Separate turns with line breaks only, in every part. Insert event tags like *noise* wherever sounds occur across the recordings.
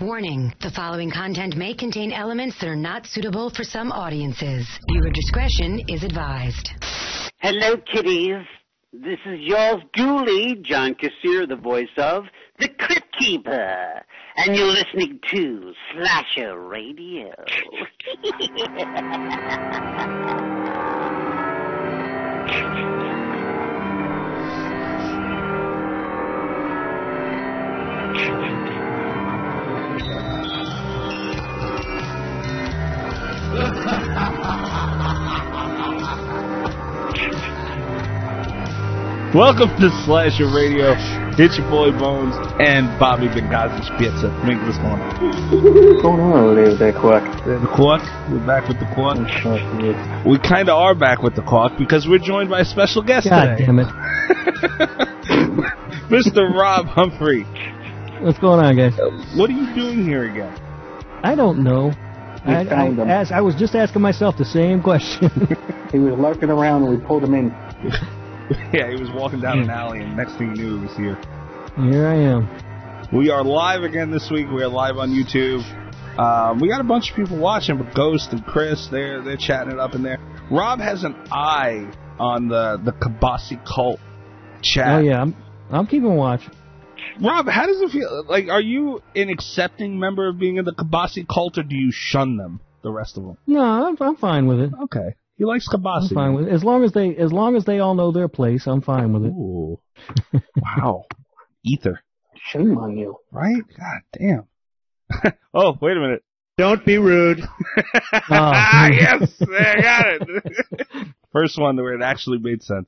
Warning, the following content may contain elements that are not suitable for some audiences. Viewer discretion is advised.
Hello, kitties. This is yours duly, John Kassir, the voice of the Crypt Keeper. And you're listening to Slasher Radio.
Welcome to Slasher Radio. It's your boy Bones and Bobby Benghazi Spitzer. Mink, what's going on?
What's going on over there with that quack?
The Quark. We're back with the Quark. We kind of are back with the Quark because we're joined by a special guest
God
today. *laughs*
damn it.
Mr. Rob Humphrey.
What's going on, guys?
What are you doing here again?
I don't know. I, I,
found 'em.
as, I was just asking myself the same question. *laughs*
He was lurking around and we pulled him in.
Yeah, he was walking down
Hmm.
an alley and next thing you knew he was here.
Here I am.
We are live again this week. We are live on YouTube. Um, we got a bunch of people watching, but Ghost and Chris, they're they're chatting it up in there. Rob has an eye on the the Kabasi cult chat.
Oh yeah, I'm I'm keeping watch.
Rob, how does it feel? Like, are you an accepting member of being in the Kabasi cult, or do you shun them? The rest of them.
No, I'm, I'm fine with it.
Okay, he likes
I'm
Kabasi.
fine with it. As long as they as long as they all know their place, I'm fine with
*laughs*
it.
Ooh, wow, ether,
Shame on you.
right? God damn. *laughs* oh, wait a minute.
Don't be rude.
*laughs*
*laughs*
Ah, yes, I got it. *laughs* First one where it actually made sense.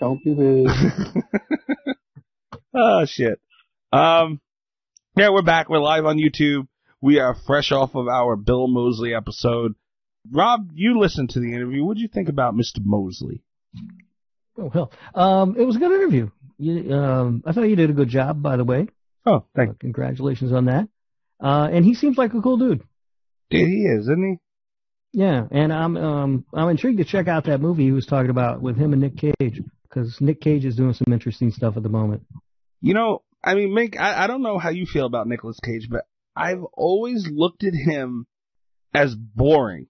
Don't do this.
*laughs* Oh shit. Um, yeah, we're back. We're live on YouTube. We are fresh off of our Bill Mosley episode. Rob, you listened to the interview. What would you think about Mr. Mosley?
Oh well, um, it was a good interview. You, um, I thought you did a good job, by the way.
Oh, thank
Congratulations on that. Uh, and he seems like a cool dude.
you. He is, isn't he?
Yeah, and I'm um I'm intrigued to check out that movie he was talking about with him and Nick Cage because Nick Cage is doing some interesting stuff at the moment.
You know, I mean, Mink, I, I don't know how you feel about Nicolas Cage, but I've always looked at him as boring.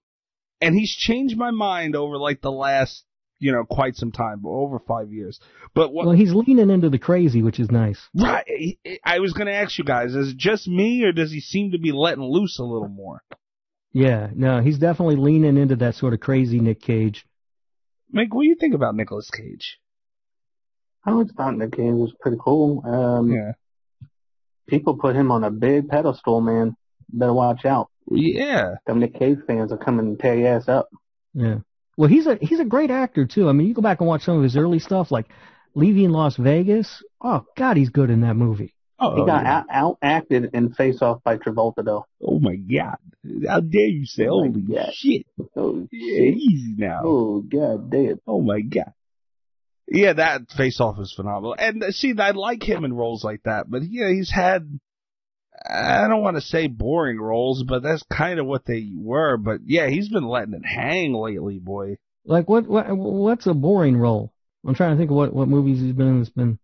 And he's changed my mind over like the last, you know, quite some time, over five years. But what,
Well, he's leaning into the crazy, which is nice.
right, I was going to ask you guys, is it just me or does he seem to be letting loose a little more?
Yeah, no, he's definitely leaning into that sort of crazy Nick Cage.
Mink, what do you think about Nicolas Cage?
I was about Nick Cage. It was pretty cool. Um,
Yeah.
People put him on a big pedestal, man. Better watch out.
Yeah.
Them Nick Cage fans are coming and tear your ass up.
Yeah. Well, he's a he's a great actor too. I mean, you go back and watch some of his early stuff, like Leaving Las Vegas. Oh God, he's good in that movie.
Oh,
He got
yeah.
out out-acted in Face Off by Travolta, though.
oh my God. How dare you say,
Oh my
holy
God.
shit.
Oh,
Yeah,
shit.
easy now.
Oh, God damn.
Oh my god. Yeah, that face off is phenomenal. And uh, see, I like him in roles like that, but yeah, he's had I don't want to say boring roles, but that's kind of what they were. But yeah, he's been letting it hang lately, boy.
Like what what what's a boring role? I'm trying to think of what what movies he's been in. That's been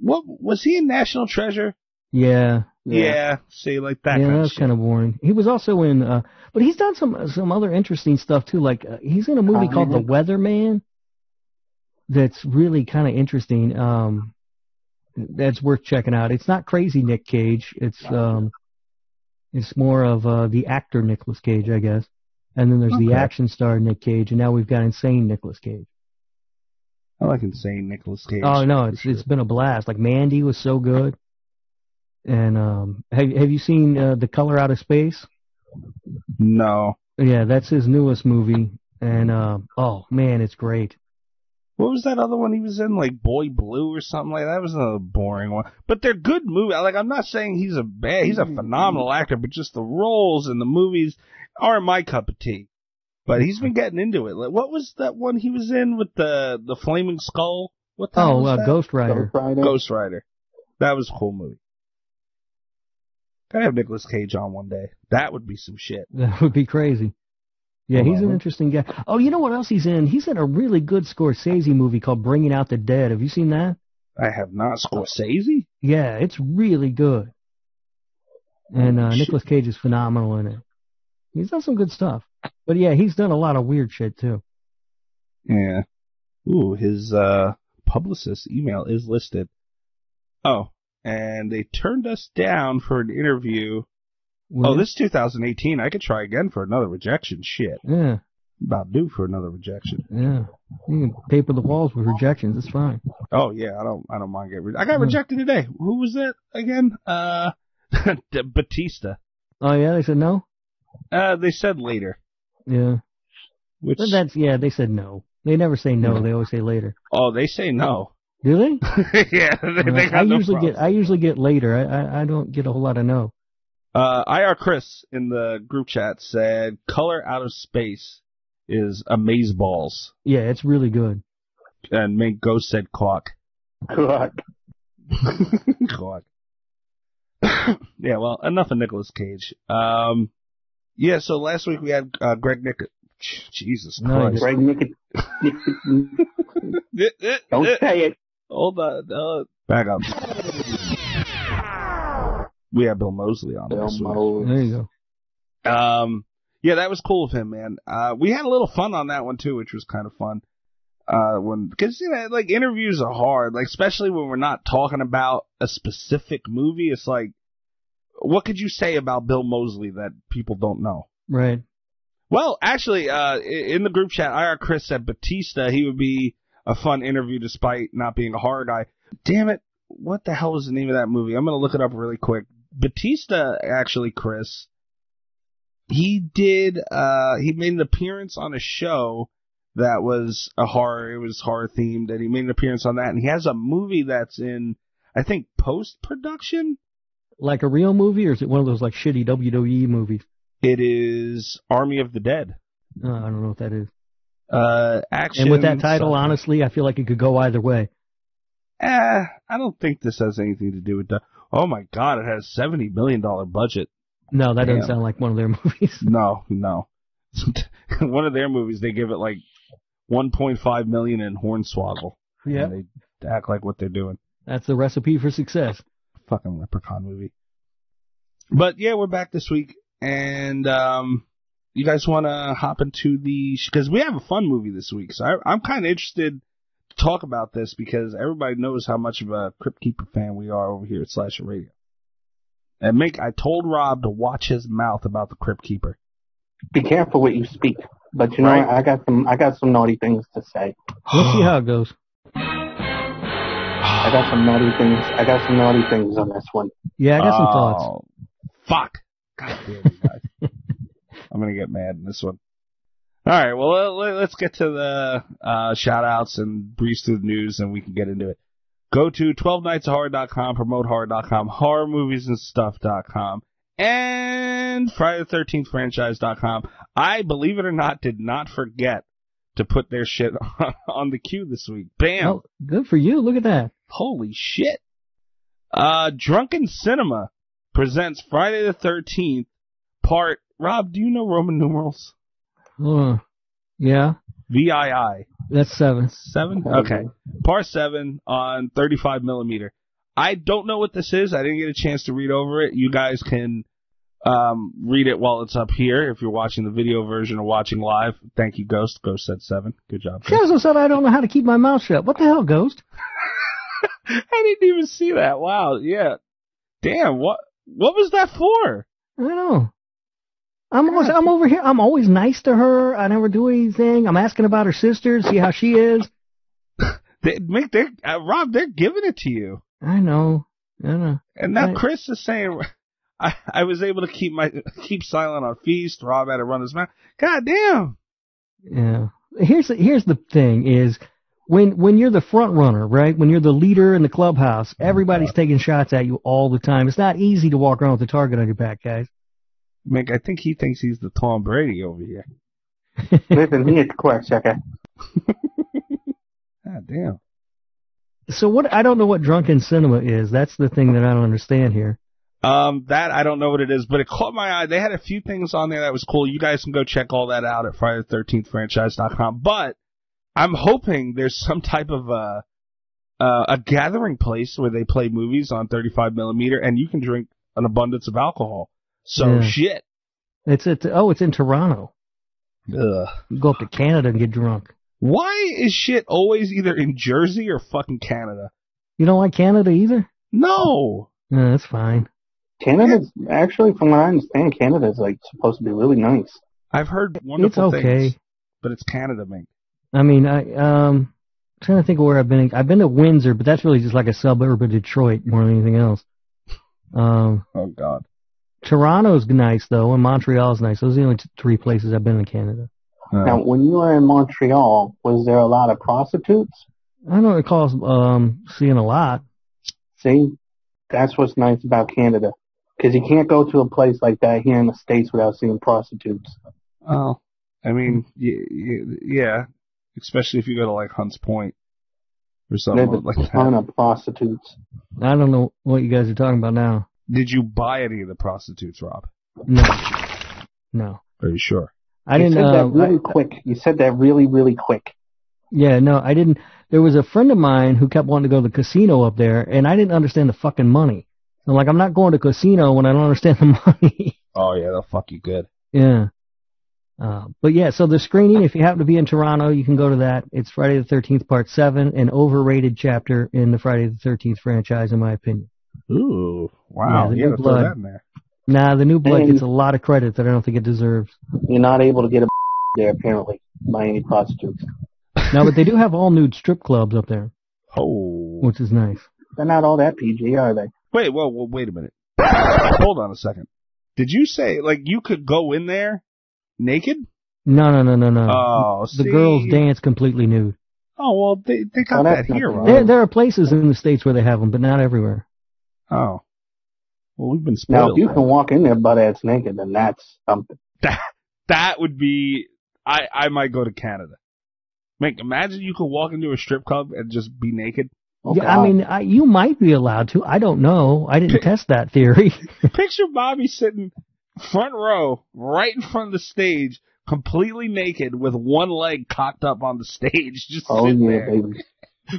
What was he in National Treasure?
yeah.
Yeah, see, like that
yeah,
kind of
that's
shit.
kind of boring. He was also in, uh, but he's done some some other interesting stuff too. Like uh, he's in a movie
Oh,
Uh-huh.
called The Weatherman, that's really kind of interesting. Um, that's worth checking out. It's not crazy Nick Cage. It's um, it's more of uh, the actor Nicolas Cage, I guess. And then there's the
Okay.
action star Nick Cage, and now we've got insane Nicolas Cage.
I like insane Nicolas Cage.
Oh no,
for
it's
sure.
it's been a blast. Like Mandy was so good, and um, have have you seen uh, The Color Out of Space?
No.
Yeah, that's his newest movie, and uh, oh man, it's great.
What was that other one he was in? Like Boy Blue or something like that? That was another boring one. But they're good movies. Like I'm not saying he's a bad he's a phenomenal actor, but just the roles and the movies aren't my cup of tea. But he's been getting into it. Like, what was that one he was in with the the flaming skull? What the hell
Oh,
was
uh,
that?
Ghost Rider.
Ghost Rider.
Ghost Rider. That was a cool movie. Gotta have Nicolas Cage on one day. That would be some shit.
*laughs* That would be crazy. Yeah, he's an interesting guy. Oh, you know what else he's in? He's in a really good Scorsese movie called Bringing Out the Dead. Have you seen that?
I have not Scorsese.
Yeah, it's really good. And uh,
Shit.
Nicolas Cage is phenomenal in it. He's done some good stuff. But yeah, he's done a lot of weird shit too.
Yeah. Ooh, his uh publicist email is listed. Oh, and they turned us down for an interview. Oh, this is 2018. I could try again for another rejection. Shit,
Yeah,
about due for another rejection.
yeah. You can paper the walls with rejections. It's fine.
Oh yeah, I don't, I don't mind getting. Re- I got
Hmm.
rejected today. Who was that again? Uh, *laughs* D- Batista.
Oh yeah, they said no.
Uh, they said later.
Yeah,
Which
but that's yeah. They said no. They never say no. They always say later.
oh, they say no. *laughs*
Do they?
yeah, they,
Uh,
they got
I
no
usually
problem.
get I usually get later. I, I I don't get a whole lot of no.
Uh, IR Chris in the group chat said, "Color out of space is amazeballs,"
Yeah, it's really good.
and Mink Ghost said, "Quack,
Fuck.
quack." yeah, well, enough of Nicolas Cage. Um, yeah, so last week we had uh, Greg Nick. Jesus
No,
Christ!
Greg Nick.
Eh, eh, *laughs*
Don't
eh.
say it.
Hold on, uh, back
*laughs*
up. We have Bill Mosley on
Bill
this week.
There you
Mosley.
go.
Um, yeah, that was cool of him, man. Uh, we had a little fun on that one too, which was kind of fun. Uh, when because you know, like interviews are hard, like especially when we're not talking about a specific movie. It's like, what could you say about Bill Mosley that people don't know?
Right.
Well, actually, uh, i- in the group chat, IR Chris said Batista. He would be a fun interview despite not being a horror guy. Damn it! What the hell was the name of that movie? I'm gonna look it up really quick. Batista, actually, Chris. He did. Uh, he made an appearance on a show that was a horror. It was horror themed, and he made an appearance on that. And he has a movie that's in, I think, post production.
Like a real movie, or is it one of those like shitty WWE movies?
It is Army of the Dead.
Uh, I don't know what that is.
Uh, action.
And with that title,
on it.
honestly, I feel like it could go either way.
Eh, I don't think this has anything to do with that. Oh my god, it has seventy million dollar budget.
No, that
Damn.
doesn't sound like one of their *laughs* movies.
No, no. *laughs* One of their movies, they give it like one point five million in Hornswoggle.
yeah,
And they act like what they're doing.
that's the recipe
*gasps*
for success.
Fucking Leprechaun movie. But yeah, we're back this week, and um, you guys want to hop into the because we have a fun movie this week, so I, I'm kind of interested to talk about this because everybody knows how much of a Crypt Keeper fan we are over here at Slasher Radio. And make I told Rob to watch his mouth about the Crypt Keeper.
Be careful what you speak. But you know,
Right.
what? I got some. I got some naughty things to say.
We'll see how it goes.
I got some naughty things. I got some naughty things on this one.
Yeah, I got some
Oh,
thoughts.
Fuck. God damn it, guys.
*laughs*
I'm gonna get mad in this one. All right, well let- let's get to the uh, shout outs and breeze through the news, and we can get into it. Go to 12nightsofhorror.com, promotehorror.com, horrormoviesandstuff.com, and Friday the 13th franchise.com. I, believe it or not, did not forget to put their shit *laughs* on, the queue this week. Bam!
Well, Oh, good for you. Look at that.
Holy shit. Uh, Drunken Cinema presents Friday the 13th, part. Rob, do you know Roman numerals?
Uh, yeah,
VII.
that's seven.
Seven? Okay. Part seven on 35 millimeter. I don't know what this is. I didn't get a chance to read over it. You guys can um, read it while it's up here if you're watching the video version or watching live. Thank you, Ghost. Ghost said seven. Good job. Ghost.
Chazzo said I don't know how to keep my mouth shut. What the hell, Ghost?
*laughs* I didn't even see that. Wow. Yeah. Damn. What? What was that for?
I don't know. I'm always, I'm over here. I'm always nice to her. I never do anything. I'm asking about her sister, see how she is.
They, Mick, they're, uh, Rob, they're giving it to you.
I know. I know.
And now
Right.
Chris is saying, *laughs* I, I was able to keep my *laughs* keep silent on Feast. Rob had to run his mouth. God damn.
Yeah. Here's the, here's the thing is when when you're the front runner, right? When you're the leader in the clubhouse, everybody's taking shots at you all the time. It's not easy to walk around with a target on your back, guys.
Mick, I think he thinks he's the Tom Brady over here.
Listen, he a checker.
God damn.
So what I don't know what drunken cinema is. That's the thing that I don't understand here.
Um, that I don't know what it is, but it caught my eye. They had a few things on there that was cool. You guys can go check all that out at Friday the 13th franchise.com. But I'm hoping there's some type of a, uh, a gathering place where they play movies on 35 millimeter and you can drink an abundance of alcohol. So
Yeah.
shit.
It's at oh, it's in Toronto.
Ugh.
You go up to Canada and get drunk.
Why is shit always either in Jersey or fucking Canada?
You don't like Canada either?
No.
No, that's fine.
Canada's actually, from what I understand, Canada's like supposed to be really nice.
I've heard wonderful
it's okay.
things, but it's Canada, man.
I mean, I um I'm trying to think of where I've been. I've been to Windsor, but that's really just like a suburb of Detroit more than anything else. Um,
Oh
*laughs*
God.
Toronto's nice though, and Montreal's nice. Those are the only t- three places I've been in Canada.
Now, when you were in Montreal, was there a lot of prostitutes?
I don't recall um seeing a lot.
See, that's what's nice about Canada. 'Cause you can't go to a place like that here in the States without seeing prostitutes.
Oh, I mean, y- y- yeah, especially if you go to like Hunts Point or something
There's
like
a ton
that.
of prostitutes.
I don't know what you guys are talking about now.
Did you buy any of the prostitutes, Rob?
No, no,
Are you sure?
I
you
didn't.
said
uh,
that really
I-
quick. You said that really, really quick.
yeah, no, I didn't. There was a friend of mine who kept wanting to go to the casino up there, and I didn't understand the fucking money. I'm like, I'm not going to casino when I don't understand the *laughs* money.
Oh yeah, they'll fuck you good.
Yeah. Uh, but yeah, so the screening, if you happen to be in Toronto, you can go to that. It's Friday the 13th, Part 7, an overrated chapter in the Friday the 13th franchise, in my opinion.
Ooh, wow, yeah,
Yeah, the new
yeah throw
blood.
that in there.
Nah, the new blood
Hey.
gets a lot of credit that I don't think it deserves.
You're not able to get a *laughs* there apparently by any prostitutes.
No, but they do have all nude strip clubs up there,
Oh,
which is nice.
They're not all that PG, are they?
wait, whoa, whoa, wait a minute. Hold on a second. Did you say like you could go in there naked?
No, no, no, no, no.
Oh,
Uh, the
see?
girls dance completely nude.
Oh well, they they got
Oh,
that
that's
here,
nothing.
Rob.
There, there are places in the states where they have them, but not everywhere.
Oh, well, we've been spoiled.
Now, if you can walk in there butt ass naked, then that's something.
that that would be I I might go to Canada. Make imagine you could walk into a strip club and just be naked.
Oh,
yeah, I
God.
mean, I, you might be allowed to. I don't know. I didn't test that theory. *laughs*
Picture Bobby sitting front row, right in front of the stage, completely naked with one leg cocked up on the stage, *laughs* just
oh
sitting
yeah,
there
baby.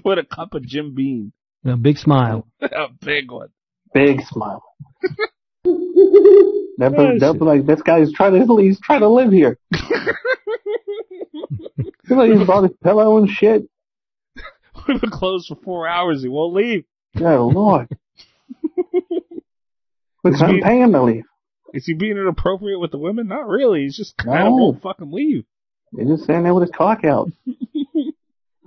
with a cup of Jim Beam, *laughs*
a big smile.
a big one.
Big smile. That
Oh,
was, that
shit.
was like this guy's trying to he's trying to live here. He's like he's brought his pillow and shit.
We've been closed for four hours. He won't leave.
Good lord. But
It's
I'm
be-
paying to leave.
Is he being inappropriate with the women? Not really. He's just kind of
No.
won't fucking leave.
He's just standing there with his cock out.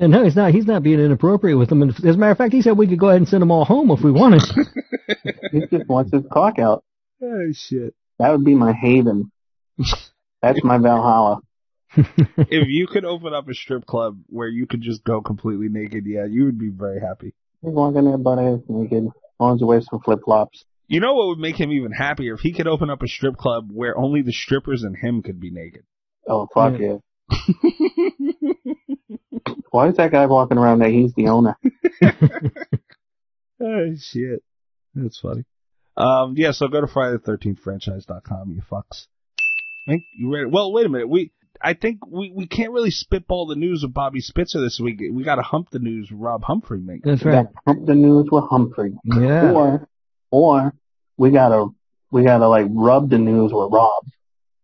And no, he's not. He's not being inappropriate with them. And as a matter of fact, he said we could go ahead and send them all home if we wanted.
*laughs*
He just wants his cock out.
Oh shit.
That would be my haven. That's my Valhalla.
if you could open up a strip club where you could just go completely naked, yeah, you would be very happy.
He's walking there butt ass naked, arms away some flip flops.
You know what would make him even happier if he could open up a strip club where only the strippers and him could be naked.
Oh fuck
Yeah.
yeah. Why is that guy walking around there? He's the owner.
oh shit, that's funny. Um, yeah, so go to Friday the Thirteenth Franchise.com, you fucks. Think you ready? Well, wait a minute. We I think we, we can't really spitball the news with Bobby Spitzer this week. We got to hump the news with Rob Humphrey, mate.
That's
We
right.
got hump the news with Humphrey.
Yeah.
Or or we gotta we gotta like rub the news with Rob.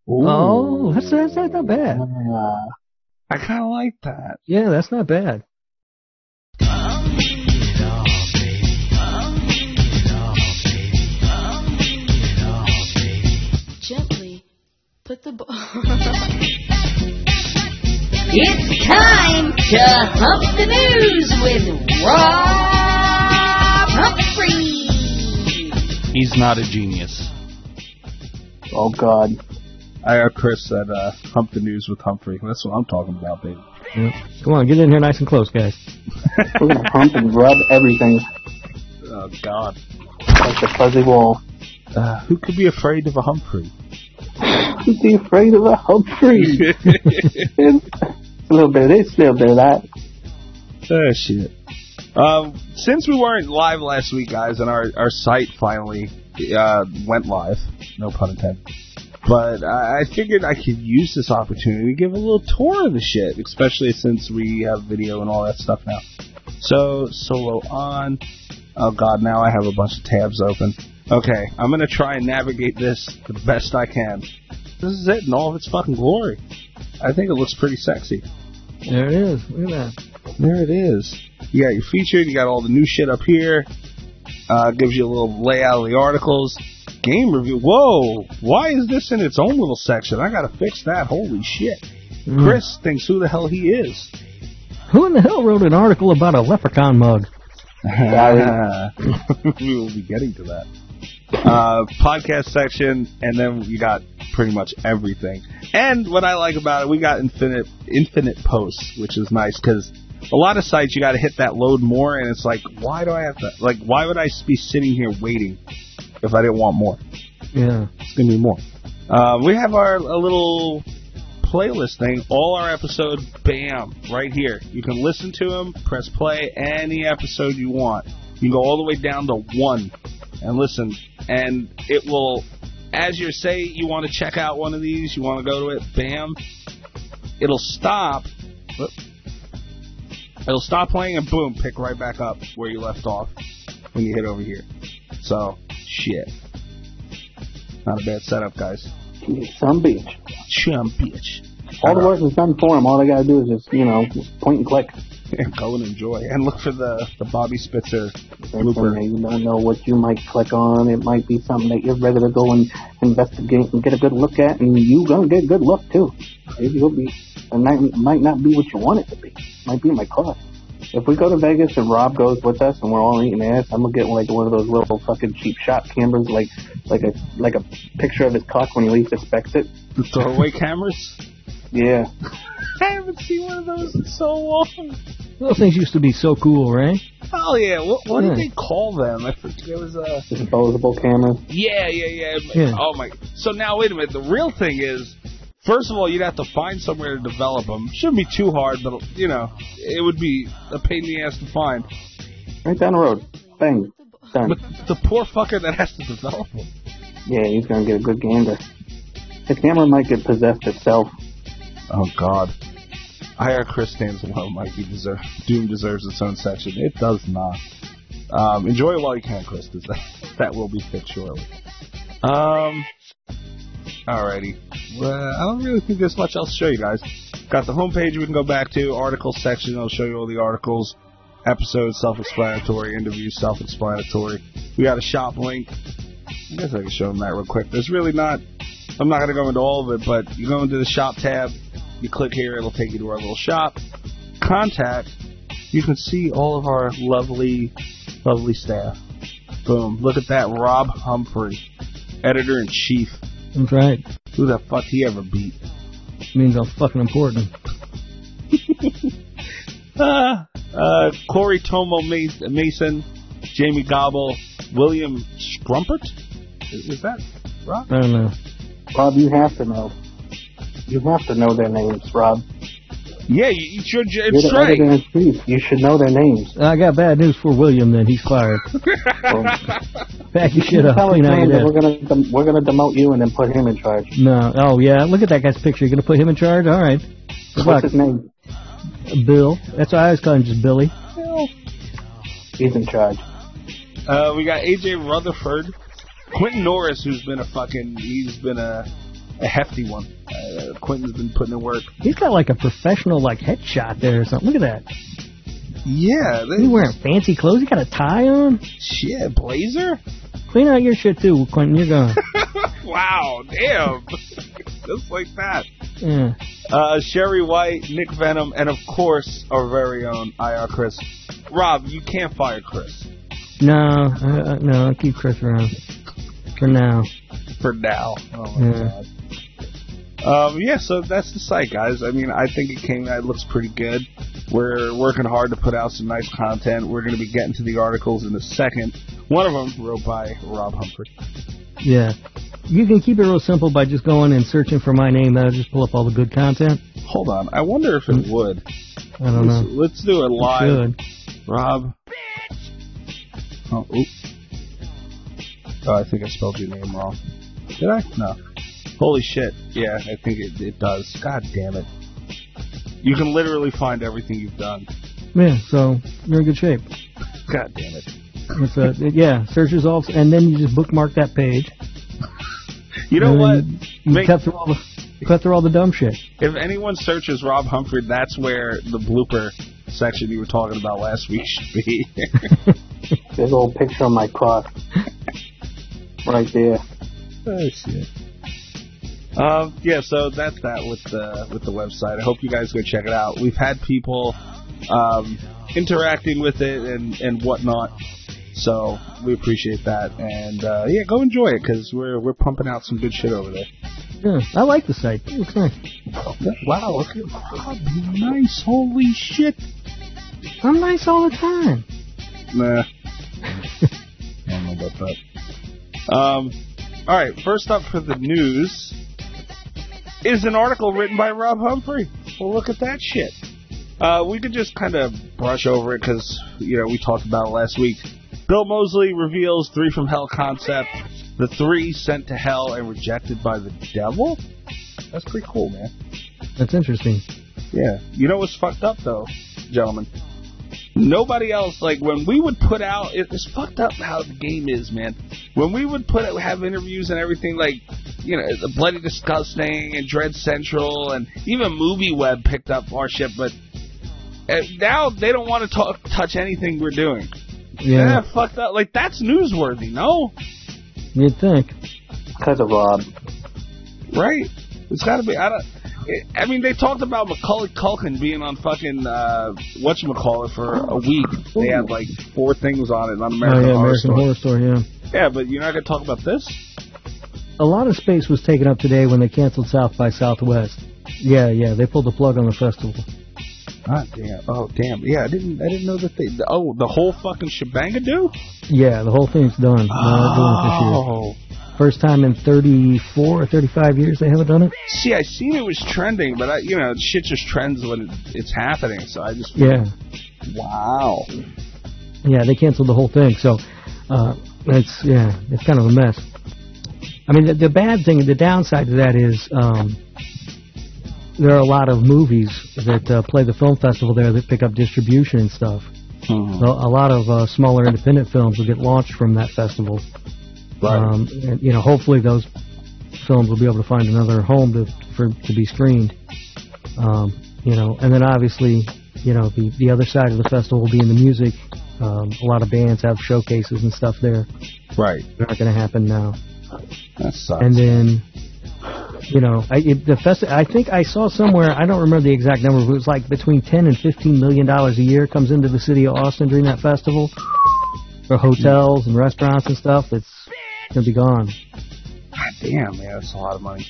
Oh, that's, that's that's not bad.
Uh,
I kind of like that.
Yeah, that's not bad.
Gently put the ball.
It's time to hump the news with Rob Humphrey.
He's not a genius.
Oh God.
I heard Chris said, uh, hump the news with Humphrey. That's what I'm talking about, baby.
Yeah. Come on, get in here nice and close, guys.
We're gonna hump and rub everything
Oh, God.
like a fuzzy wall.
Uh, who could be afraid of a Humphrey? *laughs*
You'd be afraid of a Humphrey. a little bit of this, a little bit of
*laughs*
that.
Oh shit. Um, since we weren't live last week, guys, and our, our site finally uh, went live, no pun intended. But I, I figured I could use this opportunity to give a little tour of the shit, especially since we have video and all that stuff now. So solo on. Oh god, now I have a bunch of tabs open. Okay, I'm gonna try and navigate this the best I can. This is it in all of its fucking glory. I think it looks pretty sexy.
There it is. Look at that.
There it is. You got your featured, you got all the new shit up here. Uh, gives you a little layout of the articles. Game review. Whoa! Why is this in its own little section? I gotta fix that. Holy shit.
Mm.
Chris thinks who the hell he is.
Who in the hell wrote an article about a leprechaun mug?
*laughs* we will be getting to that. Uh, podcast section, and then you got pretty much everything. And what I like about it, we got infinite infinite posts, which is nice because a lot of sites you got to hit that load more, and it's like, why do I have to? Like, why would I be sitting here waiting if I didn't want more?
Yeah.
It's gonna be more. Uh, we have our a little playlist thing. All our episodes, bam, right here. You can listen to them, press play, any episode you want. You can go all the way down to one and listen, and it will. As you say, you want to check out one of these, you want to go to it, bam, it'll stop. whoop. It'll stop playing and boom, pick right back up where you left off when you hit over here. So, shit. Not a bad setup, guys.
Some bitch.
Chum bitch.
All the work is done for him. All they gotta do is just, you know, point and click.
Go and enjoy. And look for the, the Bobby Spitzer
That's
Looper.
something You don't know what you might click on. It might be something that you're ready to go and investigate and get a good look at, and you gonna get a good look too. Maybe it'll be, it might, might not be what you want it to be. Might be my car. If we go to Vegas and Rob goes with us and we're all eating ass, I'm gonna get like one of those little fucking cheap shop cameras, like like a like a picture of his cock when he least expects it.
The throwaway cameras? *laughs*
Yeah,
I haven't seen one of those in so long.
Those things used to be so cool, right?
Oh, yeah. What, what
Yeah.
did they call them? I forget. It was Uh,
disposable cameras.
yeah, yeah, yeah,
Yeah.
Oh, my. So now, wait a minute. The real thing is, first of all, you'd have to find somewhere to develop them. Shouldn't be too hard, but, you know, it would be a pain in the ass to find.
Right down the
Oh,
road. Bang. Done.
But the poor fucker that has to develop them.
Yeah, he's gonna get a good gander. The camera might get possessed itself.
Oh God. IR Chris stands alone, Mike. You deserve, Doom deserves its own section. It does not. Um, enjoy it while you can, Chris, because that, that will be fixed shortly. Um, alrighty. Well, I don't really think there's much else to show you guys. Got the homepage we can go back to, article section. I'll show you all the articles, episodes, self-explanatory, interviews, self-explanatory. We got a shop link. I guess I can show them that real quick. There's really not. I'm not gonna go into all of it, but you go into the shop tab. You click here, it'll take you to our little shop. Contact. You can see all of our lovely, lovely staff. Boom. Look at that. Rob Humphrey, editor in chief.
That's right.
Who the fuck he ever beat?
means I'm fucking important.
*laughs* Uh, uh, Corey Tomo Ma- Mason, Jamie Gobble, William Strumpert? Is, is that Rob?
I don't know.
Rob, you have to know. You have to know their names, Rob.
Yeah, you, you should.
You're
It's
the
right.
editor in chief. You should know their names.
I got bad news for William. Then he's fired. Pack your shit up.
Tell
Clean out your
him that
desk.
we're gonna dem- we're gonna demote you and then put him in charge.
No. Oh yeah. Look at that guy's picture. You're gonna put him in charge. All right. Good luck,
What's his name?
Bill. That's why I always call him just Billy.
He's in charge.
Uh, we got AJ Rutherford, Quentin Norris, who's been a fucking, he's been a, a hefty one. Uh, Quentin's been putting in work.
He's got like a professional like headshot there or something. Look at that.
Yeah, they
He's wearing fancy clothes. He got a tie on.
shit blazer. *laughs*
Clean out your shit too, Quentin. You're gone.
Wow, damn, *laughs* just like that.
yeah.
Uh, Sherry White, Nick Venom, and of course our very own IR Chris. Rob, you can't fire Chris.
uh, No. Uh, no. I'll keep Chris around for now.
for now. Oh my
Yeah.
god. Um, yeah, so that's the site, guys. I mean, I think it came. It looks pretty good. We're working hard to put out some nice content. We're going to be getting to the articles in a second. One of them wrote by Rob Humphrey.
Yeah. You can keep it real simple by just going and searching for my name. That'll just pull up all the good content.
Hold on, I wonder if it would.
Hmm. I don't
Let's,
know.
let's do it live.
Good.
Rob. Oh, oop. oh, I think I spelled your name wrong. Did I? No. Holy shit. Yeah, I think it, it does. God damn it. You can literally find everything you've done.
Yeah, so you're in good shape.
God damn it.
It's uh yeah, search results, and then you just bookmark that page.
You know
and
what?
then You
Make,
cut through all the cut through all the dumb shit.
if anyone searches Rob Humphrey, that's where the blooper section you were talking about last week should be.
*laughs* There's a little picture of my cross. right there.
Oh shit. Um, yeah, so that's that with the with the website. I hope you guys go check it out. We've had people um, interacting with it and and whatnot, so we appreciate that. And uh, yeah, go enjoy it because we're we're pumping out some good shit over there.
Yeah, I like the site. It looks nice.
Wow, look at Rob, you're nice. Holy shit.
I'm nice all the time.
Nah. I don't know about that. Um, all right. First up for the news is an article written by Rob Humphrey. Well, look at that shit. Uh, we could just kind of brush over it because you know we talked about it last week. Bill Mosley reveals three from hell concept. The three sent to hell and rejected by the devil. That's pretty cool, man.
That's interesting.
Yeah. You know what's fucked up though, gentlemen? Nobody else like when we would put out it- it's fucked up how the game is, man. When we would put out, have interviews and everything like you know, the Bloody Disgusting and Dread Central and even Movie Web picked up our shit, but uh, now they don't want to talk touch anything we're doing.
Yeah,
yeah fucked up. Like that's newsworthy, no?
you'd think.
Because of Rob.
Right? It's got to be. I don't. I mean, they talked about Macaulay Culkin being on fucking uh, whatchamacallit for a week. They had like four things on it on American
oh yeah,
Horror
American
Story.
Horror Story. Yeah.
Yeah, but you're not gonna talk about this.
a lot of space was taken up today when they canceled South by Southwest. Yeah, yeah, they pulled the plug on the festival.
God damn. Oh damn. Yeah, I didn't. I didn't know that they. Oh, the whole fucking shebangadoo.
Yeah, the whole thing's done. They're not doing it this year.
Oh.
First time in 34 or 35 years they haven't done it.
See, I seen it was trending, but I, you know, shit just trends when it, it's happening. So I just.
Yeah,
Wow.
yeah, they canceled the whole thing. So uh, it's yeah, it's kind of a mess. I mean, the, the bad thing, the downside to that is um, there are a lot of movies that uh, play the film festival there that pick up distribution and stuff. So a lot of uh, smaller independent films will get launched from that festival. Um, and, you know, hopefully those films will be able to find another home to for to be screened. Um, you know, and then obviously, you know, the the other side of the festival will be in the music. Um, a lot of bands have showcases and stuff there.
Right.
They're not going to happen now.
Uh, That sucks.
And then, you know, I it, the fest. I think I saw somewhere. I don't remember the exact number, but it was like between ten and fifteen million dollars a year comes into the city of Austin during that festival for hotels and restaurants and stuff. It's gonna be gone.
God damn, man, that's a lot of money.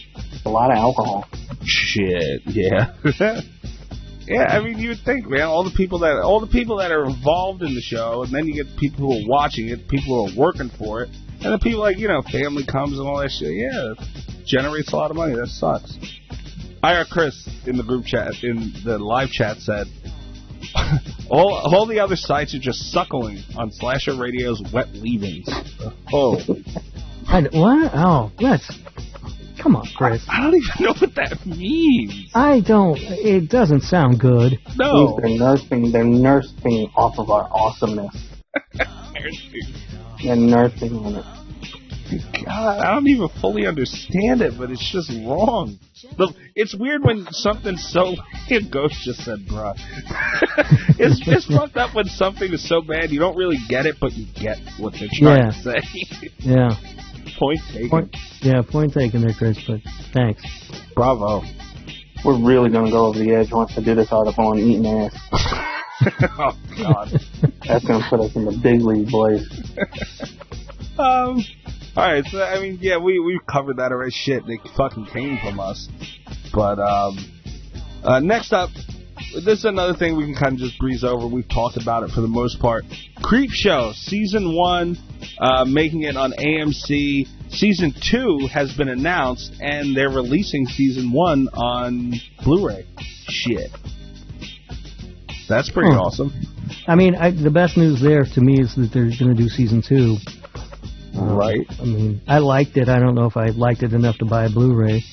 A lot of alcohol.
Shit. Yeah. *laughs* yeah. I mean, you would think, man, all the people that all the people that are involved in the show, and then you get people who are watching it, people who are working for it, and the people like you know, family comes and all that shit. Yeah, it generates a lot of money. That sucks. IR Chris in the group chat in the live chat said. *laughs* All, all the other sites are just suckling on Slasher Radio's wet leavings. Oh,
I, what? Oh, that's come on, Chris.
I don't even know what that means.
I don't. It doesn't sound good.
No.
They're nursing. They're nursing off of our awesomeness. They're nursing on it.
God, I don't even fully understand it, but it's just wrong. Look, it's weird when something so *laughs* and Ghost just said, "Bruh." *laughs* it's it's fucked up when something is so bad you don't really get it, but you get what they're trying to say. *laughs*
Yeah.
Point taken.
Point, yeah. Point taken there, Chris. But thanks.
Bravo. *laughs*
We're really gonna go over the edge once I do this article on eating ass.
oh God.
That's gonna put us in the big league, boys.
Um, All right, so I mean, yeah, we we covered that already. Shit, they fucking came from us. But um, uh, next up, this is another thing we can kind of just breeze over. We've talked about it for the most part. Creep Show season one, uh, making it on AMC. Season two has been announced, and they're releasing season one on Blu-ray. Shit, that's pretty
Hmm.
awesome.
I mean, I, the best news there to me is that they're going to do season two. Uh,
Right.
I mean, I liked it. I don't know if I liked it enough to buy a Blu-ray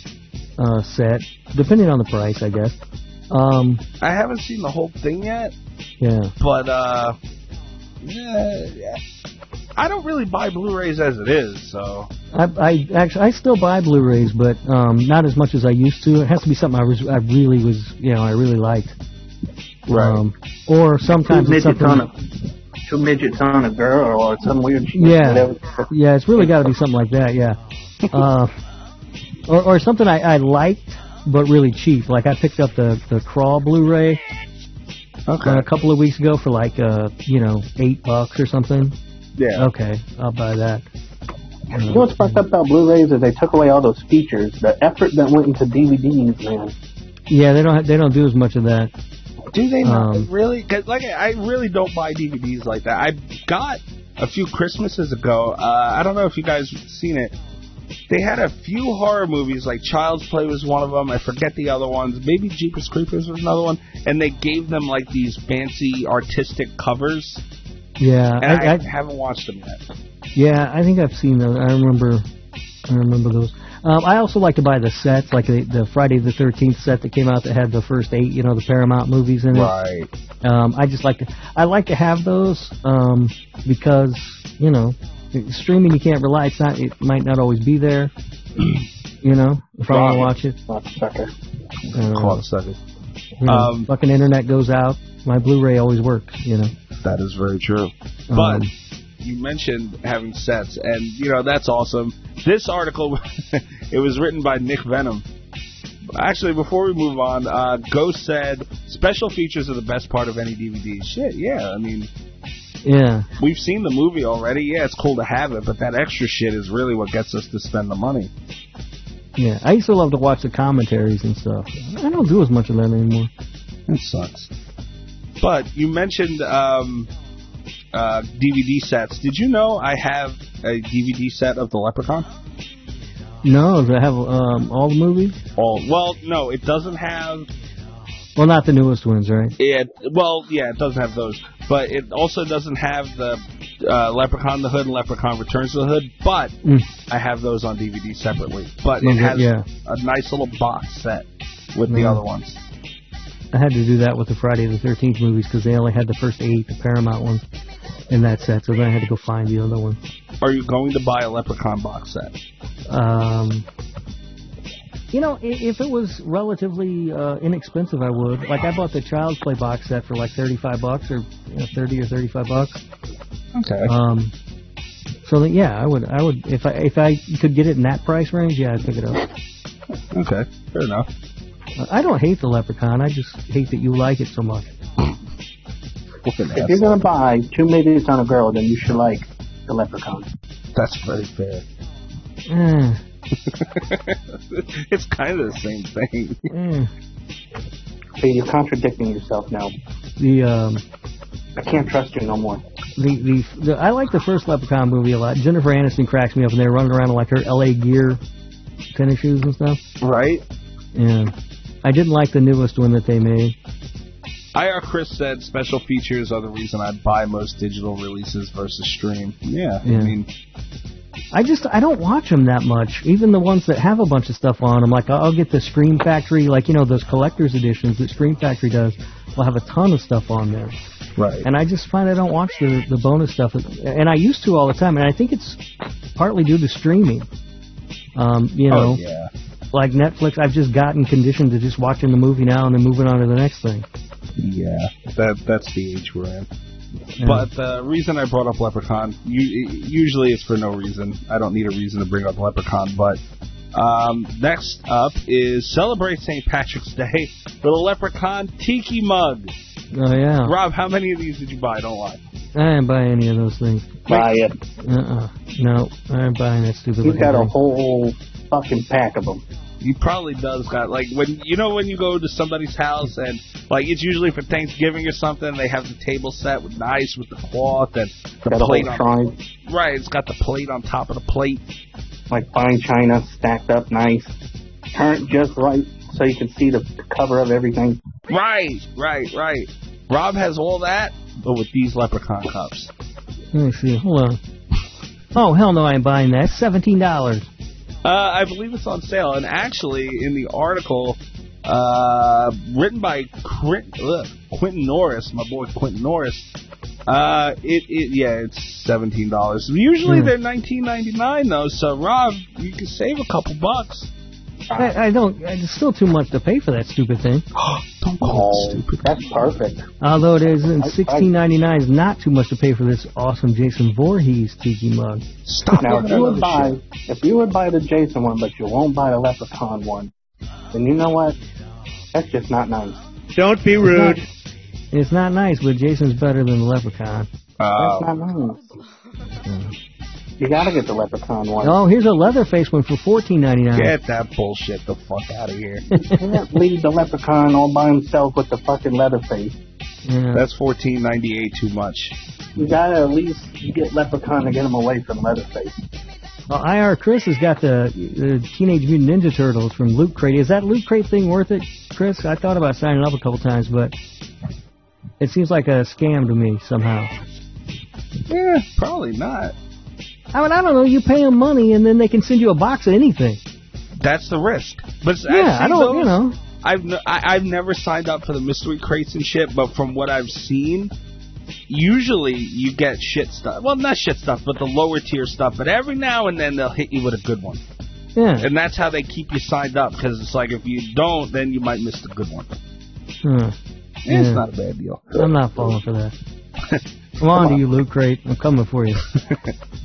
uh, set, depending on the price, I guess. Um,
I haven't seen the whole thing yet.
yeah.
But uh, yeah, yeah. I don't really buy Blu-rays as it is, so
I, I actually I still buy Blu-rays, but um, not as much as I used to. It has to be something I was I really was you know I really liked. Um, or
Two
sometimes it's
midgets
something.
on a two midgets on a girl or some weird shit.
Yeah.
whatever.
Yeah, it's really got to be something like that. Yeah, uh, or or something I, I liked but really cheap. Like I picked up the the Crawl Blu-ray
okay,
uh, a couple of weeks ago for like uh you know eight bucks or something.
yeah,
Okay, I'll buy that.
You know what's fucked up about Blu-rays is they took away all those features. The effort that went into DVDs, man.
Yeah, they don't they don't do as much of that.
do they not
Um,
really? Cause like I really don't buy DVDs like that. I got a few Christmases ago. Uh, I don't know if you guys seen it. They had a few horror movies, like Child's Play was one of them. I forget the other ones. Maybe Jeepers Creepers was another one. And they gave them like these fancy artistic covers,
Yeah,
and I, haven't watched them yet.
Yeah, I think I've seen those. I remember, I remember those. Um, I also like to buy the sets, like the, the Friday the Thirteenth set that came out that had the first eight, you know, the Paramount movies in it.
Right.
Um, I just like to, I like to have those um, because you know, streaming you can't rely. It's not, it might not always be there. You know, if I want to
Right.
watch it,
Oh, sucker.
uh,
second.
you know,
Um,
fucking internet goes out. My Blu-ray always works. You know,
That is very true. But
Um,
you mentioned having sets, and you know that's awesome. This article, *laughs* it was written by Nick Venom. Actually, before we move on, uh, Ghost said special features are the best part of any DVD. Shit, yeah. I mean,
yeah.
we've seen the movie already. Yeah, it's cool to have it, but that extra shit is really what gets us to spend the money.
Yeah, I used to love to watch the commentaries and stuff. I don't do as much of that anymore.
That sucks. But you mentioned um, uh, DVD sets. Did you know I have a DVD set of The Leprechaun?
No, does it have um, all the movies?
All well, no, it doesn't have.
Well, not the newest ones, right?
It well, yeah, it doesn't have those, but it also doesn't have the uh, Leprechaun in the Hood and Leprechaun Returns to the Hood. But
Mm.
I have those on DVD separately. But
Okay,
it has
yeah.
a nice little box set with the
Mm.
other ones.
I had to do that with the Friday the 13th movies because they only had the first eight, the Paramount ones, and that's it. So then I had to go find the other one.
Are you going to buy a Leprechaun box set?
Um, you know, i- if it was relatively uh, inexpensive, I would. Like, I bought the Child's Play box set for like 35 bucks or you know, 30 or 35 bucks.
Okay.
Um, so that, yeah, I would, I would, if I if I could get it in that price range, yeah, I'd pick it up.
Okay. Fair enough.
I don't hate the Leprechaun. I just hate that you like it so much.
What an
If you're
asshole.
gonna buy two midgets on a girl, then you should like the Leprechaun.
That's pretty fair. *laughs*
Eh,
it's kind of the same thing. *laughs*
eh.
See, you're contradicting yourself now.
The um,
I can't trust you no more.
the, the the I like the first Leprechaun movie a lot. Jennifer Aniston cracks me up, and they're running around in like her L.A. gear, tennis shoes and stuff.
right?
Yeah, I didn't like the newest one that they made.
IR Chris said special features are the reason I buy most digital releases versus stream. Yeah,
Yeah.
I mean,
I just I don't watch them that much. Even the ones that have a bunch of stuff on them, like I'll get the Scream Factory, like you know those collector's editions that Scream Factory does, will have a ton of stuff on there.
right.
and I just find I don't watch the the bonus stuff, and I used to all the time, and I think it's partly due to streaming. Um, you
oh,
know,
yeah.
like Netflix, I've just gotten conditioned to just watching the movie now and then moving on to the next thing.
Yeah, that that's the age we're in.
Yeah.
But the reason I brought up Leprechaun, u- usually it's for no reason. I don't need a reason to bring up Leprechaun. But um, next up is celebrate St. Patrick's Day with a Leprechaun tiki mug.
oh yeah,
Rob, how many of these did you buy? Don't lie.
I ain't buying any of those things.
Buy it.
Uh-uh. No, I ain't buying that stupid
He's
looking
got a
thing.
whole fucking pack of them.
He probably does got like when you know when you go to somebody's house and like it's usually for Thanksgiving or something. They have the table set with nice with the cloth and the
Got a whole
plate on.
shrine,
Right, it's got the plate on top of the plate.
like fine china, stacked up nice, turned just right so you can see the cover of everything.
Right, right, right. Rob has all that, but with these leprechaun cups.
Let me see. Hold on. Oh hell no, I ain't buying that. Seventeen dollars.
Uh, I believe it's on sale, and actually, in the article uh, written by Quint, ugh, Quentin Norris, my boy Quentin Norris, uh, it, it yeah, it's seventeen dollars. Usually
Hmm.
they're nineteen ninety nine though, so Rob, you can save a couple bucks.
I, I don't. It's still too much to pay for that stupid thing.
Don't call it
Oh,
stupid.
that's perfect.
Although it is in
I- I-
sixteen ninety nine is not too much to pay for this awesome Jason Voorhees tiki mug.
Stop
Now, if
looking at
you
other
would buy,
shit.
if you would buy the Jason one, but you won't buy the Leprechaun one, then you know what? That's just not nice.
Don't be rude.
It's not nice, but Jason's better than the leprechaun.
Uh,
That's not nice. You gotta get the Leprechaun one.
Oh, here's a Leatherface one for fourteen ninety nine.
Get that bullshit the fuck out of
*laughs*
here.
You can't leave the Leprechaun all by himself with the fucking Leatherface.
Yeah.
That's fourteen ninety eight too much.
You gotta at least get Leprechaun to get him away from Leatherface.
Well, IR Chris has got the, the Teenage Mutant Ninja Turtles from Loot Crate. Is that Loot Crate thing worth it, Chris? I thought about signing up a couple times, but it seems like a scam to me somehow.
Yeah, probably not.
I mean, I don't know. You pay them money, and then they can send you a box of anything.
That's the risk. But it's- I've
Yeah, I
seen
don't. You
those-
know,
I've n- I, I've never signed up for the mystery crates and shit, but from what I've seen, usually you get shit stuff. Well, not shit stuff, but the lower tier stuff. But every now and then they'll hit you with a good one,
yeah.
and that's how they keep you signed up. Because it's like if you don't, then you might miss the good one.
Huh.
It's
Yeah.
not a bad deal.
Hmm. I'm not falling
*laughs*
for that. Come on to you, Loot Crate. I'm coming for you.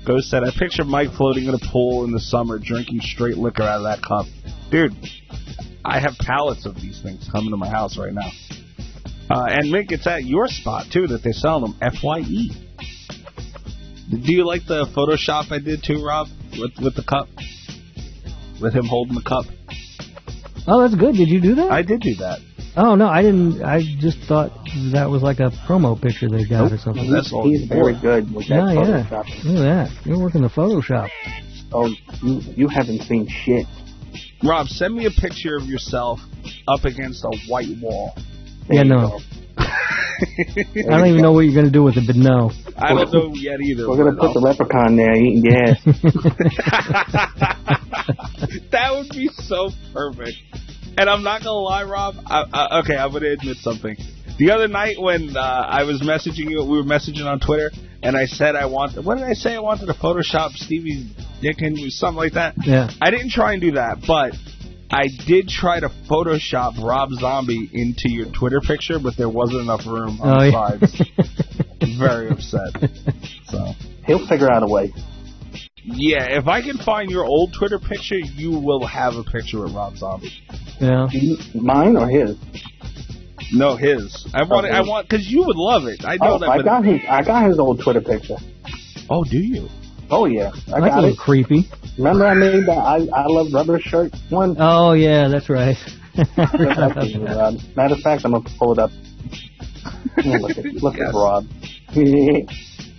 Ghost said, I picture Mike floating in a pool in the summer, drinking straight liquor out of that cup. Dude, I have pallets of these things coming to my house right now. Uh, and Mink, it's at your spot too that they sell them. Fye. Do you like the Photoshop I did too, Rob, with with the cup, with him holding the cup?
Oh, that's good. Did you do that?
I did do that.
oh no, I didn't. I just thought that was like a promo picture they got or something.
That's all.
He's very good with that
Oh, yeah.
Photoshop.
Look at that. You're working the Photoshop.
Oh, you, you haven't seen shit.
Rob, send me a picture of yourself up against a white wall.
Yeah, *laughs* no. I don't even know what you're going to do with it, but no.
I don't know yet either.
We're gonna
but
Oh.
put the Leprechaun there eating your ass.
*laughs*
*laughs* that would be so perfect. And I'm not gonna lie, Rob. I, I, okay, I'm gonna admit something. The other night when uh, I was messaging you, we were messaging on Twitter, and I said I wanted. What did I say? I wanted to Photoshop Stevie Dickens or something like that.
Yeah.
I didn't try and do that, but I did try to Photoshop Rob Zombie into your Twitter picture, but there wasn't enough room on
Oh,
the
yeah.
sides. Very upset. So.
He'll figure out a way.
Yeah, if I can find your old Twitter picture, you will have a picture of Rob Zombie.
*laughs* Yeah.
Mine or his?
No, his. I want. it I want because you would love it. I know
Oh,
that.
I
but-
got his. I got his old Twitter picture.
oh, do you?
Oh yeah, I
That's a
got
little
it.
creepy.
Remember I made that I I love rubber shirt
*laughs*
one.
Oh, yeah, that's right.
Matter of fact, I'm gonna pull it up. Yeah, Look at, look
Yes.
at Rob. *laughs*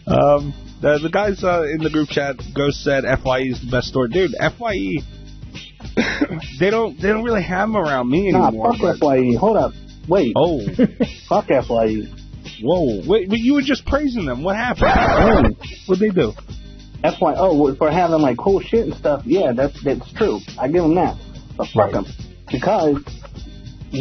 Um, the, the guys uh, in the group chat Ghost said Fye is the best store, dude. Fye. *coughs* they don't. They don't really have them around me
nah,
anymore.
Ah, fuck
but-
E. FYE. Hold up. Wait.
Oh,
Fuck E. FYE.
whoa! *laughs* Wait, but you were just praising them. What *laughs* happened?
Really?
What'd they do?
FYE. Oh, for having like cool shit and stuff. Yeah, that's that's true. I give them that. But fuck
Right.
them because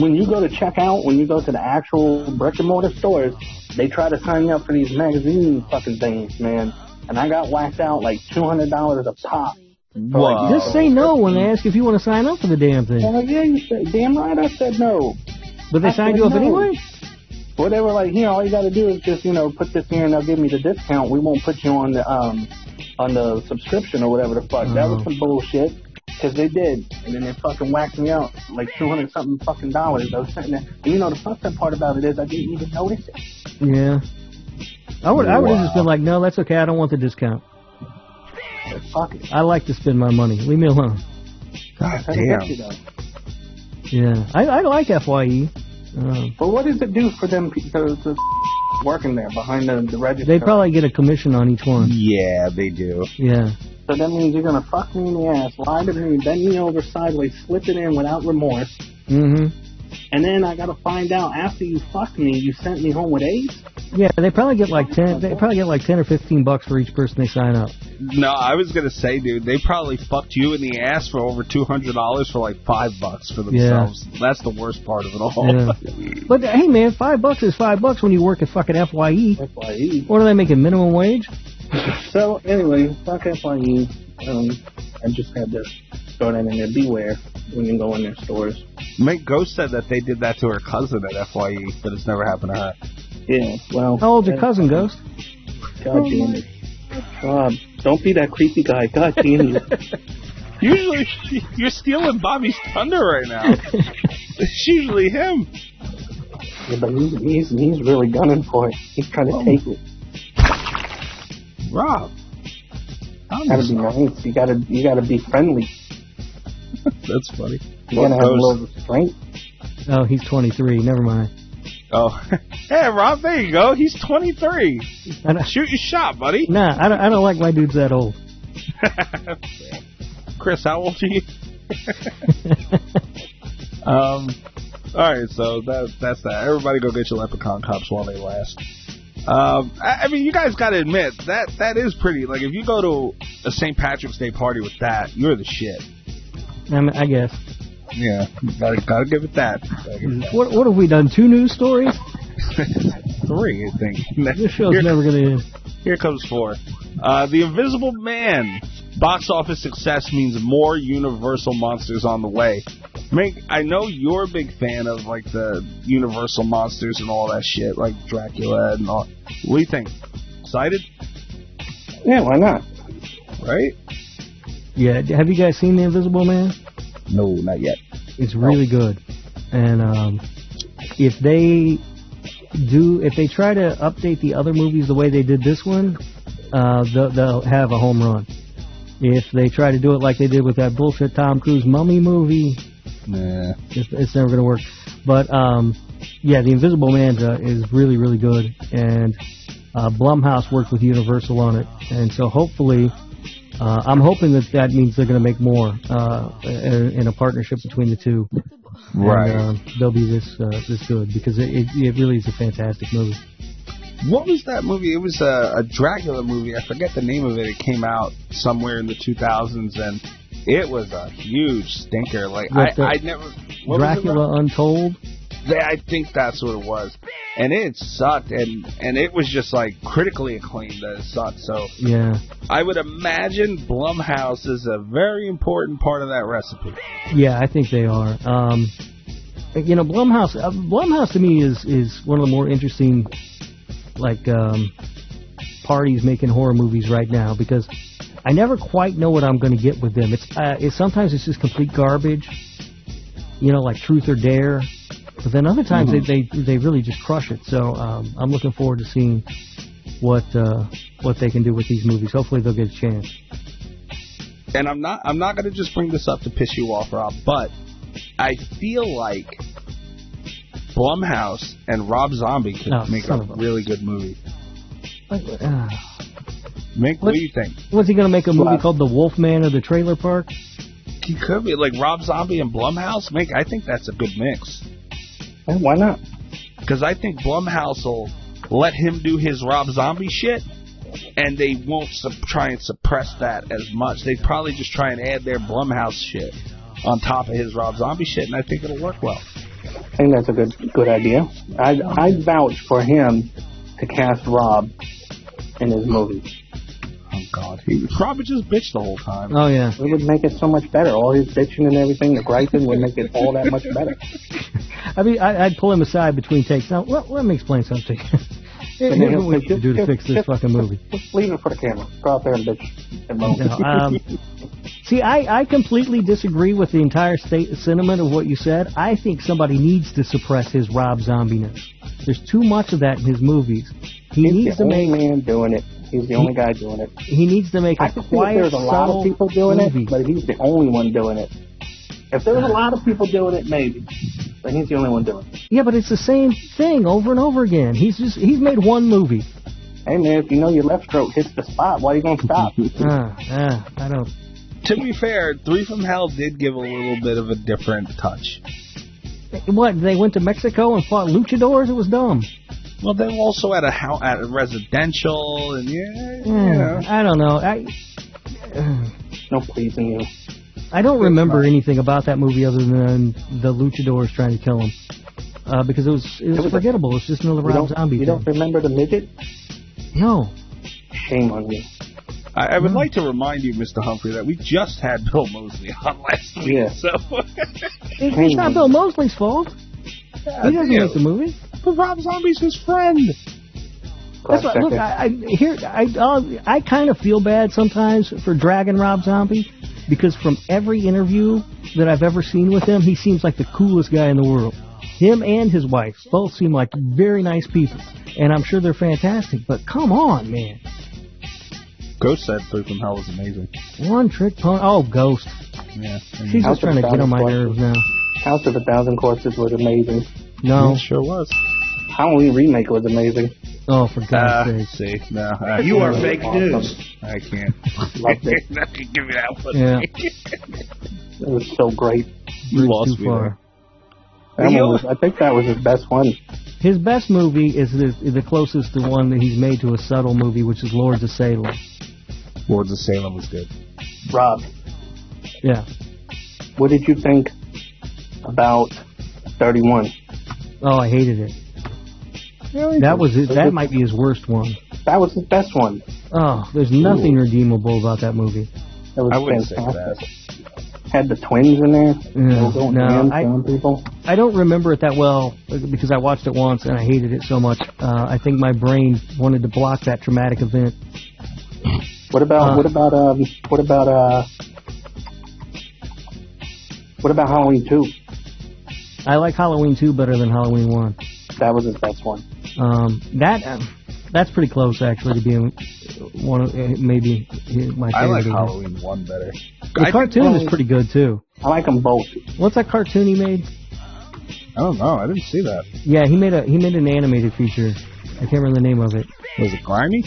when you go to check out, when you go to the actual brick and mortar stores, they try to sign you up for these magazine fucking things, man. And I got whacked out like two hundred dollars a pop. for, like,
Whoa.
Just *laughs* say no when they ask if you want to sign up for the damn thing.
Well, yeah, you said, damn right I said no.
But they
I
signed
said
you up
no.
anyway?
Well, they were like, you know, all you got to do is just, you know, put this here and they'll give me the discount. We won't put you on the um on the subscription or whatever the fuck. That was
Oh.
some bullshit. Cause they did, and then they fucking whacked me out like two hundred something fucking dollars. I was sitting there, and you know the fucked up part about it is I didn't even notice it.
Yeah. I would I would have just
Wow.
been like, no, that's okay. I don't want the discount.
Fuck it.
I like to spend my money. Leave me alone.
God
That's
damn.
sexy, though.
Yeah, I, I like Fye. Um,
But what does it do for them pe- to, to working there behind the, the register?
they probably get a commission on each one.
Yeah, they do.
Yeah,
So that means you're gonna fuck me in the ass, lie to me, bend me over sideways, slip it in without remorse,
hmm
and then I gotta find out after you fucked me, you sent me home with AIDS.
yeah. They probably get like ten. They probably get like ten or fifteen bucks for each person they sign up.
No, I was gonna say, dude, they probably fucked you in the ass for over two hundred dollars for like five bucks for themselves. That's the worst part of it all. *laughs*
But hey, man, five bucks is five bucks when you work at fucking Fye.
FYE.
What are they making minimum wage?
E. So anyway, fuck FYE. Um, I just had to throw that in there. Beware when you go in their stores.
Mate Ghost said that they did that to her cousin at Fye, but it's never happened to her.
Yeah. Well.
How old's your cousin, Ghost?
God damn it. God, don't be that creepy guy. God damn you.
Usually, you're stealing Bobby's thunder right now. *laughs* it's usually him.
*laughs* Yeah, but he's, he's, he's really gunning for it. He's trying to take it.
Rob. I'm
Gotta
just-
be nice. You gotta you gotta be friendly.
That's funny.
You gotta have a little restraint.
Oh, he's 23. Never mind.
Oh, *laughs* hey Rob, there you go. He's 23.
I don't, *laughs*
Shoot your shot, buddy.
nah, I don't, I don't like my dudes that old.
Chris, how old are you? *laughs* um, all right, so that that's that. Everybody, go get your leprechaun cups while they last. Um, I, I mean, you guys got to admit that that is pretty. Like, if you go to a St. Patrick's Day party with that, you're the shit.
I, mean, I guess.
Yeah, gotta, gotta give it that. Gotta give it
What what have we done? Two news stories?
that. Three, I think.
Mm-hmm. This show's
Here-
never gonna end.
Here comes four. Uh, the Invisible Man. Box office success means more Universal monsters on the way. Mink, I know you're a big fan of like the Universal monsters and all that shit, like Dracula and all. What do you think? Excited,
Yeah, why not?
right?
Yeah. Have you guys seen The Invisible Man?
No, not yet.
It's really good. And um, if they do, if they try to update the other movies the way they did this one, uh, they'll, they'll have a home run. If they try to do it like they did with that bullshit Tom Cruise mummy movie,
Nah.
it's, it's never going to work. But um, yeah, The Invisible Man uh, is really, really good, and uh, Blumhouse worked with Universal on it, and so hopefully, uh, I'm hoping that that means they're going to make more uh, in, in a partnership between the two. And, um, they'll be this uh, this good because it, it, it really is a fantastic movie.
What was that movie? It was a, a Dracula movie. I forget the name of it. It came out somewhere in the 2000s, and it was a huge stinker. Like
What the-
I, I never. what was it about?
Dracula Untold.
They, I think that's what it was, and it sucked, and and it was just like critically acclaimed that it sucked. So
Yeah,
I would imagine Blumhouse is a very important part of that recipe.
yeah, I think they are. Um, you know, Blumhouse. Uh, Blumhouse to me is is one of the more interesting like um, parties making horror movies right now because I never quite know what I'm going to get with them. It's, uh, it's sometimes it's just complete garbage, you know, like Truth or Dare. But then other times they, they they really just crush it. So um, I'm looking forward to seeing what uh, what they can do with these movies. Hopefully they'll get a chance.
And I'm not I'm not gonna just bring this up to piss you off, Rob, but I feel like Blumhouse and Rob Zombie could
Oh,
make a
son of a-
really good movie.
Like, uh,
Mink, what
What-
do you think?
was he going to make a movie
Well, I-
called The Wolfman or The Trailer Park?
He could be like Rob Zombie and Blumhouse. Mink, I think that's a good mix.
Yeah, why not?
Because I think Blumhouse will let him do his Rob Zombie shit, and they won't sup- try and suppress that as much. They probably just try and add their Blumhouse shit on top of his Rob Zombie shit, and I think it'll work well.
I think that's a good good idea. I I vouch for him to cast Rob in his movie.
Oh God, he was probably just bitch the whole time.
Oh yeah,
It would make it so much better. All his bitching and everything, the griping would make it all that much better.
I mean I, I'd pull him aside between takes. Now let, let me explain something. *laughs* Here's what we need to do to fix this fucking movie.
Just leave it for the camera. Go out there and bitch. And moan.
No,
*laughs*
um, see, I, I completely disagree with the entire state sentiment of what you said. I think somebody needs to suppress his Rob Zombiness. There's too much of that in his movies, He
He's
needs
the
to
only
make
man doing it. He's the
He-
only guy doing it.
he needs to make
I
a
can see if
quiet,
there's a lot
subtle
of people doing
movie.
it, but he's the only one doing it. If there's a lot of people doing it, maybe. But he's the only one doing it.
Yeah, but it's the same thing over and over again. He's just he's made one movie.
Hey man, if you know your left stroke hits the spot, why you gonna stop?
Ah, ah, I don't.
To be fair, Three from Hell did give a little bit of a different touch.
What they went to Mexico and fought luchadors? It was dumb.
Well, they were also at a house, at a residential, and yeah, you know.
Yeah, I don't know. I
no pleasing you.
I don't remember anything about that movie other than the luchadors trying to kill him. Uh, because it was it was,
was a-
forgettable. It's just another
You
Rob
don't,
Zombie
you
thing.
don't remember the midget?
No,
Shame on you.
I, I would like to remind you, Mr. Humphrey, that we just had Bill Mosley on last week.
Yeah.
So,
It- it's not Bill Mosley's fault. He
*laughs*
doesn't
Yeah.
make the movie.
but Rob Zombie's his friend.
That's what, look, I, I here I uh, I kind of feel bad sometimes for dragging Rob Zombie because from every interview that I've ever seen with him, he seems like the coolest guy in the world. Him and his wife both seem like very nice people, and I'm sure they're fantastic. But come on, man,
Ghost said Three from Hell was amazing.
one trick pony. Oh, Ghost,
Yeah.
she's
House
just
of
trying to get on my nerves
Thousand
now.
House of a Thousand Corpses was amazing.
No,
sure was.
Halloween remake was amazing.
oh for
Uh,
God's sake.
see, no, I,
You are fake
news. I can't. I
Like
can't
it.
give *laughs* you that one.
Yeah.
It was so great.
You lost
too
me.
far.
there.
That
You-
one was, I think that was his best one.
His best movie is the, the closest to one that he's made to a subtle movie, which is Lords of Salem.
Lords of Salem was good.
Rob,
Yeah.
what did you think about 31?
Oh, I hated it. That was it. That might be his worst one.
That was his best one.
Oh, there's nothing redeemable about that movie.
That was
I wouldn't say
fantastic. Had the twins in there. They were
Mm,
going
no,
ham,
I-
killing people.
I don't remember it that well uh, because I watched it once and I hated it so much. Uh, I think my brain wanted to block that traumatic event.
What about
Uh.
what about um what about uh what about Halloween two?
I like Halloween 2 better than Halloween 1.
That was his best one.
Um, that uh, that's pretty close actually to being one of uh, maybe my favorite.
I like
of his.
Halloween one better.
The
I
cartoon
think-
is pretty good too.
I like them both.
What's that cartoon he made?
I don't know. I didn't see that.
Yeah, he made a he made an animated feature. I can't remember the name of it.
Was it grimy?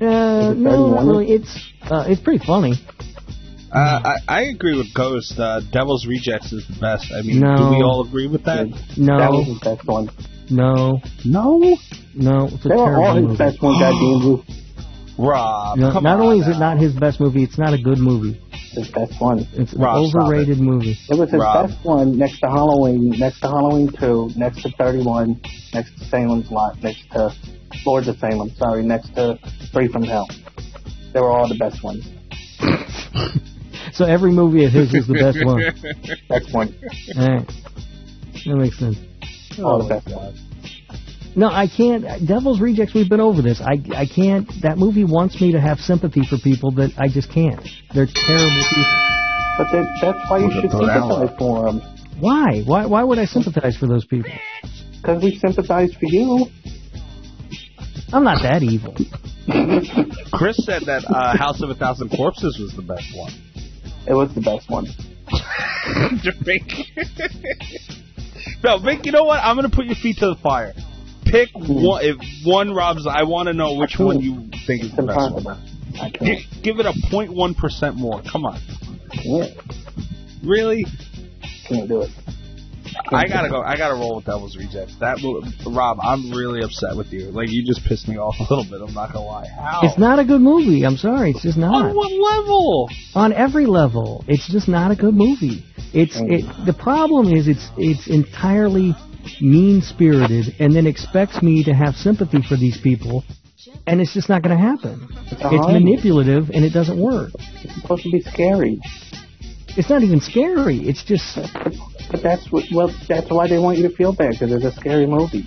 Uh,
Is it Freddy
no, not
Wonder?
really. It's uh, it's pretty funny.
Uh, I, I agree with Ghost. Uh, Devil's Rejects is the best. I mean,
No.
do we all agree with that?
That was
No,
his best one.
no,
No,
no. It's a
They were all
terrible
his
movie.
best ones.
*gasps*
Goddamn you,
Rob.
No,
come
not
on
only is it
now.
not his best movie, it's not a good movie.
his best one.
It's an
Rob, stop
overrated movie.
It was his
Rob.
best one next to Halloween, next to Halloween 2, next to 31, next to Salem's Lot, next to Lords of Salem, sorry, next to Free from Hell. They were all the best ones.
So every movie of his is the best
*laughs*
one.
Best one.
All right. That makes sense.
All the best ones.
No, I can't. Devil's Rejects. We've been over this. I I can't. That movie wants me to have sympathy for people that I just can't. They're terrible people.
But that, that's why you
Look at
should
the
sympathize for them.
Why? Why? Why would I sympathize for those people?
Because we sympathize for you.
I'm not that evil.
Chris said that uh, House of a Thousand Corpses was the best one.
It was the best one.
*laughs* no, Vic. You know what? I'm gonna put your feet to the fire. Pick one. If one Rob's, Hmm. I want to know which one you think is the best one.
Impossible. I can't.
Gi- Give it a 0.1 percent more. Come on.
Can't,
Really?
can't do it.
I gotta go. I gotta roll with Devil's Rejects. That will, Rob, I'm really upset with you. Like you just pissed me off a little bit. I'm not gonna lie. How?
It's not a good movie. I'm sorry. It's just not.
Oh. on what level?
on every level. It's just not a good movie. It's
Oh.
it, the problem is it's it's entirely mean spirited, and then expects me to have sympathy for these people, and it's just not going to happen. It's
Uh-huh.
manipulative, and it doesn't work.
It's supposed to be scary.
It's not even scary. It's just
But, but that's what, well, that's why they want you to feel bad, because it's a scary movie.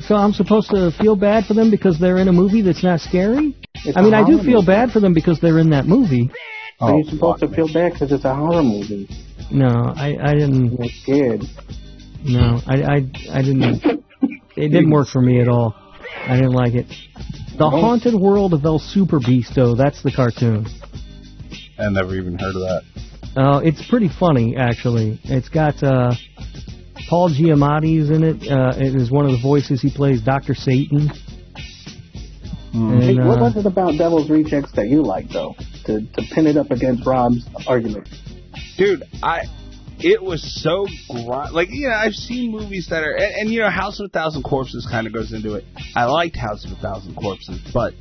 so I'm supposed to feel bad for them because they're in a movie that's not scary.
It's
I mean,
a
I do
horror
feel
movie.
bad for them because they're in that movie.
So
Oh,
you're supposed to
fuck,
feel bad because it's a horror movie.
No, I, I didn't.
You're scared.
No, I, I, I didn't. It didn't work for me at all. I didn't like it. The Haunted World of El Super Beasto. That's the cartoon.
I never even heard of that.
Uh, it's pretty funny, actually. It's got uh, Paul Giamatti's in it. Uh, it is one of the voices he plays, Doctor Satan.
Hey,
And,
Hmm. what
uh,
was it about Devil's Rejects that you liked, though? To, to pin it up against Rob's argument.
dude i it was so gr- like you know i've seen movies that are and, and you know house of a thousand corpses kind of goes into it i liked house of a thousand corpses but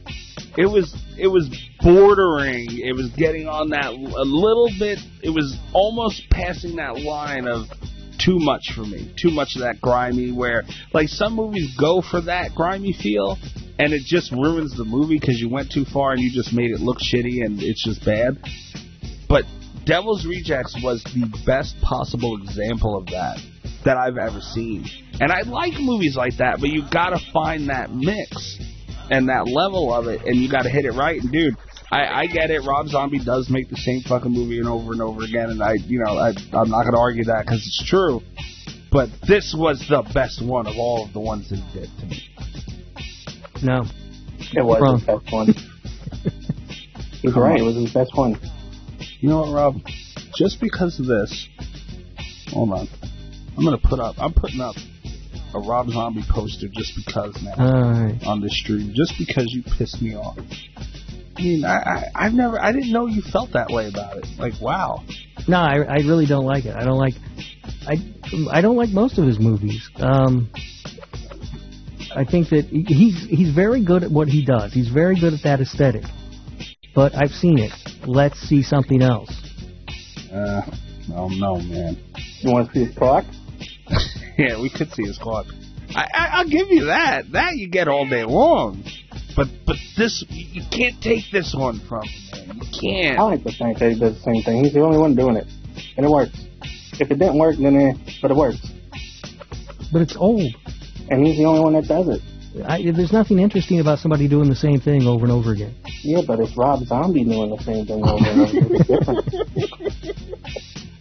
it was it was bordering it was getting on that l- a little bit it was almost passing that line of too much for me too much of that grimy where like some movies go for that grimy feel and it just ruins the movie because you went too far and you just made it look shitty and it's just bad but Devil's Rejects was the best possible example of that that I've ever seen. And I like movies like that, but you gotta find that mix and that level of it, and you gotta hit it right. And dude, I, I get it. Rob Zombie does make the same fucking movie and over and over again, and I, you know, I, I'm not gonna argue that because it's true. But this was the best one of all of the ones that he did to me.
no,
It was
Wrong.
his
*laughs*
best one. He's right. It was his best one.
You know what, Rob? Just because of this, hold on. I'm gonna put up. I'm putting up a Rob Zombie poster just because now
all right.
on the stream, just because you pissed me off. I mean, I, I I've never. I didn't know you felt that way about it. Like, wow.
No, I, I really don't like it. I don't like. I I don't like most of his movies. Um, I think that he- he's he's very good at what he does. He's very good at that aesthetic. But I've seen it. Let's see something else.
Uh, oh no, man.
You want to see his clock?
Yeah, we could see his clock. I, I I'll give you that. That you get all day long. But but this you can't take this one from him, man. You can't.
I like the fact that he does the same thing. He's the only one doing it, and it works. If it didn't work, then eh, but it works.
But it's old.
And he's the only one that does it.
I, there's nothing interesting about somebody doing the same thing over and over again.
Yeah, but it's Rob Zombie doing the same thing over and over. It's different.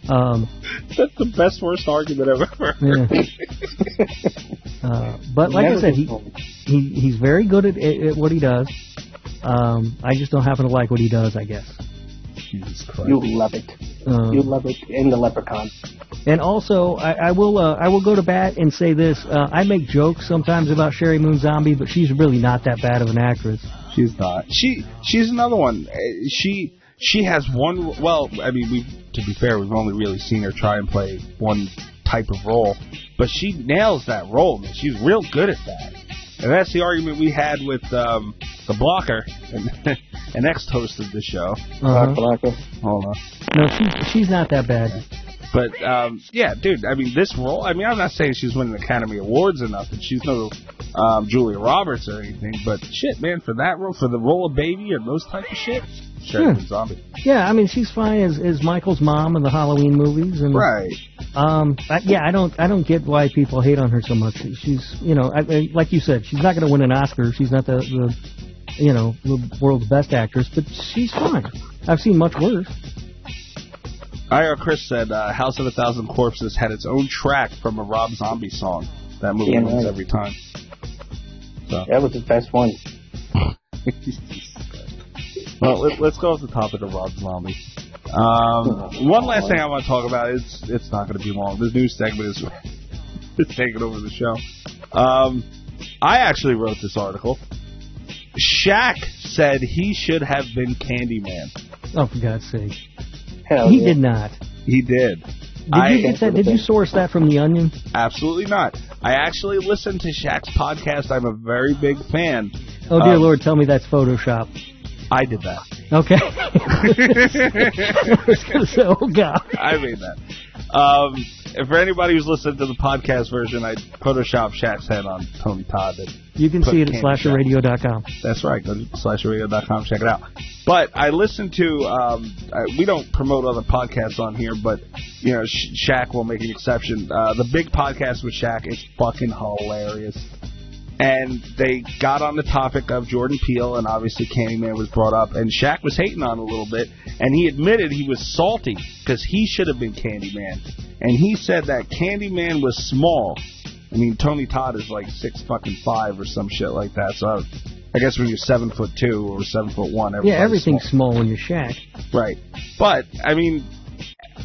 Um,
That's the best worst argument I've ever heard.
yeah. uh, but *laughs* like I said, he, he he's very good at, at, at what he does. Um, I just don't happen to like what he does, I guess.
Jesus Christ.
you love it.
Um,
You love it. And the leprechaun.
And also, I, I will uh, I will go to bat and say this: uh, I make jokes sometimes about Sherry Moon Zombie, but she's really not that bad of an actress.
She's not. She she's another one. Uh, She she has one. Well, I mean, we to be fair, we've only really seen her try and play one type of role, but she nails that role. Man. She's real good at that. And that's the argument we had with um, the blocker, *laughs* and an ex-host of the show.
Uh-huh.
Blacker.
Hold on.
No, she, she's not that bad.
But um, yeah, dude. I mean, this role. I mean, I'm not saying she's winning Academy Awards or nothing. She's no um, Julia Roberts or anything. But shit, man, for that role, for the role of baby and those type of shit, sure,
Hmm.
zombie.
Yeah, I mean she's fine as, as Michael's mom in the Halloween movies, and
Right.
um, I, yeah, I don't I don't get why people hate on her so much. She's you know, I, I, like you said, she's not going to win an Oscar. She's not the, the you know the world's best actress, but she's fine. I've seen much worse.
IR Chris said uh, House of a Thousand Corpses had its own track from a Rob Zombie song. That movie
Damn
wins
right.
every time.
That was his best one.
*laughs* well, let, let's go off the topic of Rob Zombie. Um, one last thing I want to talk about. It's it's not going to be long. This news segment is *laughs* it's taking over the show. Um, I actually wrote this article. Shaq said he should have been Candyman.
Oh, for God's sake,
Hell
he
yeah.
did not.
He did.
Did
Oh, I-
you get that? Did you source that from the Onion?
Absolutely not. I actually listened to Shaq's podcast. I'm a very big fan.
Oh dear
Um,
Lord, tell me that's Photoshop.
I did that. *laughs*
Okay. *laughs* I was gonna say, oh God.
I made that. Um, and for anybody who's listening to the podcast version, I Photoshop Shaq's head on Tony Todd. And
You can
Put
see it at
candy shop.
slasherradio.com.
that's right. Go to slasheradio.com, check it out. But I listened to, um, I, we don't promote other podcasts on here, but, you know, Sh- Shaq will make an exception. Uh, the big podcast with Shaq is fucking hilarious. And they got on the topic of Jordan Peele, and obviously Candyman was brought up, and Shaq was hating on it a little bit, and he admitted he was salty because he should have been Candyman. And he said that Candyman was small, I mean, Tony Todd is like six fucking five or some shit like that. So I, I guess when you're seven foot two or seven foot one,
Yeah,
everybody's
everything's
small.
small in your shack.
Right. But, I mean,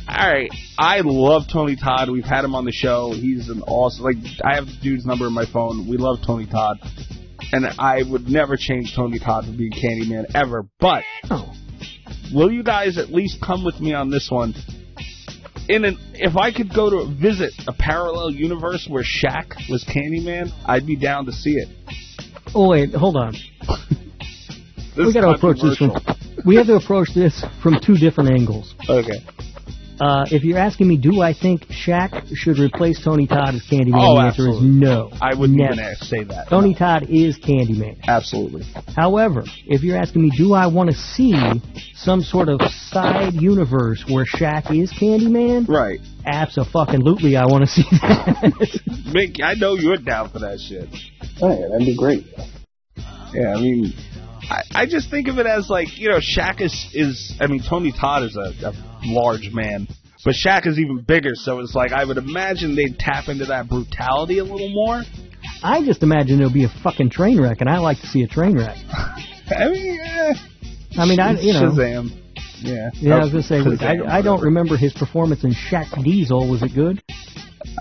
all right. I love Tony Todd. We've had him on the show. He's an awesome. Like, I have the dude's number in my phone. We love Tony Todd. And I would never change Tony Todd for being Candyman ever. But,
Oh,
will you guys at least come with me on this one? In an, if I could go to visit a parallel universe where Shaq was Candyman, I'd be down to see it.
oh wait, hold on.
This
we
is
got to approach this from.
controversial.
We have to approach this from two different angles.
Okay.
Uh, if you're asking me, do I think Shaq should replace Tony Todd as Candyman?
Oh,
the answer
absolutely.
is no.
I wouldn't
Never.
even ask, say that.
Tony Todd is Candyman.
Absolutely.
However, if you're asking me, do I want to see some sort of side universe where Shaq is Candyman?
Right.
Absolutely, I want to see that. *laughs*
Mick, I know you're down for that shit.
Oh, yeah, that'd be great.
Yeah, I mean, I, I just think of it as like you know, Shaq is is. I mean, Tony Todd is a, a large man, but Shaq is even bigger. So it's like I would imagine they'd tap into that brutality a little more.
I just imagine it'll be a fucking train wreck, and I like to see a train wreck.
I mean, eh,
I mean, I you know,
Shazam. Yeah.
yeah, I was gonna say,
Shazam,
I, I don't
whatever.
remember his performance in Shaq Diesel. Was it good?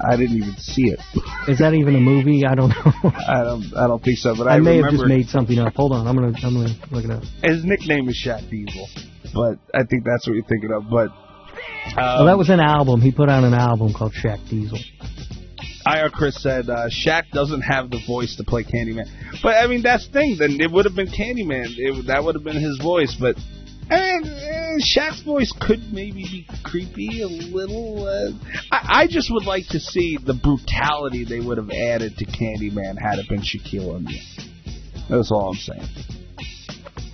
I didn't even see it.
Is that even a movie? I don't know. *laughs*
I don't. I don't think so. But I,
I, may have just
remember
made something up. Hold on, I'm gonna I'm gonna look it up.
his nickname is Shaq Diesel, but I think that's what you're thinking of. But
Oh,
um,
that was an album. He put out an album called Shaq Diesel.
IR Chris said uh, Shaq doesn't have the voice to play Candyman. But I mean, that's the thing. Then it would have been Candyman. It, that would have been his voice. But I mean, eh, Shaq's voice could maybe be creepy a little. Uh, I, I just would like to see the brutality they would have added to Candyman had it been Shaquille O'Neal. That's all I'm saying.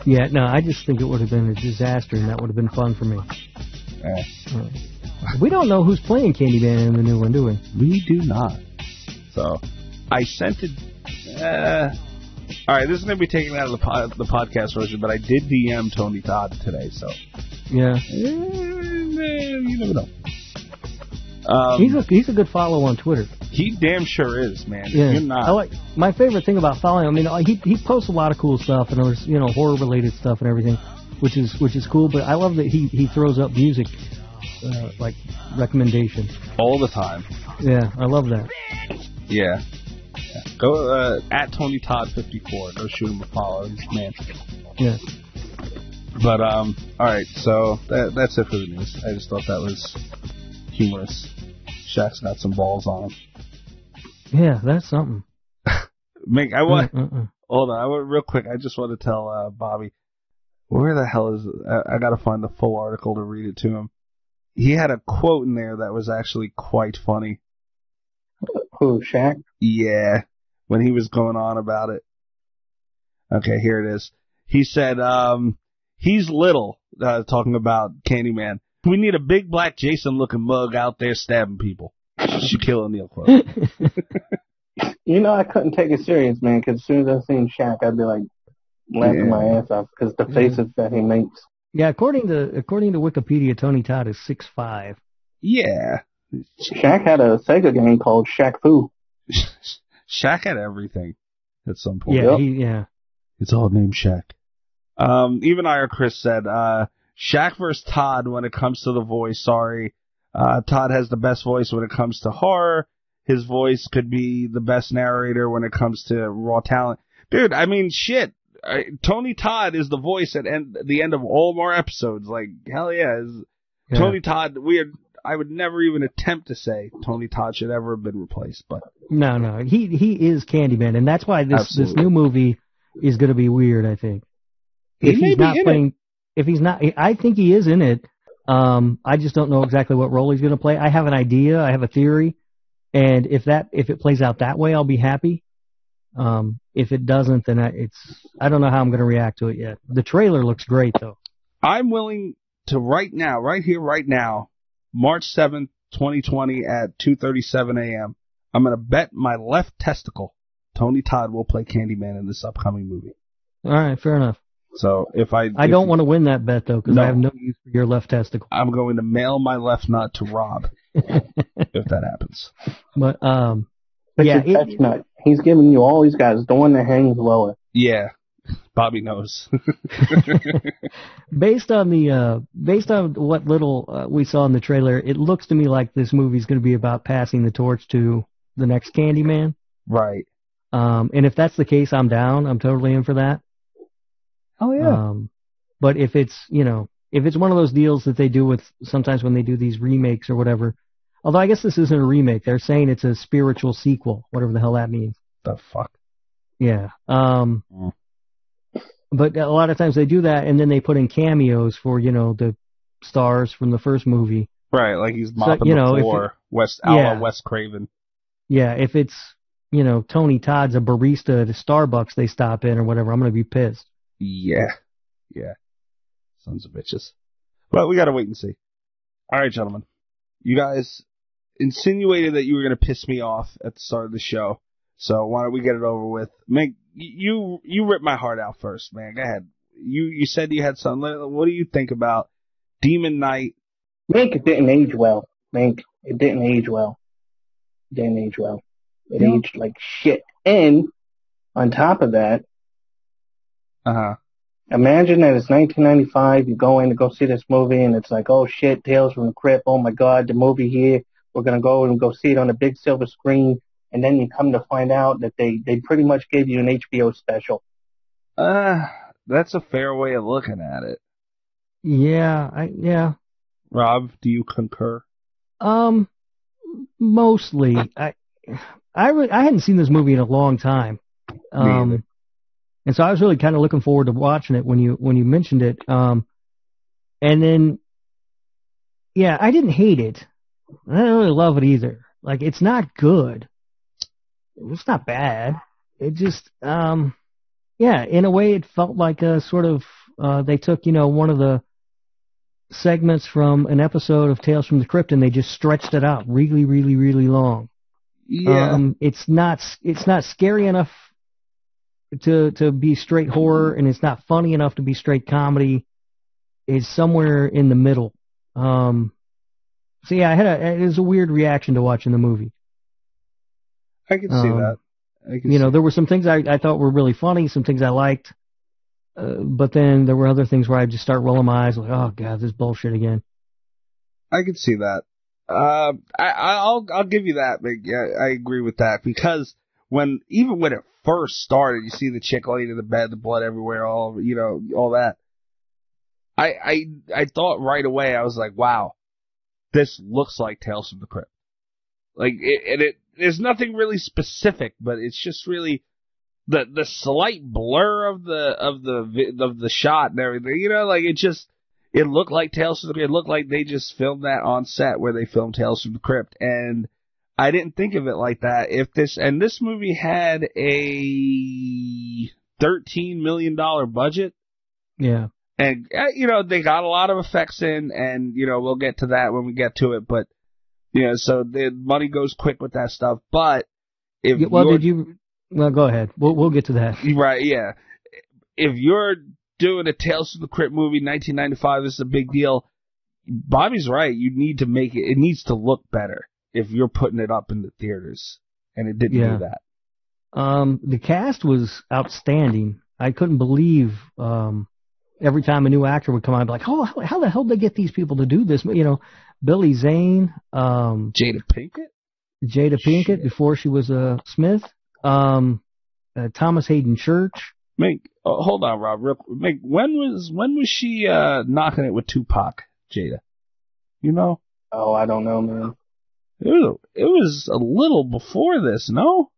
Yeah, no, I just think it would have been a disaster, and that would have been fun for me.
Eh,
We don't know who's playing Candyman in the new one, do we?
we do not. So I sent it. Uh, all right, this is gonna be taken out of the pod, the podcast version, but I did DM Tony Todd today, so.
Yeah,
Mm, you never know. Um,
he's a he's a good follow on Twitter.
he damn sure is, man. If
Yeah,
You're not.
I like my favorite thing about following. him, I mean, he he posts a lot of cool stuff and there's you know horror related stuff and everything, which is which is cool. But I love that he he throws up music uh, like recommendations.
all the time.
Yeah, I love that.
Yeah. Yeah. Go uh, at Tony Todd fifty four. Go shoot him a follow, he's the man.
Yeah.
But um, all right. So that, that's it for the news. I just thought that was humorous. Shaq's got some balls on him.
Yeah, that's something.
Mick, I want
Uh-uh.
hold on. I want real quick. I just want to tell uh, Bobby where the hell is. I, I got to find the full article to read it to him. He had a quote in there that was actually quite funny.
Who, Shaq?
Yeah, when he was going on about it. Okay, here it is. He said, um, he's little, uh, talking about Candyman. We need a big black Jason looking mug out there stabbing people. Shaquille O'Neal
*laughs*
quote.
mm.
You know, I couldn't take it serious, man, 'cause as soon as I seen Shaq, I'd be like
Yeah.
laughing my ass off 'cause the faces that he makes.
Yeah, according to according to Wikipedia, Tony Todd is six five.
yeah. *laughs*
Shaq had a Sega game called Shaq Fu.
Shaq had everything at some point.
Yeah,
Yep.
he, yeah.
It's all named Shaq. Um, even I or Chris said, uh, Shaq versus Todd when it comes to the voice. Sorry. Uh, Todd has the best voice when it comes to horror. His voice could be the best narrator when it comes to raw talent. Dude, I mean, shit. I, Tony Todd is the voice at end, the end of all of our episodes. Like, hell yeah. Is,
yeah.
Tony Todd, we are, I would never even attempt to say Tony Todd should ever have been replaced, but
No, no, he he is Candyman, and that's why this
Absolutely.
this new movie is going to be weird. I think
He
if
may
he's
be
not
in it.
playing, if he's not, I think he is in it. Um, I just don't know exactly what role he's going to play. I have an idea, I have a theory, and if that if it plays out that way, I'll be happy. Um, if it doesn't, then I, it's I don't know how I'm going to react to it yet. The trailer looks great though.
I'm willing to right now, right here, right now, March 7th, 2020 at 2.37 a.m., I'm going to bet my left testicle Tony Todd will play Candyman in this upcoming movie.
All right, fair enough.
So if I...
I
if-
don't want to win that bet though because
No.
I have no use for your left testicle.
I'm going
*laughs*
to mail my left nut to Rob if that happens.
But um,
Which
Yeah,
is
it-
that's nut. He's giving you all he's got. He's the one that hangs lower.
Yeah, Bobby knows. *laughs*
based on the uh, based on what little uh, we saw in the trailer, it looks to me like this movie's going to be about passing the torch to the next Candyman.
right.
Um, and if that's the case, I'm down. I'm totally in for that.
Oh
Um, but if it's you know if it's one of those deals that they do with sometimes when they do these remakes or whatever, although I guess this isn't a remake. They're saying it's a spiritual sequel, whatever the hell that means.
the fuck.
Yeah. Um,
Mm.
But a lot of times they do that, and then they put in cameos for you know the stars from the first movie.
Right, like he's mopping
you know,
the
if
floor. West, a
Yeah.
la Wes Craven.
Yeah, if it's you know Tony Todd's a barista at a Starbucks they stop in or whatever, I'm gonna be pissed.
Yeah. Yeah. Sons of bitches. But we gotta wait and see. Alright, gentlemen. You guys insinuated that you were gonna piss me off at the start of the show. So why don't we get it over with? Meg, you you ripped my heart out first, man. Go ahead. You you said you had something. Let- What do you think about Demon Knight?
Mink it didn't age well. Mink, it didn't age well. It didn't age well. It
No.
aged like shit. And on top of that,
Uh huh.
imagine that it's 1995. You go in to go see this movie, and it's like, oh shit, Tales from the Crypt. Oh my god, the movie here. We're gonna go and go see it on a big silver screen. And then you come to find out that they they pretty much gave you an HBO special.
Uh, that's a fair way of looking at it.
Yeah, I yeah.
Rob, do you concur?
Um, mostly I I re- I hadn't seen this movie in a long time.
either.
Um, and so I was really kind of looking forward to watching it when you when you mentioned it. Um, and then yeah, I didn't hate it. I didn't really love it either. Like it's not good. It's not bad. It just um yeah, in a way it felt like a sort of uh they took, you know, one of the segments from an episode of Tales from the Crypt and they just stretched it out really, really, really long. Um, it's not it's not scary enough to to be straight horror, and it's not funny enough to be straight comedy. It's somewhere in the middle. Um, so yeah, I had a it was a weird reaction to watching the movie.
I can see
um,
that. I can
You
see
know, there were some things I I thought were really funny, some things I liked, uh, but then there were other things where I just start rolling my eyes like, oh god, this bullshit again.
I can see that. Uh, I, I- I'll I'll give you that. Big, I, I agree with that because when even when it first started, you see the chick laying in the bed, the blood everywhere, all you know, all that. I I I thought right away. I was like, wow, this looks like Tales from the Crypt. Like, it, and it there's nothing really specific, but it's just really the the slight blur of the of the vi- of the shot and everything. You know, like it just it looked like Tales from the Crypt. It looked like they just filmed that on set where they filmed Tales from the Crypt, and I didn't think of it like that. If this and this movie had a thirteen million dollar budget,
Yeah,
and uh, you know they got a lot of effects in, and you know we'll get to that when we get to it, but you know so the money goes quick with that stuff. But if
Yeah, well,
you're-
did you? Well, go ahead. We'll we'll get to that.
Right, yeah. If you're doing a Tales from the Crypt movie, 1995 is a big deal. Bobby's right. You need to make it, it needs to look better if you're putting it up in the theaters. And it didn't do
Yeah.
that.
Um, the cast was outstanding. I couldn't believe um, every time a new actor would come out, I'd be like, oh, how, how the hell did they get these people to do this? You know, Billy Zane, um,
Jada Pinkett?
Jada Pinkett
Shit.
before she was uh, Smith, um, uh, Thomas Hayden Church.
Make, oh, hold on, Rob. Real, quick. make, when was, when was she, uh, knocking it with Tupac, Jada? You know?
Oh, I don't know, man.
It was, it was a little before this, no?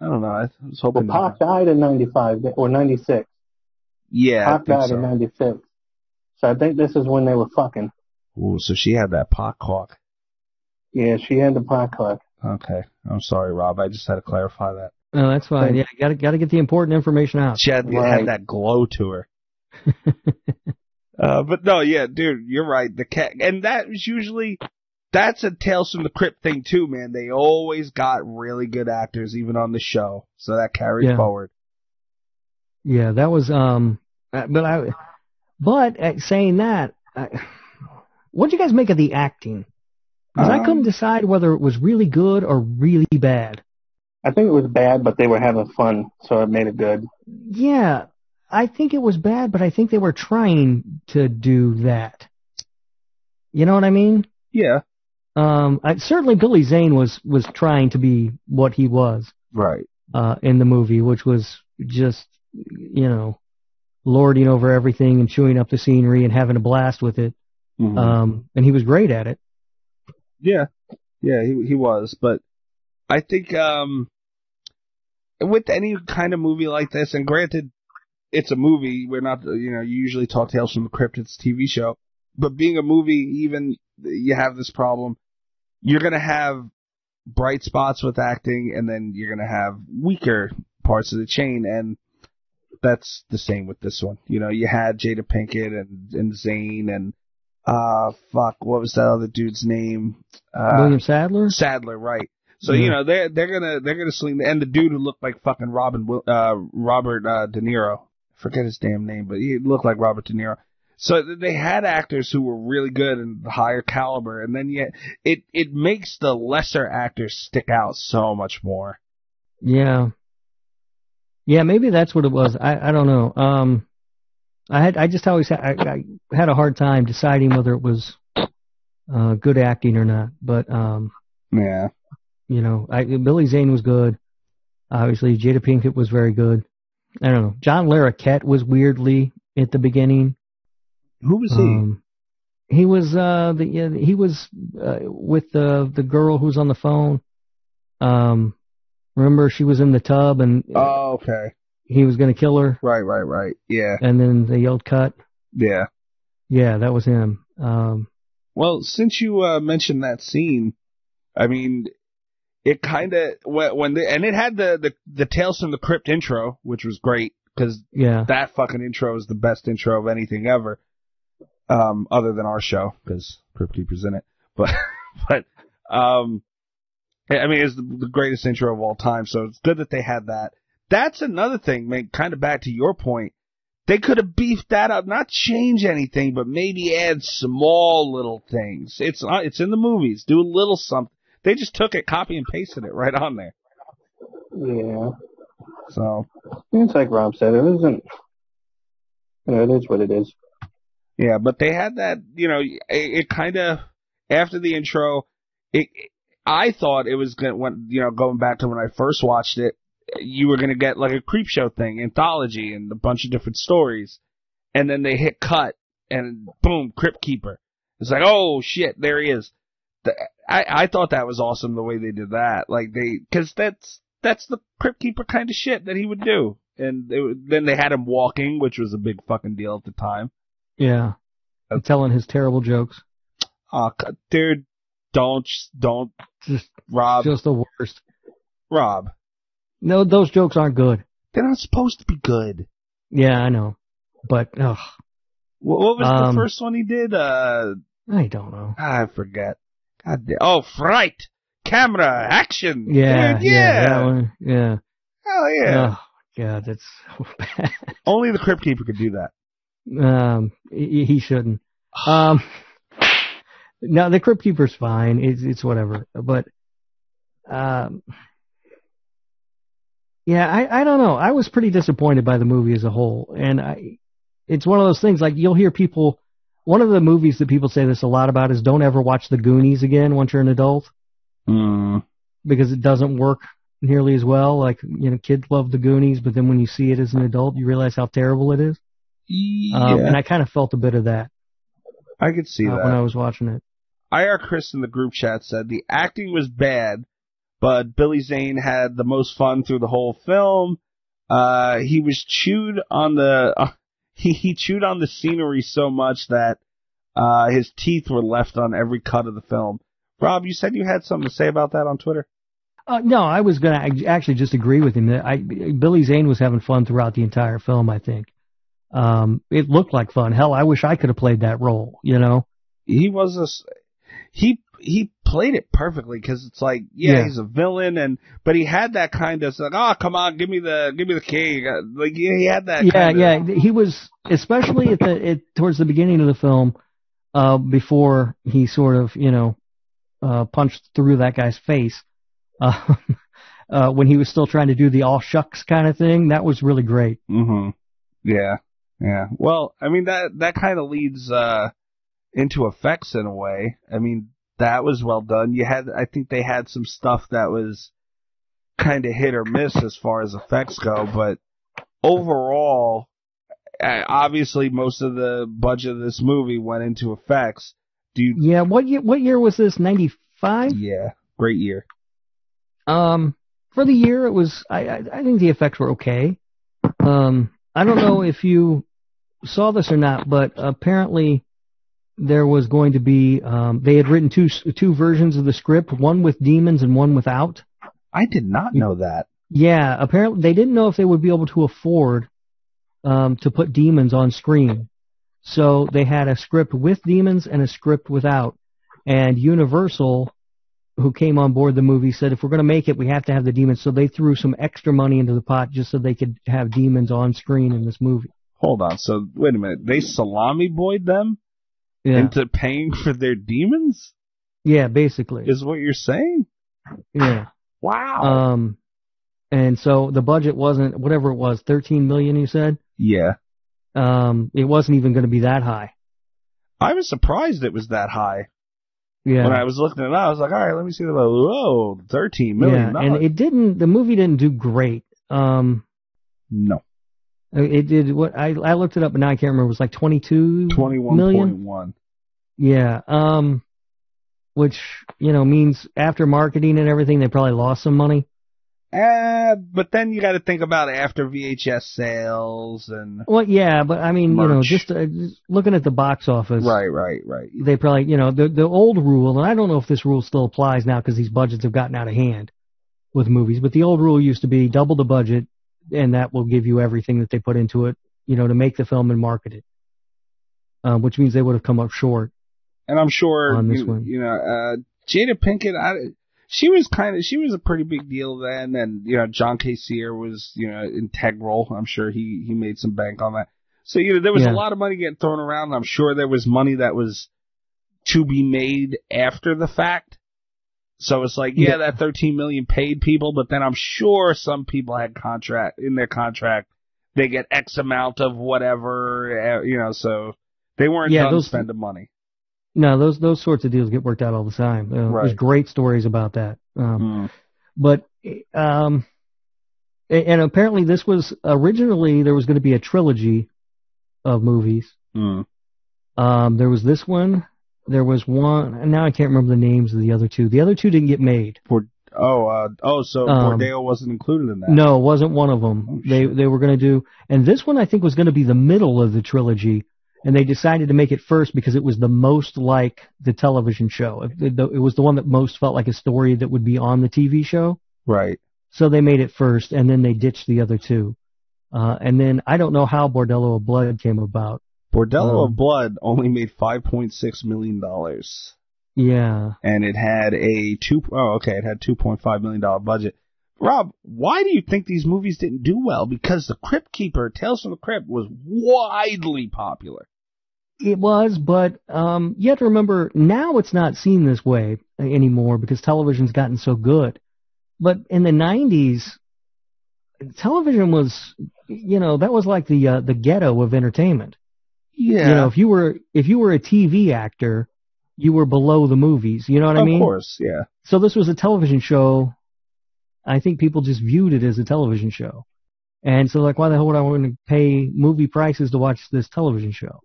I don't know. I was
Well,
hoping.
Pop died in '95 or '96.
yeah. I
Pop
think
died
so.
in '96. So I think this is when they were fucking.
Ooh, so she had that Pac cock.
Yeah, she had the pot clock.
Okay. I'm sorry, Rob. I just had to clarify that.
Oh, that's fine.
Thank-
Yeah, gotta gotta get the important information out.
She had,
Right.
had that glow to her. *laughs* uh, but no, yeah, dude, you're right. The cat, and that was usually that's a Tales from the Crypt thing too, man. They always got really good actors, even on the show, so that carried
Yeah.
forward.
Yeah, that was um, uh, but I, but uh, saying that, I, what'd you guys make of the acting? Because I
Um,
couldn't decide whether it was really good or really bad.
I think it was bad, but they were having fun, so it made it good.
Yeah, I think it was bad, but I think they were trying to do that. You know what I mean?
Yeah.
Um, I, certainly Billy Zane was was trying to be what he was
Right.
uh, in the movie, which was just you know lording over everything and chewing up the scenery and having a blast with it.
Mhm.
Um, and he was great at it.
Yeah, yeah, he he was, but I think um, with any kind of movie like this, and granted, it's a movie. We're not, you know, you usually talk tales from the crypt. It's a TV show, but being a movie, even you have this problem. You're gonna have bright spots with acting, and then you're gonna have weaker parts of the chain, and that's the same with this one. You know, you had Jada Pinkett and and Zayn and uh fuck, what was that other dude's name? Uh,
William Sadler.
Sadler, right? So
Yeah.
you know they're they're gonna they're gonna sling the, and the dude who looked like fucking Robin Wil- uh Robert uh, De Niro, forget his damn name, but he looked like Robert De Niro. So th- they had actors who were really good and higher caliber, and then yet it it makes the lesser actors stick out so much more.
Yeah. Yeah, maybe that's what it was. I, I don't know. Um, I had I just always had, I, I had a hard time deciding whether it was uh, good acting or not. But um,
Yeah,
you know, I, Billy Zane was good. Obviously, Jada Pinkett was very good. I don't know. John Larroquette was weirdly at the beginning.
who was he?
Um, he was uh the yeah, he was uh, with the the girl who's on the phone. Um, remember she was in the tub and
oh, okay,
he was going to kill her,
right, right, right. Yeah,
and then they yelled cut.
yeah.
Yeah, that was him. Um,
Well, since you uh, mentioned that scene, I mean, it kind of when, when they, and it had the, the the Tales from the Crypt intro, which was great because
yeah,
that fucking intro is the best intro of anything ever, um, other than our show because Crypt Keeper's in it. But *laughs* but um, I I mean, it's the, the greatest intro of all time, so it's good that they had that. That's another thing, man. Kind of back to your point. They could have beefed that up, not change anything, but maybe add small little things. It's uh, it's in the movies. Do a little something. They just took it, copy and pasted it right on there.
Yeah.
So
It's like Rob said, it isn't. You know, it is what it is.
Yeah, but they had that, you know, it, it kind of after the intro, it I thought it was going when you know going back to when I first watched it, you were going to get like a creep show thing, anthology and a bunch of different stories. And then they hit cut and boom, Crypt Keeper. It's like, "Oh shit, there he is." The, I I thought that was awesome the way they did that. Like they cuz that's that's the Crypt Keeper kind of shit that he would do. And it, then they had him walking, which was a big fucking deal at the time.
yeah. And telling his terrible jokes.
Oh, c- dude, don't, don't,
Just,
Rob,
just the worst.
Rob.
No, those jokes aren't good.
They're not supposed to be good.
Yeah, I know. But, ugh,
Wh- What, what was
Um,
the first one he did? Uh,
I don't know.
I forget. God damn. Oh, fright, camera, action.
Yeah,
Dude,
yeah,
yeah.
that one, Uh, yeah.
Hell yeah.
Ugh, God, that's *laughs* so bad.
Only the Crypt Keeper could do that.
Um, he, he shouldn't. Um, no, the Crypt Keeper's fine. It's it's whatever. But, um, yeah, I I don't know. I was pretty disappointed by the movie as a whole, and I, it's one of those things like you'll hear people. One of the movies that people say this a lot about is don't ever watch The Goonies again once you're an adult um,
Mm.
because it doesn't work nearly as well. Like you know, kids love The Goonies, but then when you see it as an adult, you realize how terrible it is.
Yeah,
Um, And I kind of felt a bit of that
I, could see
uh,
that.
when I was watching it.
IR Chris in the group chat said the acting was bad, but Billy Zane had the most fun through the whole film. Uh, he was chewed on the uh, *laughs* he he chewed on the scenery so much that uh, his teeth were left on every cut of the film. Rob, you said you had something to say about that on Twitter.
Uh, no, I was going to actually just agree with him. That I, Billy Zane was having fun throughout the entire film, I think. Um, it looked like fun. Hell, I wish I could have played that role, you know?
He was a s- he he played it perfectly because it's like yeah,
Yeah.
he's a villain and but he had that kind of like oh come on give me the give me the key Uh, like yeah, he had that
Yeah,
kind of,
yeah. He was, especially at the, at, towards the beginning of the film, uh, before *laughs* he sort of, you know, uh, punched through that guy's face. Uh, uh, when he was still trying to do the all shucks kind of thing. That was really great.
hmm Yeah. Yeah. Well, I mean that that kind of leads uh into effects in a way. I mean, that was well done. You had I think they had some stuff that was kind of hit or miss as far as effects go, but overall I- obviously most of the budget of this movie went into effects. Do you,
Yeah, what year, what year was this? Ninety five.
yeah, great year.
Um, for the year, it was. I, I I think the effects were okay. Um, I don't know if you saw this or not, but apparently there was going to be. Um, they had written two s- two versions of the script, one with demons and one without.
I did not know that.
Yeah, apparently they didn't know if they would be able to afford um, to put demons on screen, so they had a script with demons and a script without. And Universal, who came on board the movie, said if we're going to make it, we have to have the demons. So they threw some extra money into the pot just so they could have demons on screen in this movie.
Hold on. So wait a minute. They salami boyed them
Yeah,
into paying for their demons?
yeah, basically.
Is what you're saying?
yeah.
Wow.
Um, and so the budget wasn't whatever it was, thirteen million. You said
yeah.
um, it wasn't even going to be that high.
I was surprised it was that high.
Yeah.
When I was looking it up, I was like, all right, let me see the whoa, thirteen million
yeah, and it didn't. The movie didn't do great. Um,
no.
it did what I I looked it up, but now I can't remember. It was like twenty two
Twenty one point
Mm, million.
one.
Yeah. Um, which you know means after marketing and everything, they probably lost some money.
Eh, but then you got to think about after VHS sales and
Well, yeah, but I mean, you know,
Merch.
just, uh, just looking at the box office,
right, right, right.
They probably, you know, the the old rule, and I don't know if this rule still applies now because these budgets have gotten out of hand with movies. But the old rule used to be double the budget, and that will give you everything that they put into it, you know, to make the film and market it. Um, which means they would have come up short.
And I'm sure
On this
you,
one.
you know uh, Jada Pinkett. I, she was kind of she was a pretty big deal then, and you know John Cassier was you know integral. I'm sure he he made some bank on that. So you know there was
Yeah.
a lot of money getting thrown around. and I'm sure there was money that was to be made after the fact. So it's like, yeah,
Yeah.
that 13 million paid people, but then I'm sure some people had contract in their contract, they get X amount of whatever, uh, you know. So they weren't
Yeah,
done
those-
spending money.
No, those those sorts of deals get worked out all the time. Uh, There's
Right.
great stories about that. Um,
Mm.
but um, a- and apparently this was originally there was going to be a trilogy of movies.
Mm.
Um, there was this one. There was one. and Now I can't remember the names of the other two. The other two didn't get made.
Oh, uh, oh, so
Um,
Bordeaux wasn't included in that.
No, it wasn't one of them.
Oh,
they
shit.
they were going to do, and this one I think was going to be the middle of the trilogy, and they decided to make it first because it was the most like the television show. It, it, it was the one that most felt like a story that would be on the TV show.
Right.
So they made it first, and then they ditched the other two. Uh, and then I don't know how Bordello of Blood came about.
Bordello
Um,
of Blood only made five point six million dollars,
Yeah,
and it had a two oh okay, it had two point five million dollar budget. Rob, why do you think these movies didn't do well? Because The Crypt Keeper, Tales from the Crypt, was widely popular.
it was, but um, you have to remember now it's not seen this way anymore because television's gotten so good. But in the '90s, television was, you know, that was like the uh, the ghetto of entertainment.
Yeah,
You know, if you were if you were a TV actor, you were below the movies. You know what I
of
mean?
course, yeah,
So this was a television show. I think people just viewed it as a television show. And so like, why the hell would I want to pay movie prices to watch this television show?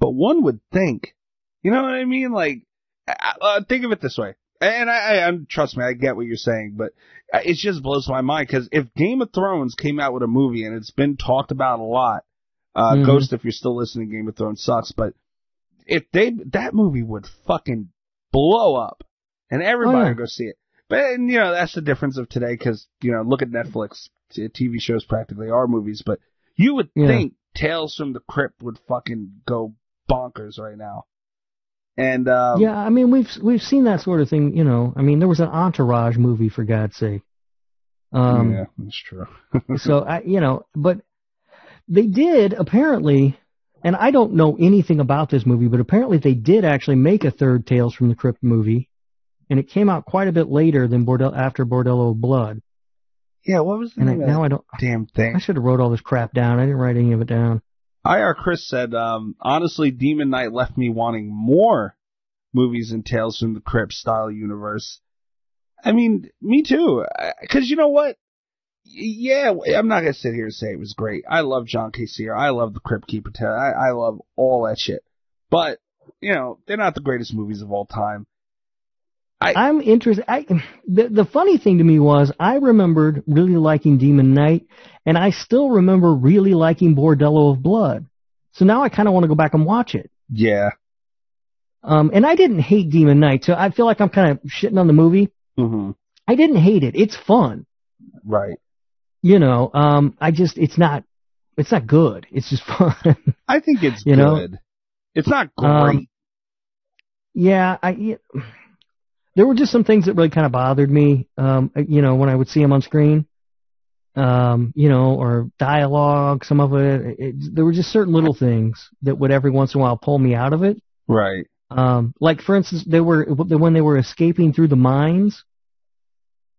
but one would think, you know what I mean? Like, I- I- uh, think of it this way. And I, I, I trust me, I get what you're saying, but uh, it just blows my mind because if Game of Thrones came out with a movie and it's been talked about a lot, uh,
Mhm.
Ghost, if you're still listening, Game of Thrones sucks, but if they that movie would fucking blow up and everybody
Oh, yeah.
would go see it. But and, you know that's the difference of today because you know look at Netflix, T- TV shows practically are movies, but you would
Yeah.
think Tales from the Crypt would fucking go bonkers right now. And um,
yeah, I mean, we've we've seen that sort of thing, you know. I mean, there was an Entourage movie for God's sake. Um
yeah, *laughs* that's true.
so I you know, but they did apparently and I don't know anything about this movie, but apparently they did actually make a third Tales from the Crypt movie and it came out quite a bit later than Bordel after Bordello of Blood.
Yeah, what was the
And I,
name of
now I don't.
that damn
I
thing?
should have wrote all this crap down. I didn't write any of it down.
IR uh, Chris said, um, honestly, Demon Knight left me wanting more movies and Tales from the Crypt style universe. I mean, me too. Because you know what? Y- Yeah, I'm not going to sit here and say it was great. I love John Cassier. I love the Crypt Keeper. Tale. I, I love all that shit. But, you know, they're not the greatest movies of all time. I-
I'm interested. I the the funny thing to me was I remembered really liking Demon Knight, and I still remember really liking Bordello of Blood. So now I kind of want to go back and watch it.
Yeah.
Um, and I didn't hate Demon Knight, so I feel like I'm kind of shitting on the movie.
hmm
I didn't hate it. It's fun,
Right.
you know. Um, I just it's not it's not good. It's just *laughs* fun.
I think it's
You
good.
know?
it's not great.
Um, Yeah, I. y- there were just some things that really kind of bothered me. Um, you know, when I would see him on screen, um, you know, or dialogue, some of it, it. There were just certain little things that would every once in a while pull me out of it.
right.
Um, like for instance, they were when they were escaping through the mines.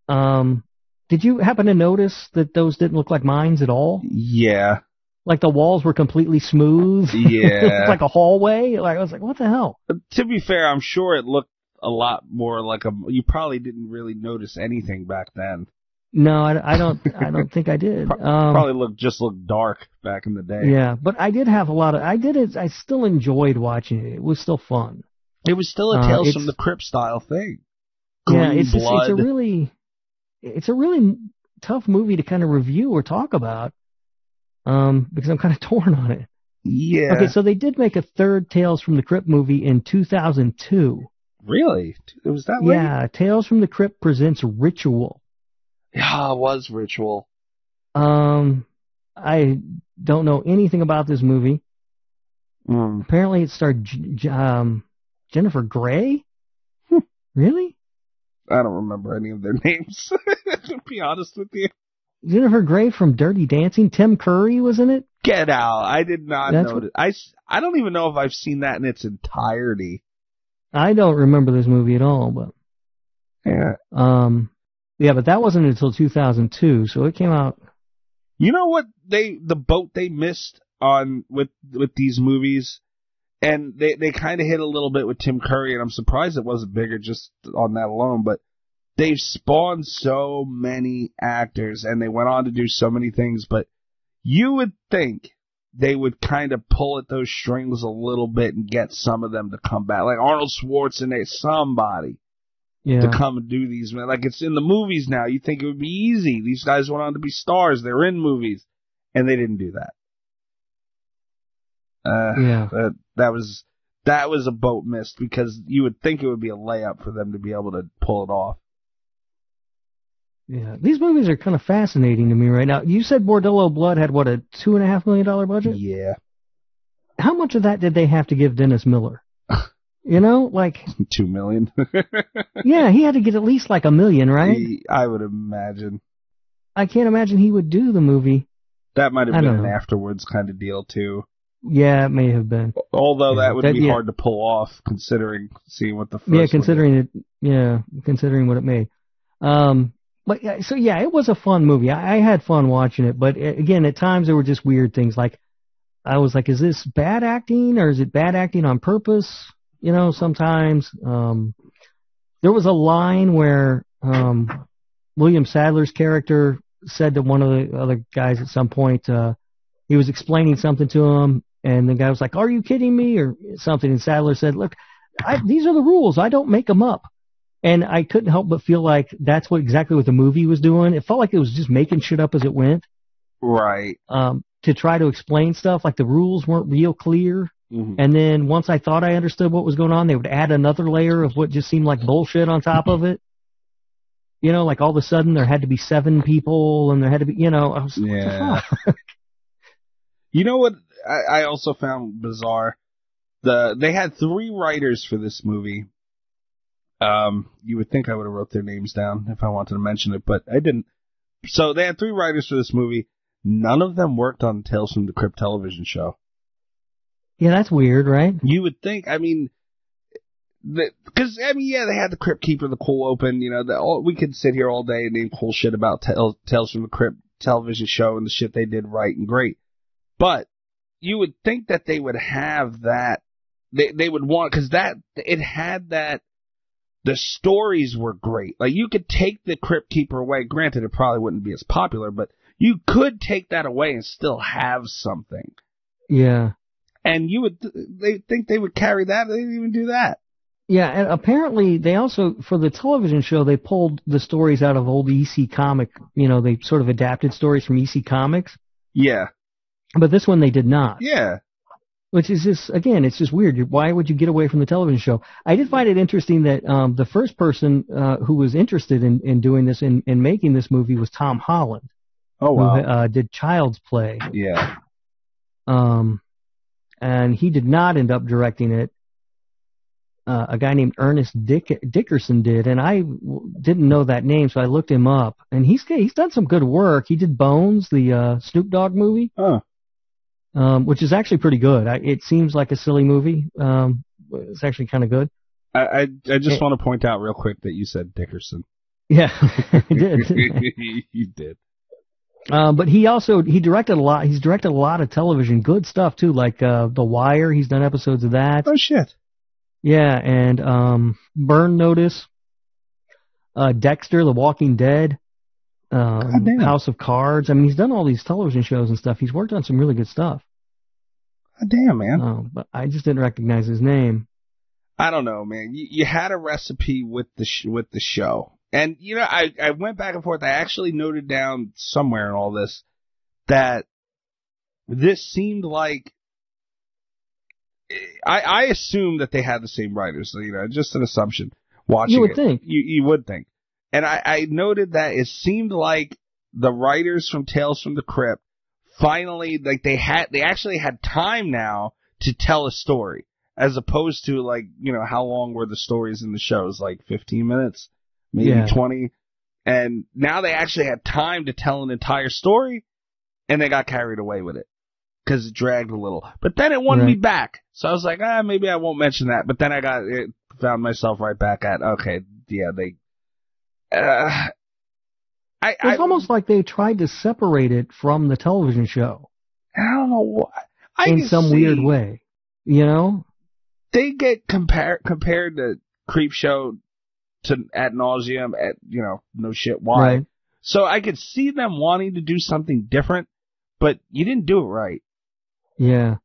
Um, did you happen to notice that those didn't look like mines at all? *laughs*
Yeah.
Like the walls were completely smooth.
Yeah.
it's *laughs* like a hallway. Like I was like, what the hell?
to be fair, I'm sure it looked a lot more like a. You probably didn't really notice anything back then.
No, I, I don't. I don't think I did.
Pro-
Um,
probably looked just looked dark back in the day.
Yeah, but I did have a lot of. I did it. I still enjoyed watching it. It was still fun.
It was still a
Uh,
Tales
it's-
from the Crypt style thing.
yeah,
Green
it's just,
blood.
it's a really, it's a really tough movie to kind of review or talk about, um, because I'm kind of *laughs* torn on it.
yeah.
Okay, so they did make a third Tales from the Crypt movie in 2002.
really? It was that late?
Yeah, Tales from the Crypt presents Ritual.
Yeah, it was Ritual.
Um, I don't know anything about this movie.
Mm.
Apparently, it starred J- J- um, Jennifer Grey. Hmm. Really?
I don't remember any of their *laughs* names. to be honest with you,
Jennifer Grey from Dirty Dancing. Tim Curry was in it.
get out. I did not
That's
notice. I s- I don't even know if I've seen that in its entirety.
I don't remember this movie at all, but
Yeah.
um, yeah, but that wasn't until 2002, so it came out.
You know what they the boat they missed on with with these movies, and they they kind of hit a little bit with Tim Curry, and I'm surprised it wasn't bigger just on that alone. But they've spawned so many actors, and they went on to do so many things. But you would think they would kind of pull at those strings a little bit and get some of them to come back, like Arnold Schwarzenegger, somebody
Yeah,
to come and do these, man. Like it's in the movies now. You think it would be easy? These guys went on to be stars. They're in movies, and they didn't do that. Uh,
yeah,
that that was that was a boat missed because you would think it would be a layup for them to be able to pull it off.
yeah. These movies are kind of fascinating to me right now. You said Bordello Blood had what a two and a half million dollar budget.
Yeah,
How much of that did they have to give Dennis Miller? You know, like
two million. *laughs*
yeah, he had to get at least like a million, right?
I would imagine
I can't imagine he would do the movie.
that might have
I
been
don't
an
know.
afterwards kind of deal too.
Yeah, it may have been.
Although
Yeah,
that would
that-
be
yeah.
hard to pull off considering seeing what the first
yeah
one
considering it yeah considering what it made um but yeah, so yeah it was a fun movie I, I had fun watching it but uh, again at times there were just weird things like i was like is this bad acting or is it bad acting on purpose you know sometimes um there was a line where um william sadler's character said to one of the other guys at some point uh he was explaining something to him and the guy was like are you kidding me or something and sadler said look I, these are the rules. I don't make them up. And I couldn't help but feel like that's what exactly what the movie was doing. It felt like it was just making shit up as it went
Right.
um, to try to explain stuff. Like the rules weren't real clear.
Mhm.
And then once I thought I understood what was going on, they would add another layer of what just seemed like bullshit on top of it. You know, like all of a sudden there had to be seven people and there had to be, you know, I was like, what the
Yeah.
fuck?
You know what I, I also found bizarre? The they had three writers for this movie. Um, you would think I would have wrote their names down if I wanted to mention it, but I didn't. So they had three writers for this movie. None of them worked on Tales from the Crypt television show.
Yeah, that's weird, right?
You would think, I mean, because I mean, yeah, they had the Crypt Keeper, the cool open. You know, the, all, we could sit here all day and name cool shit about tel- Tales from the Crypt television show and the shit they did right and great. But you would think that they would have that. They they would want because that it had that. The stories were great. Like you could take the Crypt Keeper away. Granted, it probably wouldn't be as popular, but you could take that away and still have something.
Yeah.
And you would they think they would carry that? They didn't even do that.
Yeah, and apparently they also for the television show they pulled the stories out of old EC comic, you know, they sort of adapted stories from EC comics,
Yeah,
but this one they did not.
yeah.
Which is just again, it's just weird. You- Why would you get away from the television show? I did find it interesting that um the first person uh who was interested in in doing this and and making this movie was Tom Holland,
Oh
who uh did Child's Play.
Yeah,
Um and he did not end up directing it. Uh, a guy named Ernest Dick- Dickerson did, and I w- didn't know that name, so I looked him up. And he's he's done some good work. He did Bones, the uh, Snoop Dogg movie,
Huh.
um, which is actually pretty good. I, it seems like a silly movie. Um, but it's actually kind of good.
I I, I just
It-
want to point out real quick that you said Dickerson.
Yeah, *laughs* I
*laughs*
did. *laughs*
you did.
Um, but he also he directed a lot. He's directed a lot of television, good stuff too, like uh, The Wire. He's done episodes of that.
Oh shit.
Yeah, and um, Burn Notice, uh, Dexter, The Walking Dead, um,
damn.
House of Cards. I mean, he's done all these television shows and stuff. He's worked on some really good stuff.
God damn, man.
Um, but I just didn't recognize his name.
I don't know, man. You, you had a recipe with the sh- with the show, and you know, I I went back and forth. I actually noted down somewhere in all this that this seemed like I I assume that they had the same writers. so, You know, just an assumption. Watching
You would
it.
think.
you you would think, and I I noted that it seemed like the writers from Tales from the Crypt finally like they had they actually had time now to tell a story as opposed to like you know how long were the stories in the shows like 15 minutes maybe
Yeah.
20 and now they actually had time to tell an entire story and they got carried away with it because it dragged a little but then it wanted me
Right.
back so i was like ah maybe i won't mention that but then i got it found myself right back at okay yeah they uh, I,
It's
I
almost like they tried to separate it from the television show
I don't know why. I
in
can
some
see
weird way. You know?
They get compared compared to Creep Show to at nauseum at you know no shit why.
Right.
So I could see them wanting to do something different, but you didn't do it right.
Yeah.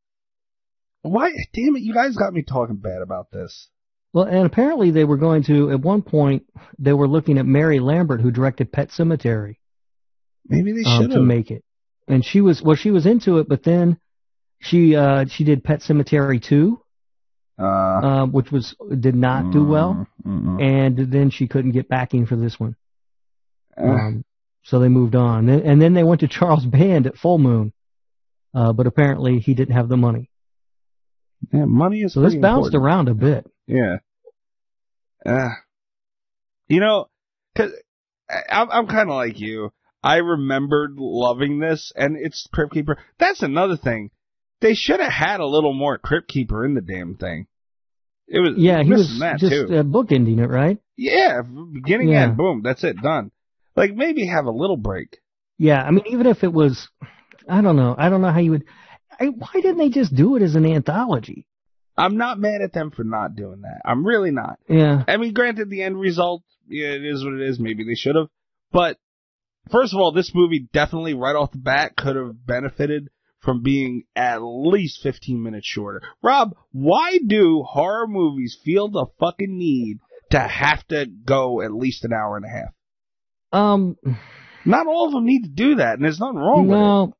Why? Damn it! You guys got me talking bad about this.
Well, and apparently they were going to at one point they were looking at Mary Lambert, who directed Pet Cemetery.
Maybe they
um,
should
to
have.
make it. And she was well, she was into it, but then she uh, she did Pet Cemetery two,
uh,
uh, which was did not do well,
mm, mm,
and then she couldn't get backing for this one,
uh,
um, so they moved on. And, and then they went to Charles Band at Full Moon, uh, but apparently he didn't have the money,
yeah, money is
so this
pretty
bounced
important.
around a bit.
Yeah. Uh, you know, cause I, I'm, I'm kind of like you. I remembered loving this, and it's Crypt Keeper. That's another thing. They should have had a little more Crypt Keeper in the damn thing. It was
Yeah, he
missing
was
that
just
too.
uh, bookending it, right?
yeah, from beginning
Yeah.
end, boom, that's it, done. Like maybe have a little break.
Yeah, I mean, even if it was, I don't know, I don't know how you would. I, why didn't they just do it as an anthology?
I'm not mad at them for not doing that. I'm really not.
Yeah,
I mean, granted, the end result, yeah, it is what it is. Maybe they should have. But first of all, this movie definitely, right off the bat, could have benefited from being at least 15 minutes shorter. Rob, why do horror movies feel the fucking need to have to go at least an hour and a half?
um,
Not all of them need to do that, and there's nothing wrong with
No,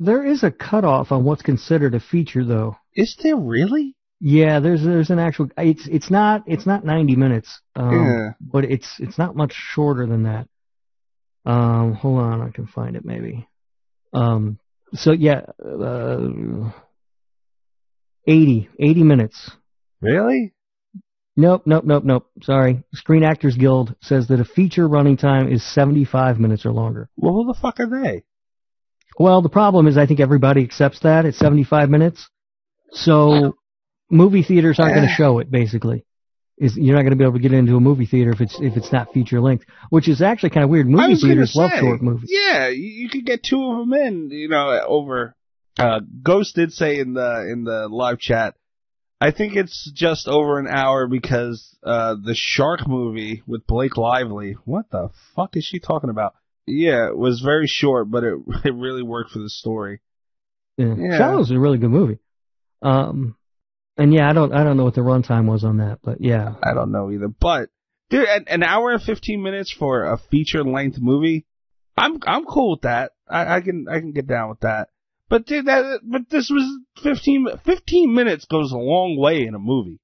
there is a cutoff on what's considered a feature, though.
it. Is there really?
Yeah, there's there's an actual. It's it's not it's not 90 minutes, um,
Yeah.
but it's it's not much shorter than that. Um, hold on, I can find it maybe. Um, so yeah, uh, 80 80 minutes.
Really?
Nope, nope, nope, nope. Sorry. Screen Actors Guild says that a feature running time is 75 minutes or longer.
Well, who the fuck are they?
Well, the problem is I think everybody accepts that at 75 minutes. So movie theaters aren't going to show it basically. is you're not going to be able to get into a movie theater if it's if it's not feature length, which is actually kind of weird.
I
Movie
was
theaters
gonna
love
say,
short movies.
Yeah, you, you could get two of them in, you know, over. Uh, Ghost did say in the in the live chat, I think it's just over an hour because uh, the Shark movie with Blake Lively. What the fuck is she talking about? Yeah, it was very short, but it *laughs* it really worked for the story.
Yeah.
Yeah.
Shadow's a really good movie. Um, and yeah, I don't I don't know what the runtime was on that, but yeah,
I don't know either, but dude, an, an hour and fifteen minutes for a feature length movie, I'm I'm cool with that. I, I can I can get down with that. But dude, that but this was 15, 15 minutes goes a long way in a movie.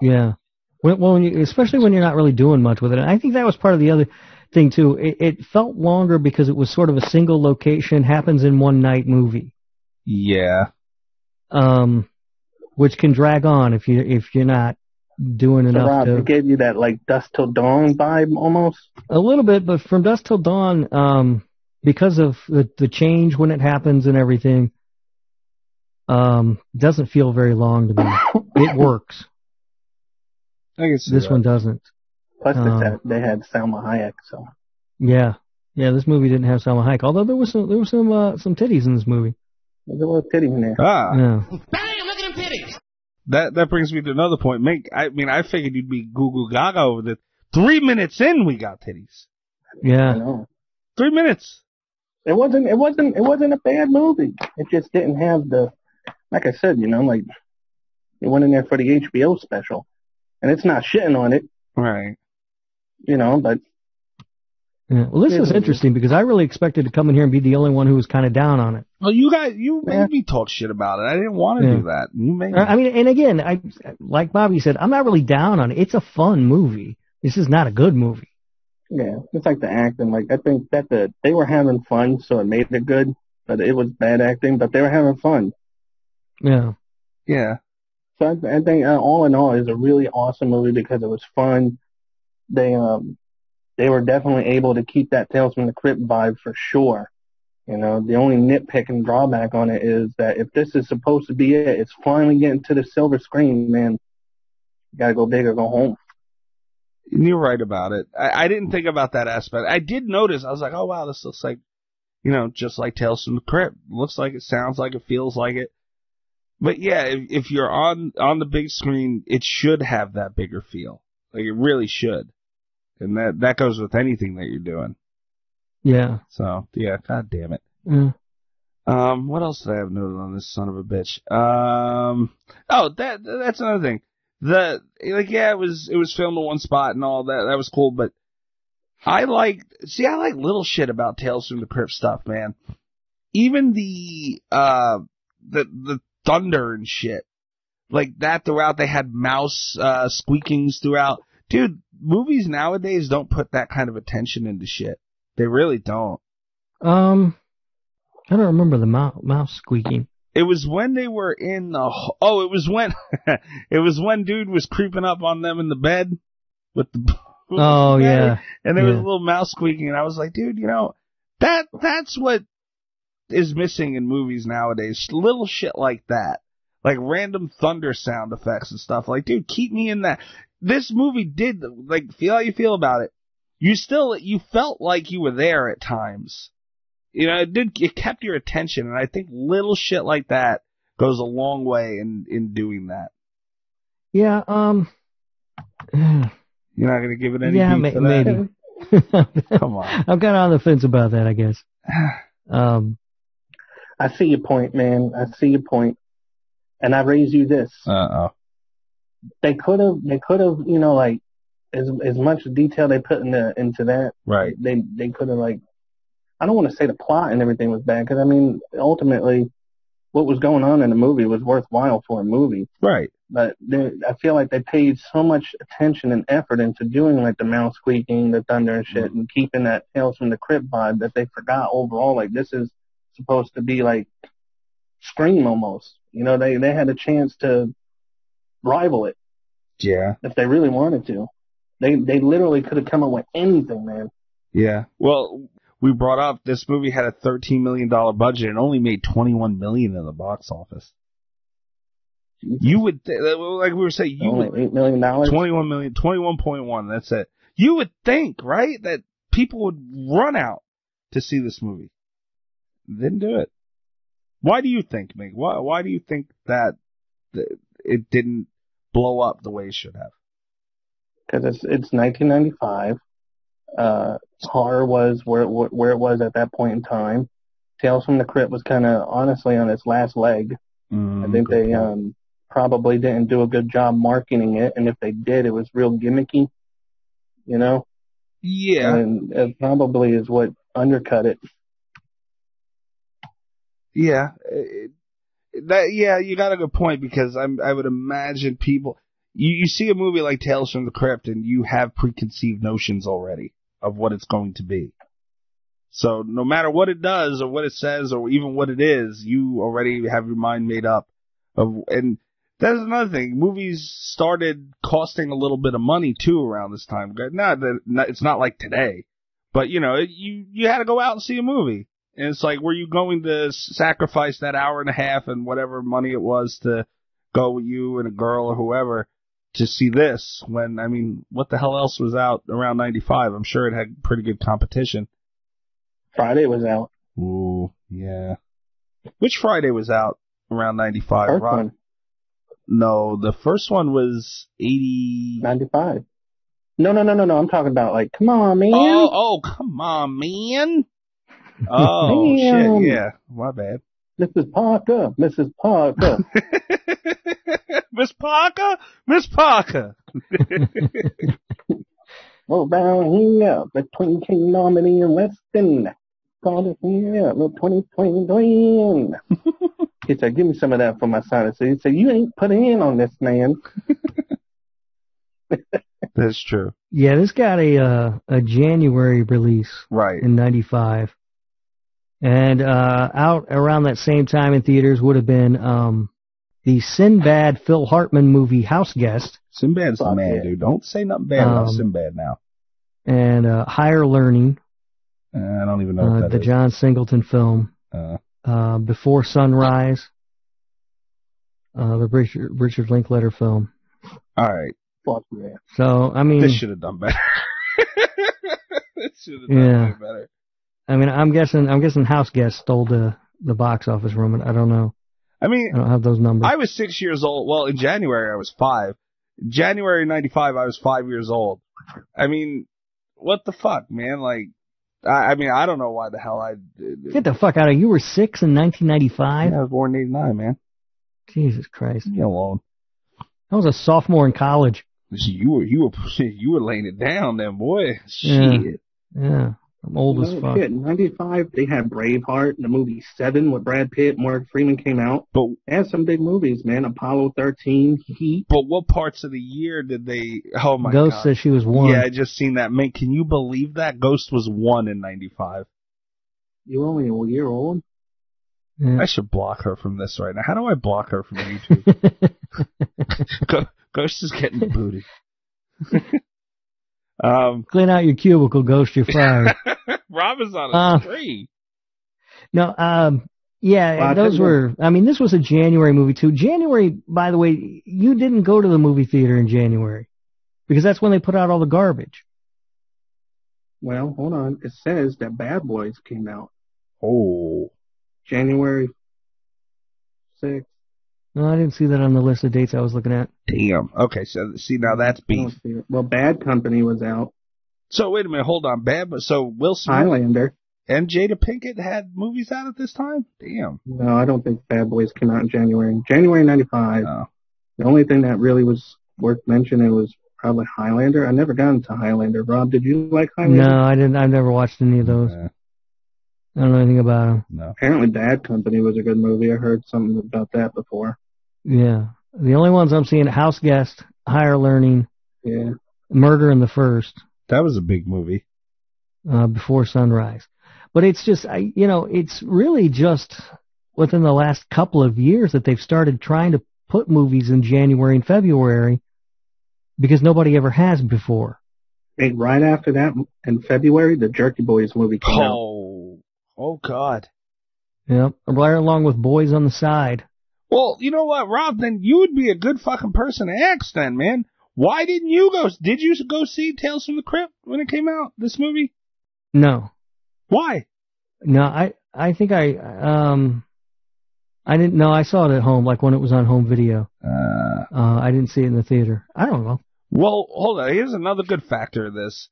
yeah. When, well, when you, especially when you're not really doing much with it, and I think that was part of the other thing too. It, it felt longer because it was sort of a single location happens in one night movie,
Yeah,
um, which can drag on if you if you're not doing
So
enough
Rob,
to
it gave you that like dust till dawn vibe almost.
A little bit, but from dusk till dawn, um, because of the, the change when it happens and everything, um, doesn't feel very long to me. *laughs*
*laughs*
it works.
I can see
This
that.
one doesn't.
Plus,
Um,
they, had, they had Salma Hayek, so
Yeah, yeah. This movie didn't have Salma Hayek, although there was some there was some uh, some titties in this movie.
there's a little titty in there.
Ah,
Yeah.
that that brings me to another point. Make I mean I figured you'd be goo goo gaga over the three minutes in we got titties.
I
yeah,
know.
Three minutes.
It wasn't. It wasn't. It wasn't a bad movie. It just didn't have the. Like I said, you know, like it went in there for the HBO special, and it's not shitting on it,
Right.
you know, but
yeah. Well, this is interesting because I really expected to come in here and be the only one who was kind of down on it.
Well, you guys, you made
Yeah.
me talk shit about it. I didn't want to
Yeah.
do that. You made.
Uh, I I
me.
mean, and again, I like Bobby said, I'm not really down on it. It's a fun movie. This is not a good movie.
yeah, it's like the acting. Like I think that the they were having fun, so it made it good. But it was bad acting, but they were having fun.
Yeah.
Yeah.
So I, I think uh, all in all, it's a really awesome movie because it was fun. They um they were definitely able to keep that Tales from the Crypt vibe for sure. You know, the only nitpick and drawback on it is that if this is supposed to be it, it's finally getting to the silver screen, man. You gotta go big or go home.
You're right about it. I, I didn't think about that aspect. I did notice. I was like, oh wow, this looks like, you know, just like Tales from the Crypt. Looks like it, sounds like it, feels like it. But yeah, if, if you're on on the big screen, it should have that bigger feel. Like it really should. And that that goes with anything that you're doing.
Yeah.
So yeah, god damn it.
Yeah.
Um, what else did I have noted on this son of a bitch? Um, oh, that that's another thing. The like, yeah, it was it was filmed in one spot and all that. That was cool, but I like see, I like little shit about Tales from the Crypt stuff, man. Even the uh the the thunder and shit like that throughout. They had mouse uh squeakings throughout. Dude, movies nowadays don't put that kind of attention into shit. They really don't.
Um, I don't remember the mouse, mouse squeaking.
It was when they were in the. ho- Oh, it was when. *laughs* it was when dude was creeping up on them in the bed with the. *laughs* with the
Oh
bed,
yeah,
And there was a
yeah.
little mouse squeaking, and I was like, dude, you know, that that's what is missing in movies nowadays. Little shit like that, like random thunder sound effects and stuff. Like, dude, keep me in that. This movie did like feel how you feel about it. You still you felt like you were there at times you know, it did it kept your attention, and I think little shit like that goes a long way in in doing that.
yeah. Um,
You're not gonna give it any
yeah,
beat
may-
for that?
maybe.
*laughs* Come on.
I'm kind of on the fence about that,
*sighs*
I guess. Um,
I see your point, man. I see your point. And I raise you this.
Uh oh.
They could have, they could have, you know, like as as much detail they put in the, into that,
Right.
they they could have like I don't want to say the plot and everything was bad because I mean ultimately what was going on in the movie was worthwhile for a movie,
Right.
but they, I feel like they paid so much attention and effort into doing like the mouse squeaking, the thunder and shit, and keeping that Tales from the Crypt vibe that they forgot overall. Like this is supposed to be like Scream almost, you know? They they had a chance to rival it
Yeah.
if they really wanted to. They they literally could have come up with anything, man.
Yeah. Well, we brought up this movie had a thirteen million dollar budget and only made twenty one million in the box office. You would th- uh, like we were saying you would
Only eight million dollars.
21 million, 21.1, that's it. You would think, right, that people would run out to see this movie. Didn't do it. Why do you think, Meg? Why, why do you think that th- it didn't blow up the way it should have?
because it's it's 1995. Uh, horror was where it, wa- where it was at that point in time. Tales from the Crypt was kind of honestly on its last leg.
Mm,
I think they um, probably didn't do a good job marketing it, and if they did, it was real gimmicky, you know.
yeah,
And it probably is what undercut it.
yeah. It- that, yeah, you got a good point because I'm, I would imagine people, you, you see a movie like Tales from the Crypt and you have preconceived notions already of what it's going to be. So no matter what it does or what it says or even what it is, you already have your mind made up of and that's another thing. Movies started costing a little bit of money too around this time. Not that not, it's not like today, but you know, it, you you had to go out and see a movie. And it's like, were you going to s- sacrifice that hour and a half and whatever money it was to go with you and a girl or whoever to see this? When I mean, what the hell else was out around '95? I'm sure it had pretty good competition.
Friday was out.
Ooh, yeah. Which Friday was out around '95?
First one,
No, the first one was '80.
95. No, no, no, no, no. I'm talking about like, come on, man.
Oh, oh, come on, man.
*laughs*
Oh
Damn.
shit, yeah. My bad. *laughs*
Mrs. Parker, Mrs. Parker.
Miss Parker, Miss Parker.
Well, down here between King Normandy and Weston. Call it here, the 2023.
*laughs*
he said, Give me some of that for my son. I said, He said, You ain't put in on this, man.
That's true.
Yeah, this got a uh, a January release
Right.
in '95, and uh, out around that same time in theaters would have been um, the Sinbad Phil Hartman movie House Guest
Sinbad's the
Fuck
man,
yeah.
dude. Don't say nothing bad about
Um,
Sinbad now.
and uh, Higher Learning,
Uh, I don't even know what
uh,
that
the
is.
John Singleton film,
Uh,
uh, Before Sunrise, uh, the Richard, Richard Linklater film.
all right,
Fuck yeah.
So I mean,
this should have done better. *laughs* this should have done
Yeah.
way better.
I mean, I'm guessing I'm guessing House Guest stole the the box office room, and I don't know.
I mean,
I don't have those numbers.
I was six years old. Well, in January I was five. January '95 I was five years old. I mean, what the fuck, man? Like, I, I mean, I don't know why the hell I.
Get the fuck out of here. You were six in
I
1995?
was born in '89, man.
Jesus Christ.
Leave me alone.
I was a sophomore in college.
You were *laughs* you were you were laying it down, then boy.
Yeah.
Shit.
Yeah. I'm old as fuck.
Oh, shit, 95, they had Braveheart, the movie Seven with Brad Pitt, Mark Freeman came out.
But
They had some big movies, man. Apollo 13, Heat.
but what parts of the year did they? Oh my
Ghost
god.
says she was one.
Yeah, I just seen that. Man, can you believe that? Ghost was one in '95.
You only a year old?
Yeah.
I should block her from this right now. How do I block her
*laughs*
from YouTube? Go- Ghost is getting booted. *laughs* um,
Clean out your cubicle, Ghost. You're fired.
Rob is on a
Uh,
spree.
no, um, yeah,
Well, I
those
tell
were, I mean, this was a January movie, too. January, by the way, you didn't go to the movie theater in January because that's when they put out all the garbage.
Well, hold on. It says that Bad Boys came out
Oh,
January 6th.
No, I didn't see that on the list of dates I was looking at.
damn. Okay, so see now that's
I
beef.
don't see it. Well, Bad Company was out.
So wait a minute, hold on, bad. But so Wilson
Highlander.
and Jada Pinkett had movies out at this time. Damn.
No, I don't think Bad Boys came out in January. January '95.
Oh.
The only thing that really was worth mentioning was probably Highlander. I never got into Highlander. Rob, did you like Highlander?
No, I didn't. I've never watched any of those.
Uh,
I don't know anything about them.
no.
Apparently, Bad Company was a good movie. I heard something about that before.
Yeah. The only ones I'm seeing House Guest, Higher Learning,
Yeah.
Murder in the First,
That was a big movie.
uh, Before Sunrise. But it's just, I, you know, it's really just within the last couple of years that they've started trying to put movies in January and February because nobody ever has before.
And right after that, in February, the Jerky Boys movie came out.
Oh, oh God.
Yep. Right along with Boys on the Side.
Well, you know what, Rob? Then you would be a good fucking person to ask, then, man. Why didn't you go? Did you go see Tales from the Crypt when it came out? This movie?
No,
Why?
no, I I think I um I didn't know I saw it at home like when it was on home video.
Uh,
Uh, I didn't see it in the theater. I don't know.
well, hold on. Here's another good factor of this.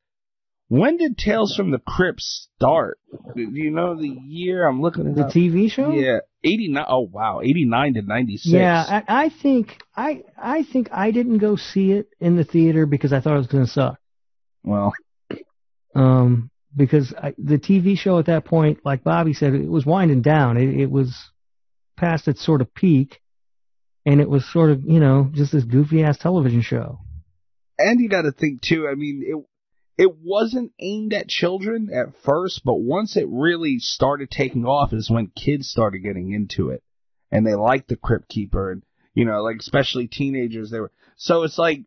When did Tales from the Crypt start? Do you know the year? I'm looking at
The TV show?
Yeah, eighty nine. Oh wow, eighty nine to ninety six.
Yeah, I, I think I I think I didn't go see it in the theater because I thought it was going to suck.
well,
Um, because I, the TV show at that point, like Bobby said, it was winding down. It, it was past its sort of peak, and it was sort of you know just this goofy ass television show.
and you got to think too. I mean, it it wasn't aimed at children at first, but once it really started taking off is when kids started getting into it, and they liked the Crypt Keeper, and you know, like especially teenagers. They were so it's like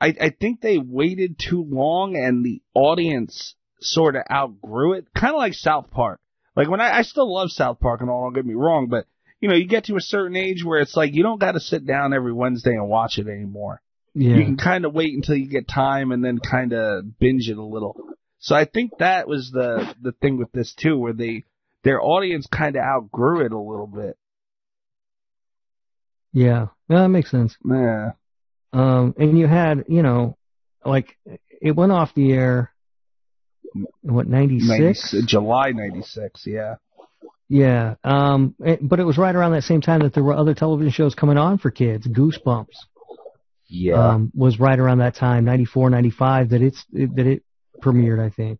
I I think they waited too long, and the audience sort of outgrew it, kind of like South Park. Like when I, I still love South Park and all, don't get me wrong, but you know, you get to a certain age where it's like you don't got to sit down every Wednesday and watch it anymore
Yeah,
you can kind of wait until you get time and then kind of binge it a little. So I think that was the the thing with this too, where they their audience kind of outgrew it a little bit.
yeah, no, that makes sense.
Yeah,
Um, and you had you know like it went off the air. What ninety six?
96 July '96. Yeah,
Yeah, um, it- but it was right around that same time that there were other television shows coming on for kids. Goosebumps
yeah.
um, was right around that time, 94, 95, that it's it, that it premiered, I think.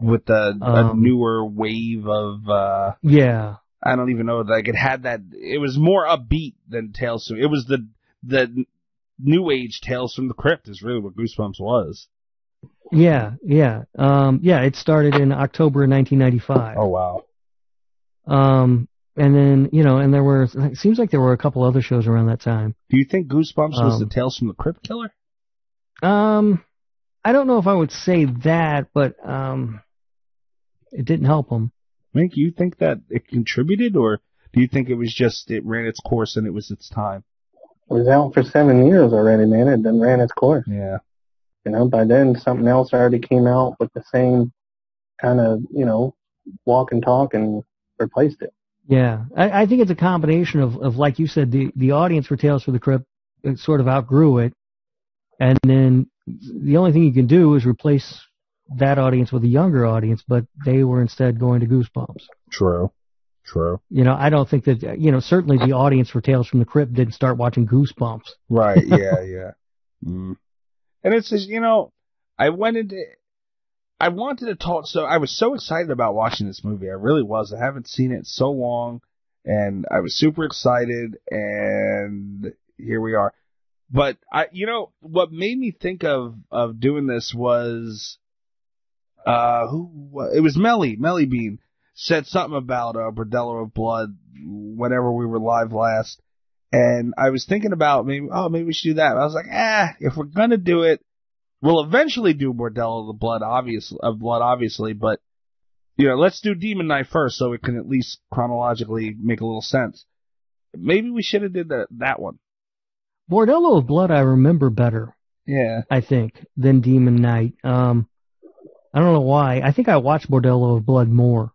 with the a
um,
newer wave of uh
Yeah,
I don't even know. Like it had that. It was more upbeat than Tales from. It was the the new age Tales from the Crypt is really what Goosebumps was.
yeah, yeah, um, yeah. It started in October of 1995,
Oh wow.
um, and then you know, and there were it seems like there were a couple other shows around that time.
Do you think Goosebumps was the
Um,
Tales from the Crypt killer?
Um, I don't know if I would say that, but um, it didn't help them.
Mink, you think that it contributed, or do you think it was just it ran its course and it was its time?
It was out for seven years already, man. It done ran its course.
Yeah.
You know, by then something else already came out with the same kind of, you know, walk and talk and replaced it.
Yeah, I, I think it's a combination of, of like you said, the, the audience for Tales for the Crypt it sort of outgrew it, and then the only thing you can do is replace that audience with a younger audience, but they were instead going to Goosebumps.
True. True.
You know, I don't think that you know certainly the audience for Tales from the Crypt didn't start watching Goosebumps.
Right. Yeah. yeah. Mm. And it's just you know, I went into, I wanted to talk. So I was so excited about watching this movie. I really was. I haven't seen it in so long, and I was super excited. And here we are. But I, you know, what made me think of of doing this was uh, who wa- it was Melly Melly Bean said something about uh, Bordello of Blood whenever we were live last, and I was thinking about maybe oh maybe we should do that. I was like ah if we're gonna do it, we'll eventually do Bordello of the Blood obviously of Blood obviously, but you know let's do Demon Knight first so it can at least chronologically make a little sense. Maybe we should have did that that one.
Bordello of Blood I remember better,
Yeah.
I think, than Demon Knight. Um, I don't know why. I think I watched Bordello of Blood more.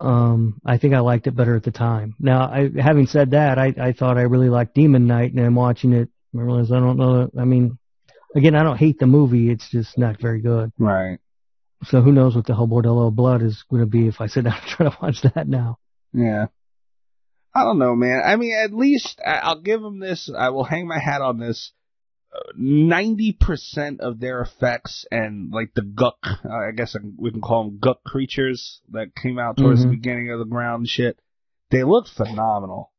Um, I think I liked it better at the time. Now, I, having said that, I, I thought I really liked Demon Knight, and I'm watching it. I realized I don't know. I mean, again, I don't hate the movie. It's just not very good.
Right.
So who knows what the hell Bordello of Blood is going to be if I sit down *laughs* and try to watch that now.
Yeah. I don't know, man. I mean, at least I- I'll give them this. I will hang my hat on this. Uh, Ninety percent of their effects and like the guck, uh, I guess we can call them guck creatures that came out towards
Mhm.
the beginning of the ground. and Shit, they look phenomenal.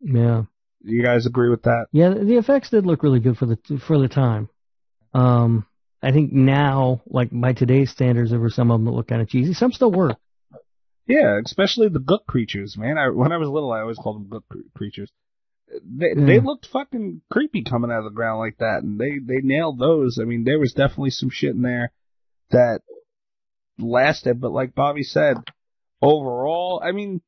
Yeah.
You guys agree with that?
Yeah, the effects did look really good for the for the time. Um, I think now, like by today's standards, there were some of them that look kind of cheesy. Some still work.
Yeah, especially the gook creatures, man. I, when I was little, I always called them gook cre- creatures. They they
Yeah.
looked fucking creepy coming out of the ground like that, and they they nailed those. I mean, there was definitely some shit in there that lasted, but like Bobby said, overall, I mean,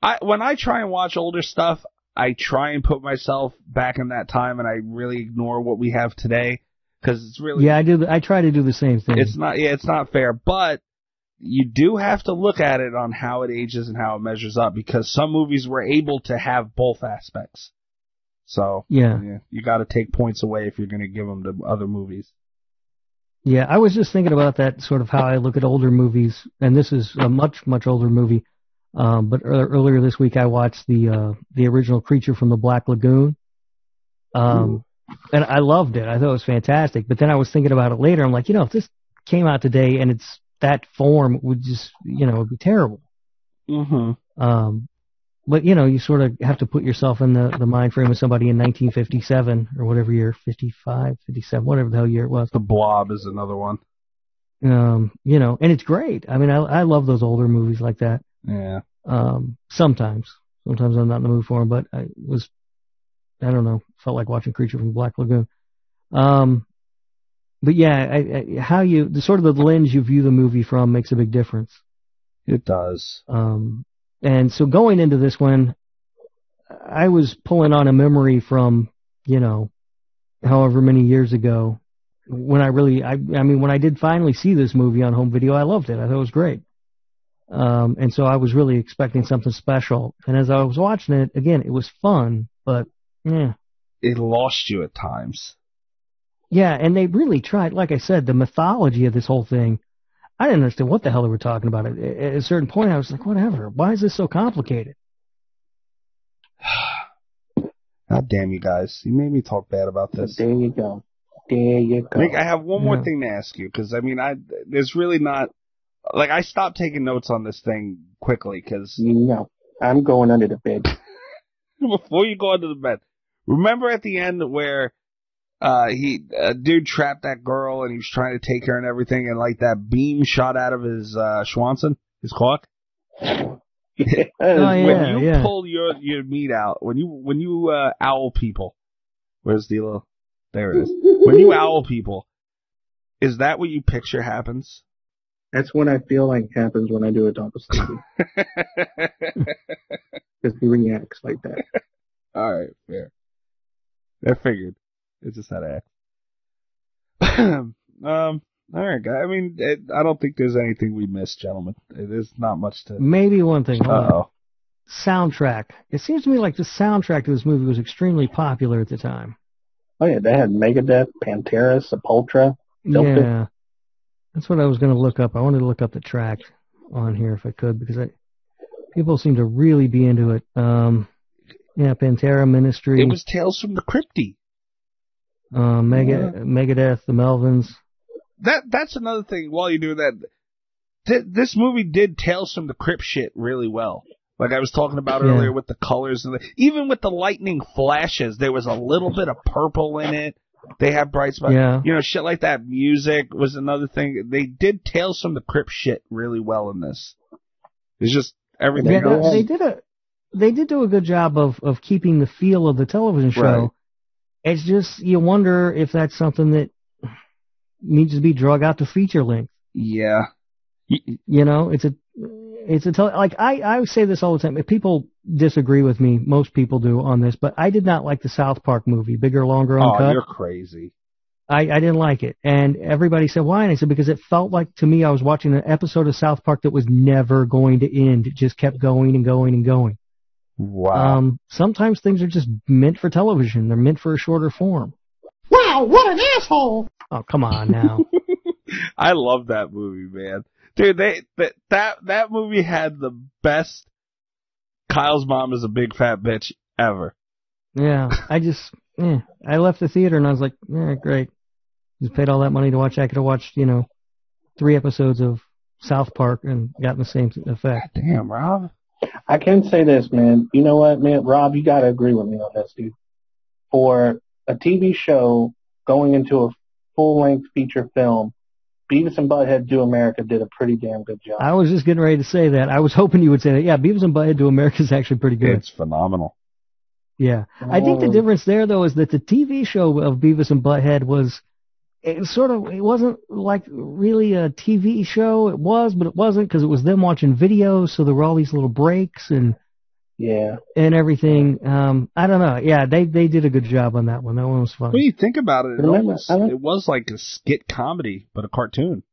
I when I try and watch older stuff, I try and put myself back in that time, and I really ignore what we have today because it's really
Yeah, I do. I try to do the same thing.
it's not yeah it's not fair, but you do have to look at it on how it ages and how it measures up because some movies were able to have both aspects. So
Yeah.
you got to take points away if you're going to give them to other movies.
Yeah, I was just thinking about that sort of how I look at older movies, and this is a much much older movie. Um, but ear- earlier this week, I watched the uh, the original Creature from the Black Lagoon, um, and I loved it. I thought it was fantastic. But then I was thinking about it later. I'm like, you know, if this came out today and it's that form, it would just you know, it would be terrible.
Mm-hmm.
Um, but you know, you sort of have to put yourself in the, the mind frame of somebody in 1957 or whatever year, 55, 57, whatever the hell year it was.
The Blob is another one.
Um, you know, and it's great. I mean, I, I love those older movies like that.
Yeah.
Um, sometimes, sometimes I'm not in the mood for them, but I was, I don't know, felt like watching Creature from the Black Lagoon. Um, but yeah, I, I, how you, the sort of the lens you view the movie from makes a big difference.
It does.
Um, and so going into this one, I was pulling on a memory from, you know, however many years ago when I really, I, I mean, when I did finally see this movie on home video, I loved it. I thought it was great. Um, and so I was really expecting something special. And as I was watching it, again, it was fun, but yeah.
It lost you at times.
Yeah, and they really tried, like I said, the mythology of this whole thing. I didn't understand what the hell they were talking about. At, at a certain point, I was like, whatever. Why is this so complicated?
God damn you guys! You made me talk bad about this.
There you go. There you go.
Nick, I have one more
Yeah.
thing to ask you because I mean, I there's really not like I stopped taking notes on this thing quickly because
No, I'm going under the *laughs* bed.
*laughs* before you go under the bed. Remember at the end where uh he a dude trapped that girl and he was trying to take her and everything and like that beam shot out of his uh Schwanson, his cock.
Oh, yeah,
when you
yeah.
pull your your meat out, when you when you uh owl people, where's the little? There it is. When you owl people, is that what you picture happens? *laughs*
That's what I feel like happens when I do a double sleeping. Because he reacts like that.
All right, fair. I figured. It's just how to act. *clears throat* um, all right, guy. I mean, it, I don't think there's anything we missed, gentlemen. It is not much to.
Maybe one thing. hold on.
Uh-oh.
Soundtrack. It seems to me like the soundtrack to this movie was extremely popular at the time.
Oh yeah, they had Megadeth, Pantera, Sepultura. Don't they?
Yeah. That's what I was going to look up. I wanted to look up the track on here if I could because I, people seem to really be into it. Um, yeah, Pantera Ministry,
It was Tales from the Crypty.
uh, Mega, Megadeth, the Melvins.
That that's another thing. While you do that, th- this movie did Tales from the Crypt shit really well. Like I was talking about
Yeah.
earlier with the colors and the, even with the lightning flashes, there was a little bit of purple in it. They have bright spots.
Yeah.
You know, shit like that. Music was another thing. They did Tales from the Crypt shit really well in this. It's just everything
Yeah,
else.
they, they did a they did do a good job of of keeping the feel of the television show.
Right.
It's just you wonder if that's something that needs to be drug out to feature length.
yeah. Y-
You know, it's a it's a tele- like I I say this all the time. If people disagree with me, most people do on this, but I did not like the South Park movie, bigger, longer,
Oh,
uncut.
you're crazy.
I I didn't like it, and everybody said why, and I said because it felt like to me I was watching an episode of South Park that was never going to end. It just kept going and going and going.
Wow.
Um, sometimes things are just meant for television. They're meant for a shorter form.
Wow, what an asshole!
Oh, come on now.
I love that movie, man. Dude, they that that that movie had the best Kyle's mom is a big fat bitch ever.
yeah, I just, yeah, I left the theater and I was like, yeah, great. Just paid all that money to watch. I could have watched, you know, three episodes of South Park and gotten the same effect.
Damn, Rob.
I can say this, man. You know what, man? Rob, you gotta agree with me on this, dude. For a TV show going into a full-length feature film, Beavis and Butthead Do America did a pretty damn good job.
I was just getting ready to say that. I was *laughs* hoping you would say that. Yeah, Beavis and Butthead to America is actually pretty good.
It's phenomenal.
Yeah. I think the
Oh.
difference there though is that the TV show of Beavis and Butthead was it was sort of it wasn't like really a TV show. It was, but it wasn't because it was them watching videos. So there were all these little breaks and
Yeah.
and everything. Um, I don't know. Yeah, they they did a good job on that one. That one was fun.
When you think about it, it,
Remember,
almost,
I don't-
it was like a skit comedy, but a cartoon.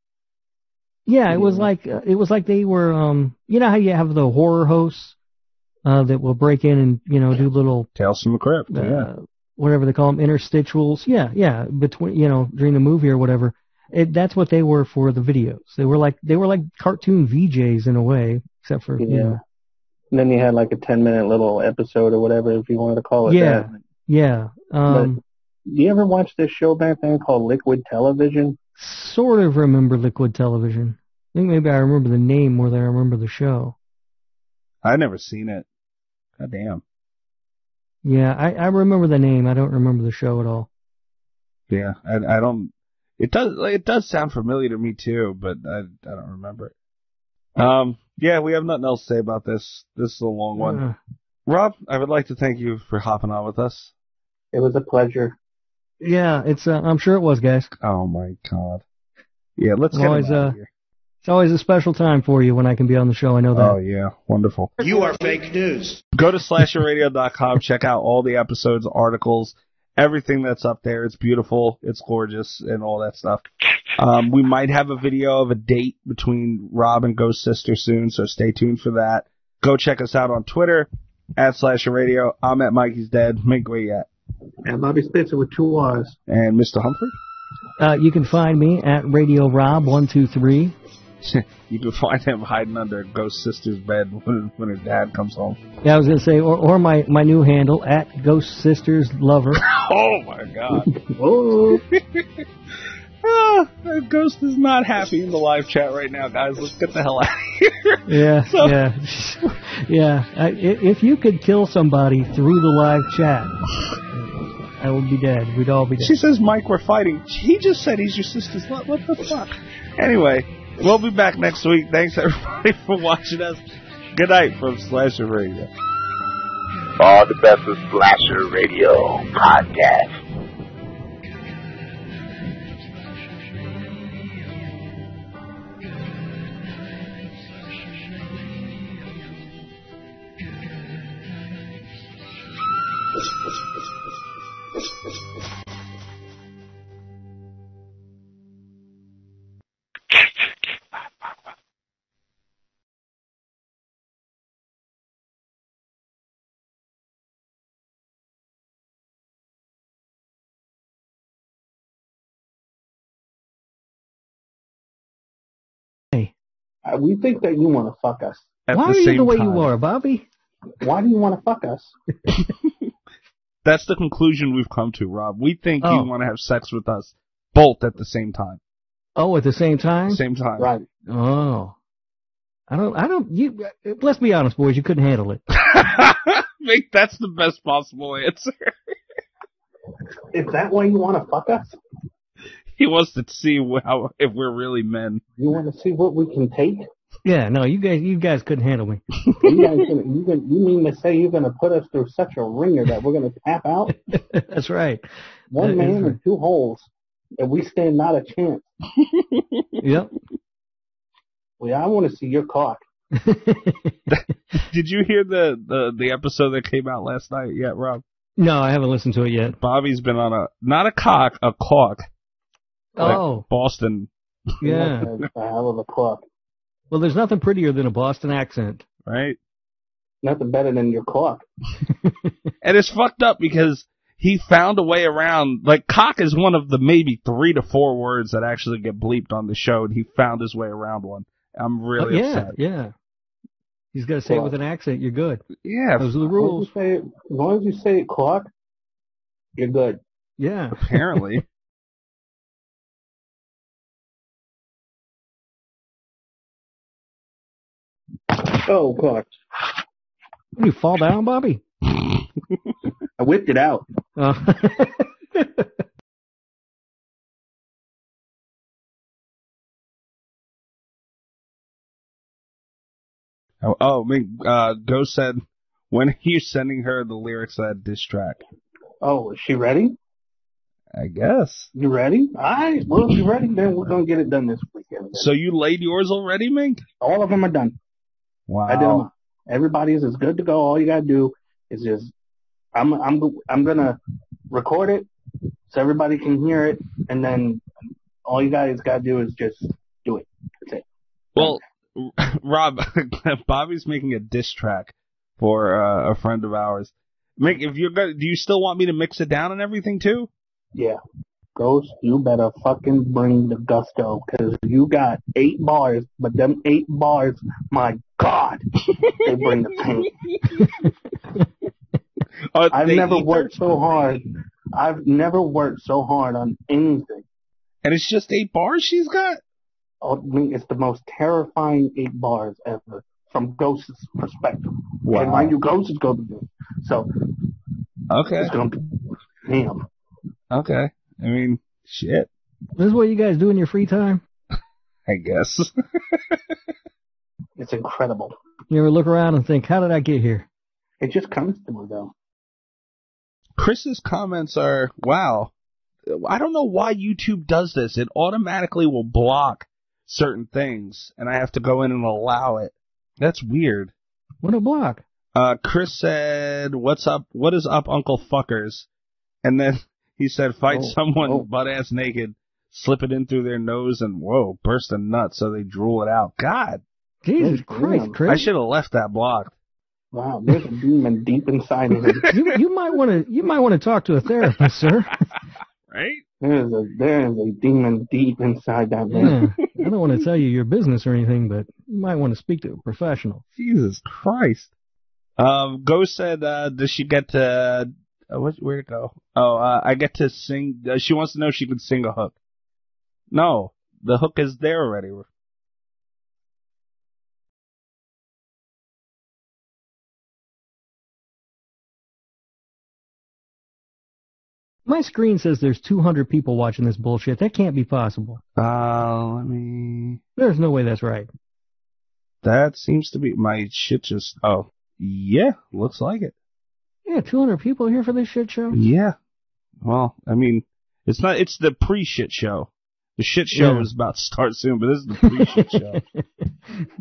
Yeah, it was like uh, it was like they were. Um, you know how you have the horror hosts uh, that will break in and you know do little
Tales from the Crypt.
uh,
yeah.
whatever they call them interstitials. Yeah, yeah, between you know during the movie or whatever. It, that's what they were for the videos. They were like they were like cartoon VJs in a way, except for you
Yeah.
know,
And then you had like a 10 minute little episode or whatever, if you wanted to call it
Yeah.
that.
yeah. Um,
Do you ever watch this show back then called Liquid Television?
sort of remember Liquid Television. I think maybe I remember the name more than I remember the show.
I never seen it. God damn.
Yeah, I, I remember the name. I don't remember the show at all.
Yeah. I, I don't. It does. It does sound familiar to me too, but I, I don't remember it. Um. Yeah. We have nothing else to say about this. This is a long one.
Uh,
Rob, I would like to thank you for hopping on with us.
It was a pleasure.
yeah, it's. Uh, I'm sure it was, guys.
Oh my god. Yeah. Let's
I'm
get him
always,
out
uh,
of here.
It's always a special time for you when I can be on the show. I know that.
Oh yeah. Wonderful.
You are fake news.
go to slasherradio.com check out all the episodes articles everything that's up there it's beautiful it's gorgeous and all that stuff um, we might have a video of a date between rob and ghost sister soon so stay tuned for that go check us out on twitter at slasher radio i'm at mikey's dead mink where you at
And Bobby Spitzer with two R's.
and mr humphrey
Uh, you can find me at Radio Rob one two three.
*laughs* you can find him hiding under ghost sister's bed *laughs* when, when her dad comes home
Yeah, I was gonna say, or, or my my new handle at Ghost Sisters
*laughs*
Lover.
oh my god
Oh,
*laughs* Ah, the ghost is not happy in the live chat right now guys let's get the hell out of here
Yeah,
So-
yeah, *laughs* yeah. I, i- if you could kill somebody through the live chat, I would be dead. We'd all be dead.
She says, Mike, we're fighting. He just said he's your sister's love. What the fuck? Anyway, we'll be back next week. Thanks, everybody, *laughs* for watching us. Good night from Slasher Radio.
All the best of Slasher Radio podcast.
Uh, we think that you want to fuck us.
At
Why
the
are you
same
the way
time.
you are, Bobby?
Why do you want to fuck us?
That's the conclusion we've come to, Rob. We think
Oh.
you want to have sex with us both at the same time.
Oh, at the same time.
Same time.
Right.
Oh, I don't. I don't. You. Let's be honest, boys. You couldn't handle it.
I *laughs* think that's the best possible answer. *laughs*
Is that why you want to fuck us?
He wants to see how, if we're really men.
You want to see what we can take?
Yeah. No, you guys. You guys couldn't handle me. *laughs*
You guys, gonna, you, gonna, you mean to say you're gonna put us through such a ringer that we're gonna tap out
That's right.
one
That is
man
right.
and two holes, and we stand not a chance?
Yep. *laughs*
Well, I want to see your cock.
Did you hear the, the, the episode that came out last night yet, Rob?
no, I haven't listened to it yet.
Bobby's been on a, not a cock, a caulk. Like
Oh,
Boston.
yeah.
That's a, a hell of a cock.
Well, there's nothing prettier than a Boston accent.
right?
Nothing better than your cock.
And it's fucked up because he found a way around. Like, cock is one of the maybe three to four words that actually get bleeped on the show, and he found his way around one. I'm really
Oh, yeah.
upset.
Yeah. He's got to say it with an accent. You're good.
Yeah,
*laughs*
Those are the
As long
rules.
as you say it, as long as you say it, cock, you're good.
Yeah.
apparently.
Oh, cock.
What, you fall down, Bobby?
I whipped it out.
*laughs* Uh, *laughs*
oh, oh, I mean, uh, Ghost said, when are you sending her the lyrics of that diss track?
Oh, is she ready?
I guess.
You ready? All right. Well, if you're ready, then we're gonna get it done this weekend.
So you laid yours already, Mink?
all of them are done.
Wow.
I did them. Everybody's is good to go. All you gotta do is just I'm I'm I'm gonna record it so everybody can hear it, and then all you guys gotta do is just do it. That's it.
Well, *laughs* Rob, *laughs* Bobby's making a diss track for uh, a friend of ours. Mick, if you're gonna, do you still want me to mix it down and everything too?
Yeah. Ghost, you better fucking bring the gusto, cause you got eight bars, but them eight bars, my god, they bring the pain.
Uh,
I've never worked so hard. I've never worked so hard on anything. Oh,
And it's just eight bars she's got?
I mean, it's the most terrifying eight bars ever from Ghost's perspective.
Wow.
And mind you, Ghost is going to do it. So,
Okay.
it's going to be him.
Okay. I mean, shit.
This is what you guys do in your free time.
I guess. *laughs*
It's incredible.
You ever look around and think, how did I get here?
It just comes to me, though.
Chris's comments are wow. I don't know why YouTube does this. It automatically will block certain things, and I have to go in and allow it. That's weird.
What a block.
Uh, Chris said, "What's up? What is up, Uncle Fuckers?" And then *laughs* he said, "Fight
Oh,
someone
oh.
butt ass naked, slip it in through their nose, and whoa, burst a nut so they drool it out." God,
Jesus
Yeah,
Christ,
damn.
I
Chris.
should have left that blocked.
Wow, there's a demon deep inside of him.
you, you might want to you might want to talk to a therapist, sir.
Right?
There's a, there's a demon deep inside that man.
Yeah. *laughs* I don't want to tell you your business or anything, but you might want to speak to a professional.
Jesus Christ. Um, Ghost said, uh, does she get to, uh, what, where'd it go? Oh, uh, I get to sing, uh, she wants to know if she can sing a hook. No, the hook is there already.
My screen says there's 200 people watching this bullshit. That can't be possible.
Uh, let me,
There's no way that's right.
that seems to be, my shit just, oh, yeah, looks like it.
Yeah, 200 people here for this shit show.
Yeah. Well, I mean, it's not, it's the pre-shit show. The shit show
Yeah.
is about to start soon, but this is the *laughs* pre-shit show.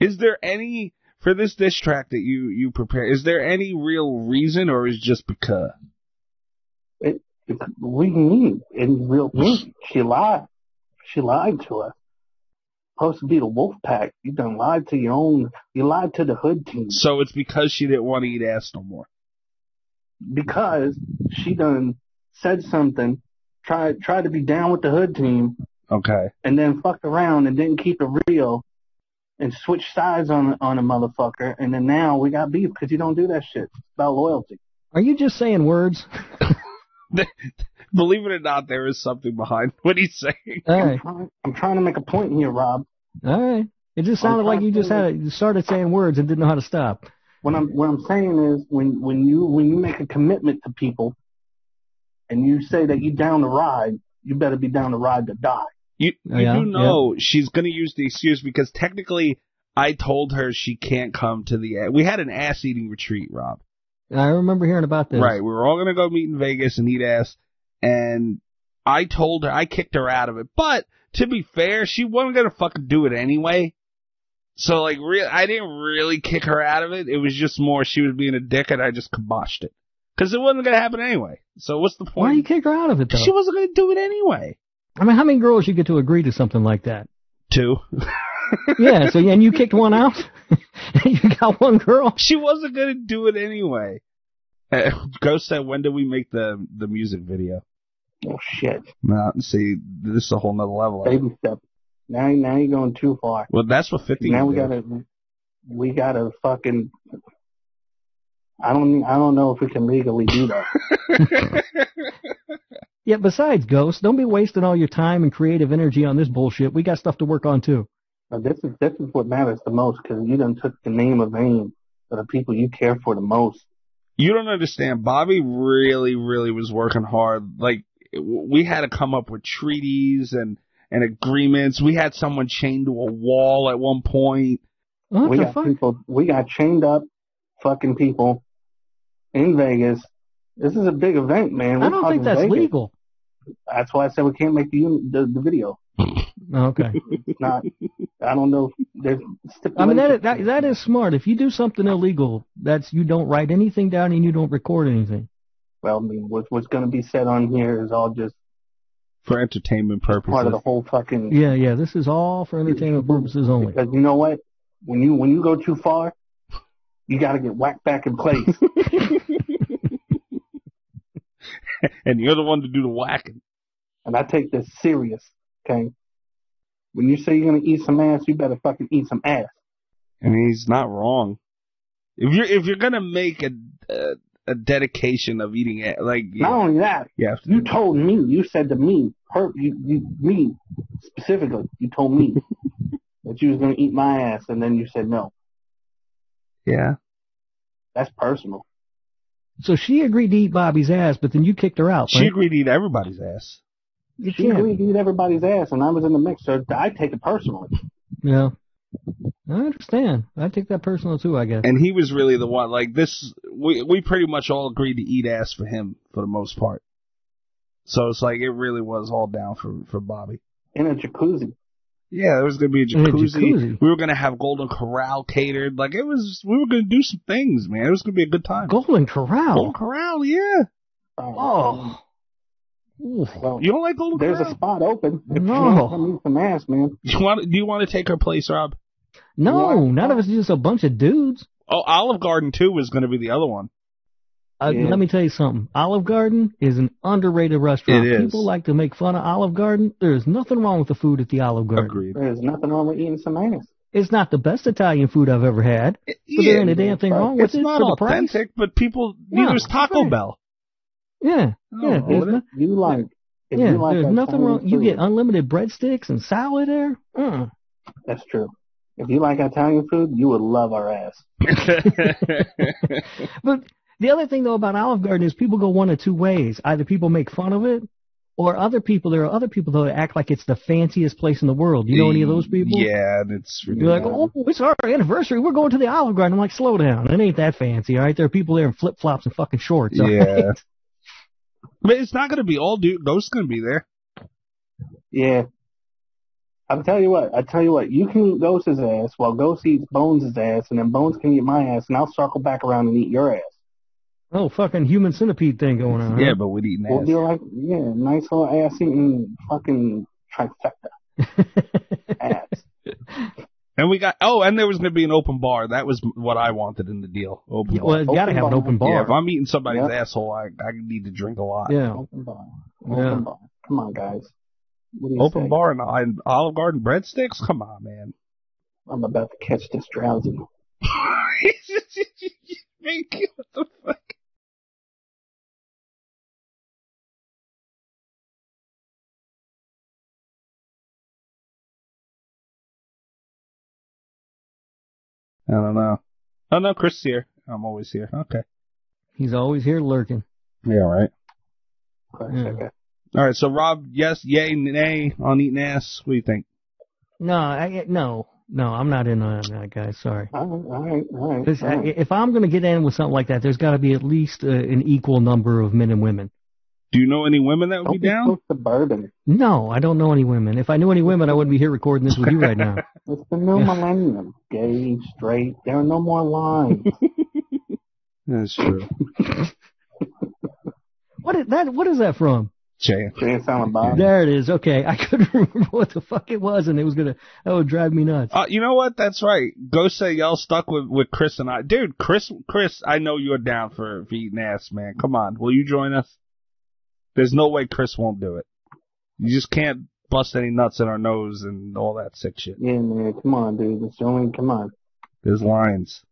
Is there any for this diss track that you you prepare? Is there any real reason, or is just because?
We need in real music. She lied. She lied to us. Supposed to be the wolf pack. You done lied to your own. You lied to the hood team
So it's because she didn't want to eat ass no more.
because she done said something. Tried tried to be down with the hood team
Okay.
and then fucked around and didn't keep it real and switched sides on on a motherfucker. And then now we got beef because you don't do that shit. It's about loyalty.
*laughs* Are you just saying words?
Believe it or not, there is something behind *laughs* what he's saying.
All right.
I'm, I'm trying to make a point here, Rob.
All right. It just sounded like you just had you started saying words and didn't know how to stop.
What I'm what I'm saying is when when you when you make a commitment to people and you say that you down to ride, you better be down to ride to die.
You you
Yeah,
do know she's gonna use the excuse because technically I told her she can't come to the. We had an ass eating retreat, Rob.
I remember hearing about this.
Right. We were all going to go meet in Vegas and eat ass. And I told her, I kicked her out of it. But to be fair, she wasn't going to fucking do it anyway. So, like, re- I didn't really kick her out of it. It was just more she was being a dick and I just kiboshed it. Because it wasn't going to happen anyway. So, what's the
Why you
point?
kick her out of it
'Cause she
though?
wasn't going to do it anyway.
I mean, how many girls you get to agree to something like that?
Two.
Yeah. So and you kicked one out. *laughs* you got one girl.
*laughs* She wasn't going to do it anyway. Uh, Ghost said, when did we make the, the music video?
Oh shit.
Nah, see, this is a whole nother level.
Baby step. Now now you're going too far.
Well, that's what 50
Now
would
we
do.
gotta we gotta fucking I don't I don't know if we can legally do that.
Yeah. Besides, Ghost, don't be wasting all your time and creative energy on this bullshit. We got stuff to work on too.
But this is this is what matters the most because you done took the name of aim for the people you care for the most.
you don't understand. Bobby really, really was working hard. Like w- we had to come up with treaties and and agreements. We had someone chained to a wall at one point.
What
we
the
got
fuck?
people. We got chained up, fucking people, in Vegas This is a big event, man.
I don't think that's legal.
That's why I said we can't make the uni- the, the video. *laughs*
Okay.
It's not. I don't know. There's
I mean that, that that is smart. If you do something illegal, that's you don't write anything down and you don't record anything.
Well, I mean, what, what's going to be said on here is all just
for entertainment purposes.
part of the whole fucking.
Yeah, yeah. This is all for entertainment purposes only.
Because you know what? When you when you go too far, you got to get whacked back
*laughs*
in place.
*laughs* and you're the one to do the whacking.
and I take this serious. Okay. When you say you're gonna eat some ass, you better fucking eat some ass.
And he's not wrong. If you're if you're gonna make a a, a dedication of eating it, like
Not
yeah,
only that,
you have to
you told me. You said to me, her, you, you, me specifically. You told
*laughs*
me that you was gonna eat my ass, and then you said no.
yeah.
That's personal.
So she agreed to eat Bobby's ass, but then you kicked her out.
She
Right?
agreed to eat everybody's ass.
You
She
can't.
agreed to eat everybody's ass, and I was in the mix, so I take it personally.
Yeah. I understand. I take that personal too. I guess.
And he was really the one. Like this, we we pretty much all agreed to eat ass for him for the most part. So it's like it really was all down for for Bobby.
In a jacuzzi.
Yeah, there was gonna be a
And a
jacuzzi.
jacuzzi.
We were gonna have Golden Corral catered. Like it was, we were gonna do some things, man. It was gonna be a good time.
Golden Corral.
Golden Corral, yeah.
Oh. Oof.
Well,
You don't like Golden
there's a
Corral?
spot open. If
No.
You want to eat some ass, man.
you want? Do you want to take her place, Rob?
No,
Yeah.
none of us just a bunch of dudes.
Oh, Olive Garden too was going to be the other one.
Uh,
Yeah.
Let me tell you something. Olive Garden is an underrated restaurant.
It is.
People like to make fun of Olive Garden. There's nothing wrong with the food at the Olive Garden.
Agreed.
There's nothing wrong with eating some ass.
It's not the best Italian food I've ever had, but there ain't a damn thing wrong with
it's
it
not
for the price.
authentic, but people
No,
neither is Taco
right. *laughs*
Bell. *laughs*
Yeah,
No,
yeah.
what
There's,
it-
no,
You like. Oh, If
yeah,
you like
there's
that
nothing
Chinese
wrong. You
food-
get unlimited breadsticks and salad there. Mm.
That's true. If you like Italian food, you would love our ass.
But the other thing though about Olive Garden is people go one of two ways. Either people make fun of it, or other people. There are other people though that act like it's the fanciest place in the world. You know any of those people?
Yeah, and it's
You're like,
ridiculous.
oh, it's our anniversary. We're going to the Olive Garden. I'm like, slow down. It ain't that fancy, all right? There are people there in flip flops and fucking shorts. all right?
Yeah. but it's not going to be all dude. Ghost's going to be there.
Yeah. I'll tell you what. I'll tell you what. You can eat Ghost's ass while Ghost eats Bones' ass, and then Bones can eat my ass, and I'll circle back around and eat your ass.
*laughs* Oh, fucking human centipede thing going on.
Yeah, but we'd eat
We'll
nasty.
be like, yeah, nice little ass eating fucking trifecta
*laughs*
ass.
And we got oh, and there was going to be an open bar. That was what I wanted in the deal. Open
*laughs* Yeah,
bar.
well, you gotta have an open
Yeah,
bar.
if I'm eating somebody's
Yeah.
asshole, I I need to drink a lot.
Yeah.
Open bar. Open
Yeah.
bar. Come on, guys. What do you
Open
say?
bar and, and Olive Garden breadsticks. Come on, man.
I'm about to catch this drowsy.
Mickey, what the fuck? I don't know. Oh no, Chris here. I'm always here. Okay.
He's always here lurking.
Yeah, all right.
Okay.
All right. So Rob, yes, yay, nay on eating ass. What do you think?
No, I, no, no, I'm not in on that, guys. Sorry.
All right, all right, all right.
This-
all
Oh.
right.
I- if I'm going to get in with something like that, there's got to be at least uh, an equal number of men and women.
Do you know any women that would
Don't
be down?
so suburban.
No, I don't know any women. If I knew any women, I wouldn't be here recording this with you
*laughs*
right now.
It's the new millennium. Gay, straight. There are no
*laughs*
more lines.
That's true.
What is that? What is that from?
Jay.
Jay Silent Bob.
There it is. Okay, *laughs* I couldn't remember what the fuck it was, and it was gonna that would drive me nuts.
Uh, you know what? That's right. Go say y'all stuck with, with Chris and I. Dude, Chris, Chris, I know you're down for, for eating ass, man. Come on. Will you join us? There's no way Chris won't do it. You just can't bust any nuts in our nose and all that sick shit.
Yeah, man. Come on, dude. It's the only. Come on.
There's lines.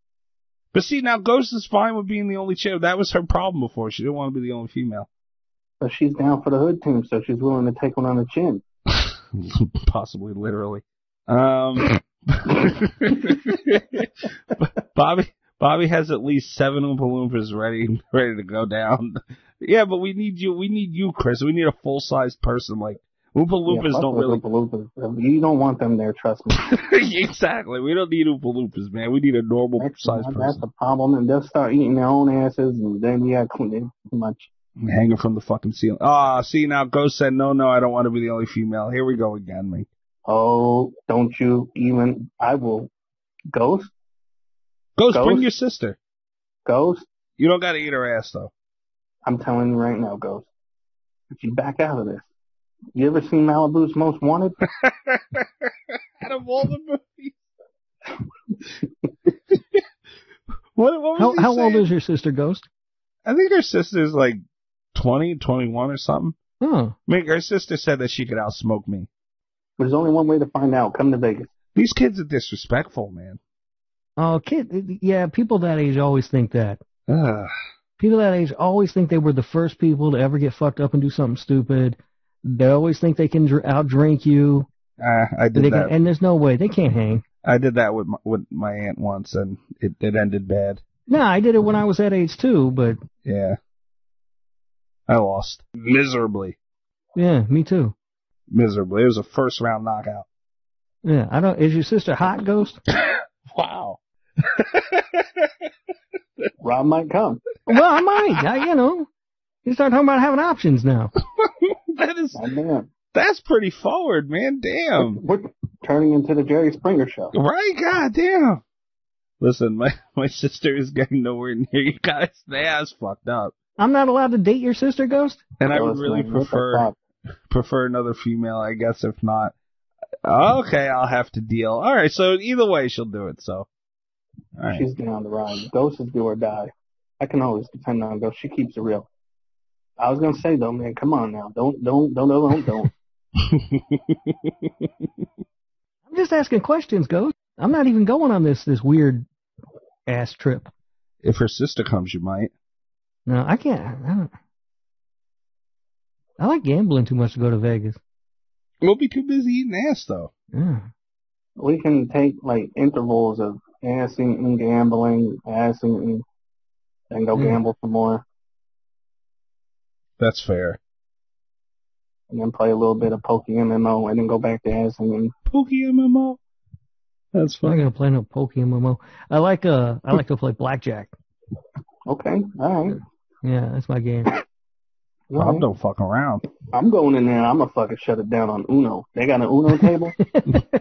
But see, now Ghost is fine with being the only chick. That was her problem before. She didn't want to be the only female.
But she's down for the hood team, so she's willing to take one on the chin.
*laughs* Possibly literally. Um, *laughs* Bobby Bobby has at least seven Oompa Loompas ready ready to go down. Yeah, but we need you. We need you, Chris. We need a full sized person like Oompa Loompas
fuck
don't
with
really.
Oompa Loompas. You don't want them there, trust me.
*laughs* exactly. We don't need Oompa Loompas, man. We need a normal sized
That's
person.
the problem. And they'll start eating their own asses, and then you got too much.
Hanging from the fucking ceiling. Ah, see now, Ghost said, no, no, I don't want to be the only female. Here we go again, mate.
Oh, don't you even? I will. Ghost,
Ghost,
Ghost?
bring your sister.
ghost.
You don't got to eat her ass, though.
I'm telling you right now, ghost. If you back out of this, you ever seen Malibu's Most Wanted?
*laughs* Out of all the movies. *laughs* what, what was
How
he
how
saying?
old is your sister, Ghost?
I think her sister's like 20, 21 or something.
Oh,
I mean, her sister said that she could outsmoke me.
There's only one way to find out. Come to Vegas.
These kids are disrespectful, man.
oh, kid. Yeah, people that age always think that.
Ugh.
People that age always think they were the first people to ever get fucked up and do something stupid. They always think they can dr- outdrink you.
I, I
They
did
can,
that.
and there's no way they can't hang.
I did that with my, with my aunt once, and it, it ended bad.
No, I did it when I was that age too, but
Yeah, I lost miserably,
yeah, me too.
miserably. It was a first round knockout.
Yeah, I don't. Is your sister hot, Ghost?
Wow.
Rob might come.
well, I might. I, you know, you start talking about having options now.
*laughs* that is
God damn.
that's pretty forward, man. Damn.
We're turning into the Jerry Springer show.
Right? God damn. Listen, my *laughs* my sister is getting nowhere near you guys. They ass fucked up,
I'm not allowed to date your sister, Ghost.
and I would
Ghost,
really
man, what the
prefer
fuck?
prefer another female. I guess if not, okay, I'll have to deal. All right. So either way, she'll do it. So. All right.
She's down the ride. Ghost is do or die. I can always depend on Ghost. She keeps it real. I was gonna say though, man, come on now. Don't don't don't don't don't.
I'm just asking questions, Ghost. I'm not even going on this this weird ass trip.
*laughs* if her sister comes, you might.
No, I can't. I, don't, I like gambling too much to go to Vegas.
We'll be too busy eating ass though.
Yeah.
we can take like intervals of assing and gambling, assing and then go
Hmm.
gamble some more,
That's fair.
and then play a little bit of Poke MMO, and then go back to assing and
Pokey MMO. That's
I'm not
funny.
gonna play no Pokemon. I like uh, I like to play blackjack.
okay, all right.
Yeah, that's my game. *laughs*
all
Rob
right.
don't fuck around.
I'm going in there. I'm gonna fucking shut it down on Uno. They got an Uno table.
*laughs*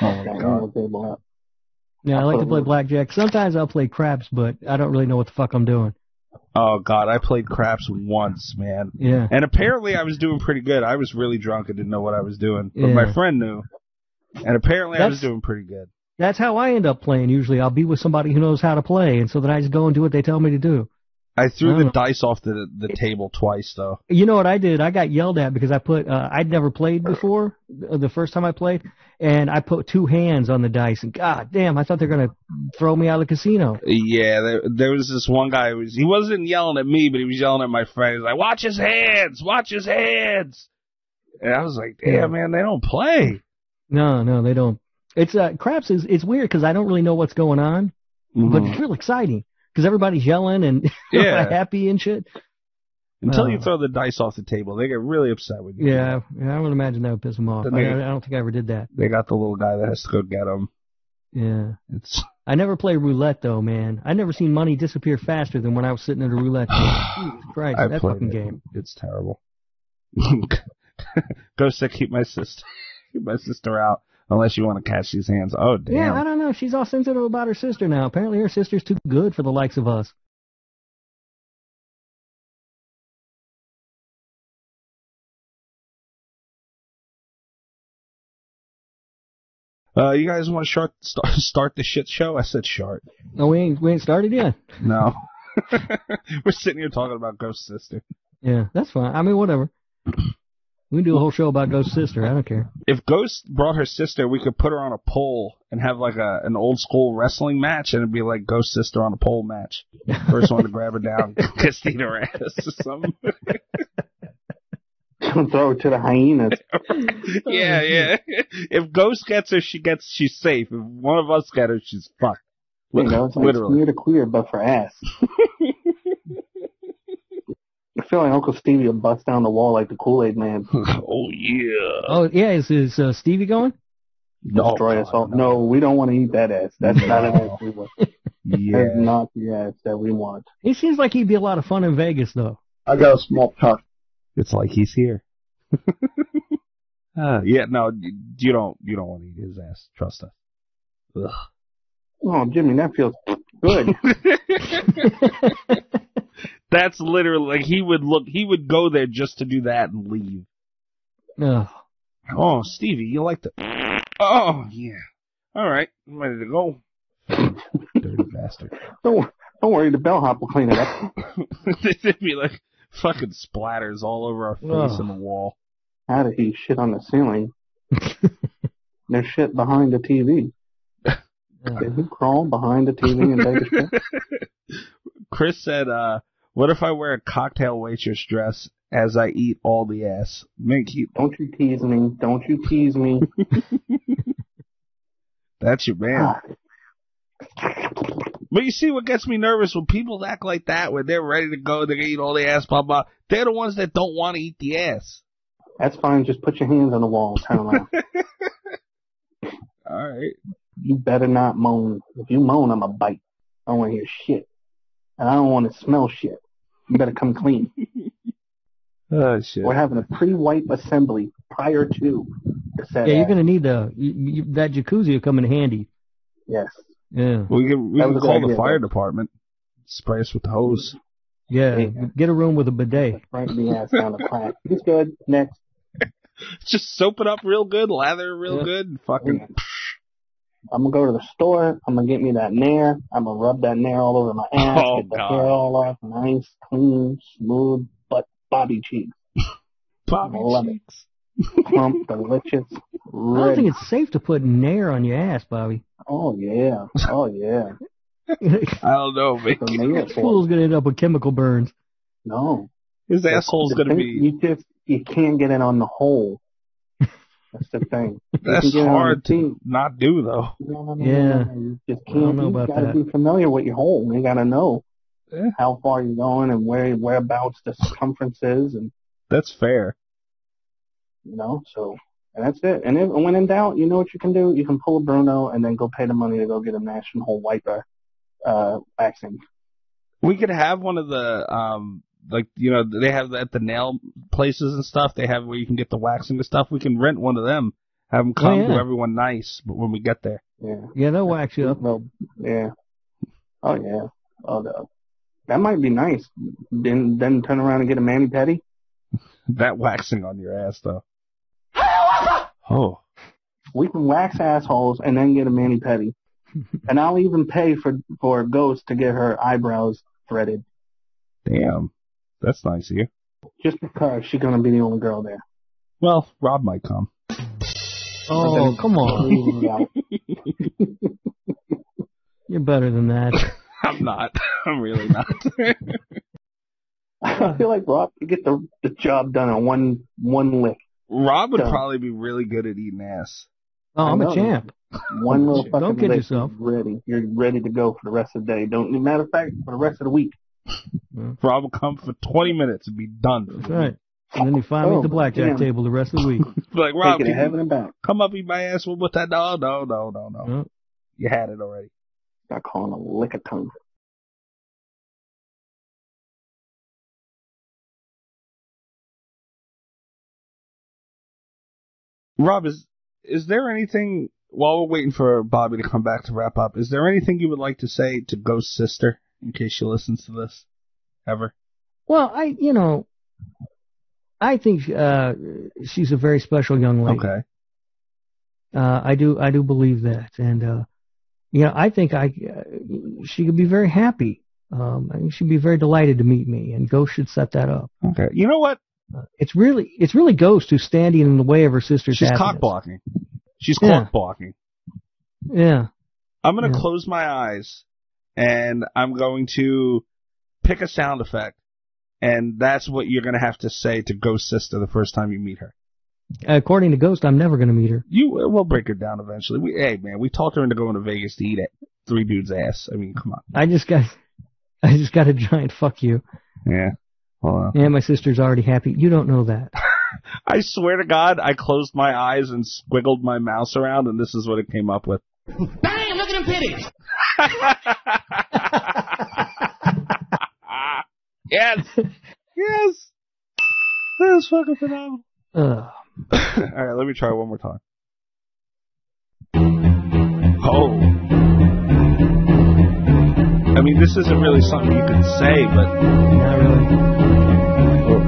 Oh
Got
my
an
god.
Uno table out.
Yeah, I like to play
Absolutely.
blackjack. Sometimes I'll play craps, but I don't really know what the fuck I'm doing.
Oh god. I played craps once, man.
Yeah.
And apparently I was doing pretty good. I was really drunk and didn't know what I was doing, but my
Yeah.
friend knew. And apparently I was
That's-
doing pretty good.
That's how I end up playing usually. I'll be with somebody who knows how to play, and so then I just go and do what they tell me to do.
I threw the
Oh.
dice off the the table twice though.
You know what I did? I got yelled at because I put, uh, I'd never played before, uh, the first time I played, and I put two hands on the dice, and god damn, I thought they were going to throw me out of the casino.
Yeah, there, there was this one guy who was he wasn't yelling at me, but he was yelling at my friend. He's like, "Watch his hands! Watch his hands!" And I was like, "Damn,
Yeah.
man, they don't play."
No, no, they don't. It's, uh, craps is, it's weird because I don't really know what's going on, but it's real exciting because everybody's yelling and
Mm-hmm. Mm.
*laughs*
Yeah.
happy and shit.
Until you
Uh.
throw the dice off the table, they get really upset with you.
Yeah, yeah, I would imagine that would piss them off.
But
I,
they-
I don't think I ever did that.
They got the little guy that has to go get them.
Yeah. *sighs*
It's *sighs*
I never play roulette though, man. I never seen money disappear faster than when I was sitting at
*sighs*
a roulette. table. Jesus Christ,
I
that
played
fucking
it.
game.
It's terrible. *laughs* go sick, keep my sister, *laughs* keep my sister out. Unless you want to catch these hands. Oh damn!
Yeah, I don't know. She's all sensitive about her sister now. Apparently, her sister's too good for the likes of us.
uh, you guys want to start *laughs* start the shit show? I said shart.
No, we ain't we ain't started yet.
No. *laughs* We're sitting here talking about Ghost Sister.
Yeah, that's fine. I mean, whatever. We can do a whole show about Ghost Sister. I don't care.
If Ghost brought her sister, we could put her on a pole and have like a an old school wrestling match, and it'd be like Ghost Sister on a pole match. First one to grab her down, *laughs* Christina her ass or something.
*laughs* Throw it to the hyenas.
*laughs* yeah, yeah. If Ghost gets her, she gets she's safe. If one of us get her, she's fucked. *laughs*
You know, it's like
Literally.
smear to queer, but for ass. feel like Uncle Stevie will bust down the wall like the Kool Aid Man.
oh yeah.
*laughs* Oh yeah, is is uh, Stevie going?
No,
Destroy
God,
us all. No. we don't want to eat that ass. That's not an ass we want. That's
Yeah.
not the ass that we want.
He seems like he'd be a lot of fun in Vegas though. *laughs*
I got a small talk.
It's like he's here. *laughs* uh, yeah. No, you don't. You don't want to eat his ass. Trust *laughs* us.
Oh, Jimmy, that feels
*laughs*
good.
That's literally like he would look. He would go there just to do that and leave.
Ugh.
Oh, Stevie, you like the? *laughs* Oh yeah. All right, I'm ready to *laughs* go. Dirty bastard.
don't, don't worry, the bellhop will clean it up.
It'd be like fucking splatters all over our face
Ugh.
and the wall.
How did he shit on the ceiling? There's shit behind the TV. Did he crawl behind the TV and take a shit?
Chris said, uh, "What if I wear a cocktail waitress dress as I eat all the ass? Make you,
Don't you tease me. Don't you tease me.
that's your man." But you see, what gets me nervous when people act like that when they're ready to go, they're gonna eat all the ass, blah blah. They're the ones that don't want to eat the ass.
That's fine. Just put your hands on the wall and turn around.
*laughs* All right.
you better not moan. If you moan, I'm going to bite. I don't want to hear shit. And I don't want to smell shit. You better come clean.
Oh shit.
We're having a pre-wipe assembly prior to the set.
Yeah, you're gonna need the you, you, that jacuzzi will come in handy.
Yes.
Yeah,
We can we
That
can
was a
call
good
the
idea,
fire
though.
department. Spray us with the hose. *laughs*
yeah.
Yeah.
Get a room with a bidet.
Right in the ass down the crack. He's good. Next.
Just soap it up real good, lather it real
Yeah.
good, and fucking.
I'm going to go to the store. I'm going to get me that nair. I'm going to rub that nair all over my ass.
Oh,
get the
God.
hair all off. Nice, clean, smooth, but bobby cheek.
Bobby
I love it.
cheeks.
Plump, delicious,
I don't
ready.
think it's safe to put nair on your ass, Bobby. *laughs*
Oh, yeah. Oh, yeah.
This
I don't know, man.
The
*laughs*
nair for
fool's gonna end up with chemical burns.
No.
His asshole's
The
gonna
thing-
be.
You just you can't get it on the
*laughs*
hole. That's the thing.
That's
you can get it on
hard
the
to
team.
not do though.
No, no, no,
Yeah.
no, no, You just
I don't
can't.
know
You
about
gotta
that.
be familiar with your hole. You gotta know
Yeah.
how far you're going and where whereabouts the circumference is, and
That's fair.
you know. So and that's it. And if, when in doubt, you know what you can do. You can pull a Bruno and then go pay the money to go get a national wiper uh waxing.
We could have one of the um like you know they have at the nail places and stuff. They have where you can get the waxing and stuff. We can rent one of them. Have them come
yeah.
do everyone nice, but when we get there,
Yeah.
Yeah, they'll wax you
*laughs*
up.
Well, yeah. Oh yeah. Oh no. That might be nice. Then then turn around and get a mani petty.
that waxing on your ass though. Oh,
We can wax assholes and then get a
*laughs*
mani pedi, and I'll even pay for for Ghost to get her eyebrows threaded,
damn, that's nice of you.
just because she's gonna be the only girl there.
Well, Rob might come. *laughs*
Oh, come on.
Yeah.
You're better than that.
*laughs*
I'm not. *laughs* I'm really not.
*laughs* I feel like Rob could get the the job done on one one lick,
Rob would
Done.
probably be really good at eating ass.
Oh, I'm
I
a
know.
champ.
one
*laughs*
little
Don't
fucking
kid
lick.
yourself.
You're ready, you're ready to go for the rest of the day. Don't as a matter of fact for the rest of the week.
Rob will come for 20 minutes and be done. for the
That's
week.
right. And then you finally at the
Oh,
blackjack
damn.
table the rest of the
*laughs*
week.
Be like Rob,
Take
can
it to
you
heaven and back.
come up eat my ass with with that? No, no, no, no, no.
Huh?
You had it already.
Start calling a lick a tongue.
Rob, is is there anything while we're waiting for Bobby to come back to wrap up? Is there anything you would like to say to Ghost Sister in case she listens to this ever?
Well, I, you know, I think uh, she's a very special young lady.
Okay.
Uh, I do, I do believe that, and uh, you know, I think I, uh, she could be very happy. Um, I think she'd be very delighted to meet me, and Ghost should set that up.
Okay. You know what?
It's really, it's really Ghost who's standing in the way of her sister's
She's
happiness.
cock blocking. She's
Yeah.
cock blocking.
Yeah,
I'm gonna
Yeah.
close my eyes and I'm going to pick a sound effect, and that's what you're gonna have to say to Ghost Sister the first time you meet her.
according to Ghost, I'm never going to meet her.
You we'll break her down eventually. We, hey man, we talked her into going to Vegas to eat at three
*laughs*
dudes' ass. I mean, come on.
I just got, I just got a giant fuck you.
Yeah. Hold on.
Yeah, my sister's already happy. You don't know that.
I swear to God, I closed my eyes and squiggled my mouse around, and this is what it came up with.
Bam! Look at them pitties.
*laughs* Yes, yes, that is fucking phenomenal.
Ugh.
*coughs* All right, let me try one more time. Oh, I mean, this isn't really something you can say, but
Not really.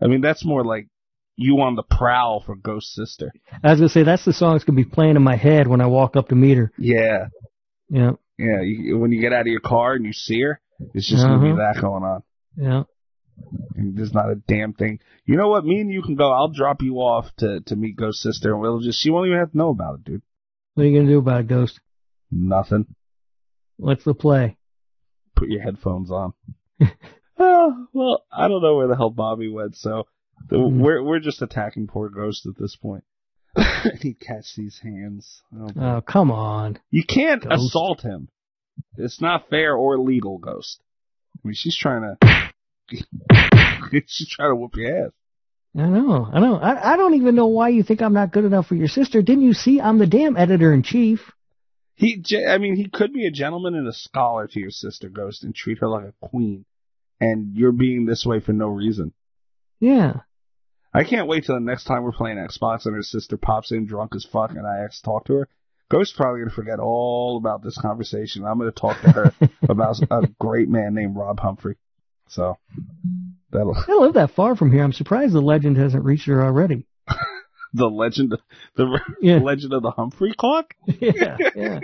I mean, that's more like you on the prowl for Ghost Sister.
I was gonna say that's the song that's gonna be playing in my head when I walk up to meet her.
Yeah,
Yeah,
yeah. You, when you get out of your car and you see her, it's just gonna
Uh-huh.
be that going on.
yeah.
And There's not a damn thing. You know what? Me and you can go. I'll drop you off to to meet Ghost Sister, and we'll just. She won't even have to know about it, dude.
What are you gonna do about it, Ghost?
Nothing.
What's the play?
put your headphones on. *laughs* oh, well, I don't know where the hell Bobby went, so the,
Hmm.
we're we're just attacking poor Ghost at this point. *laughs* And he catch these hands. Oh, boy.
Oh, come on.
you can't
Ghost.
assault him. It's not fair or legal, Ghost. I mean, she's trying to. *laughs* she's trying to whoop your ass.
I know. I know. I, I don't even know why you think I'm not good enough for your sister. Didn't you see? I'm the damn editor in chief.
He, ge- I mean, he could be a gentleman and a scholar to your sister, Ghost, and treat her like a queen. And you're being this way for no reason.
Yeah.
I can't wait till the next time we're playing Xbox and her sister pops in drunk as fuck and I ask to talk to her. Ghost's probably gonna forget all about this conversation. I'm gonna talk to her about a great man named Rob Humphrey. So that'll
I don't live that far from here. I'm surprised the legend hasn't reached her already.
*laughs* the legend the
Yeah. *laughs*
legend of the Humphrey clock.
yeah. Yeah.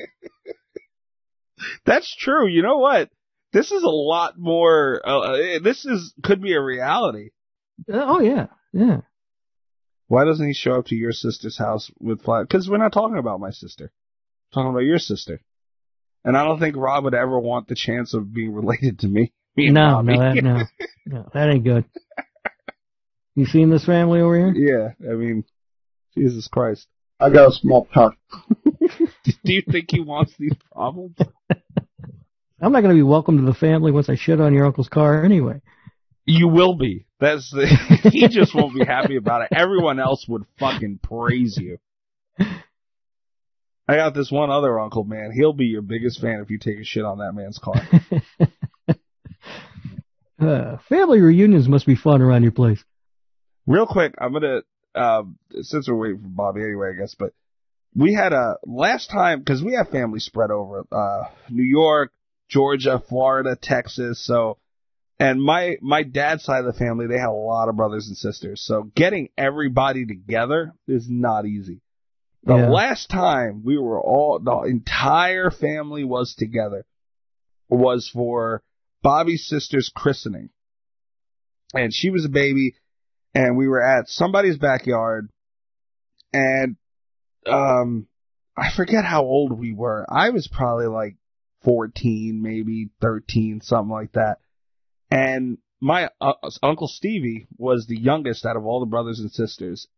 That's true. You know what? This is a lot more. Uh, eh, this is could be a reality.
Oh yeah. Yeah.
Why doesn't he show up to your sister's house with flowers? Because we're not talking about my sister. We're talking about your sister. And I don't think Rob would ever want the chance of being related to *laughs* me. me and
No,
Bobby.
no, that, no, no, that ain't good. You seen this family over here?
yeah, I mean, Jesus Christ.
I got a small pack.
Do you think he wants these problems?
I'm not going to be welcome to the family once I shit on your uncle's car anyway.
You will be. That's *laughs* the, he just won't be happy about it. Everyone else would fucking praise you. I got this one other uncle, man. He'll be your biggest fan if you take a shit on that man's car.
Uh, family reunions must be fun around your place.
Real quick, I'm gonna um, since we're waiting for Bobby anyway, I guess. But we had a last time because we have family spread over uh, New York, Georgia, Florida, Texas. So, and my my dad's side of the family, they had a lot of brothers and sisters. So getting everybody together is not easy. The
Yeah.
last time we were all the entire family was together was for Bobby's sister's christening. And she was a baby and we were at somebody's backyard and um I forget how old we were. I was probably like 14, maybe 13, something like that. And my uh, uncle Stevie was the youngest out of all the brothers and sisters.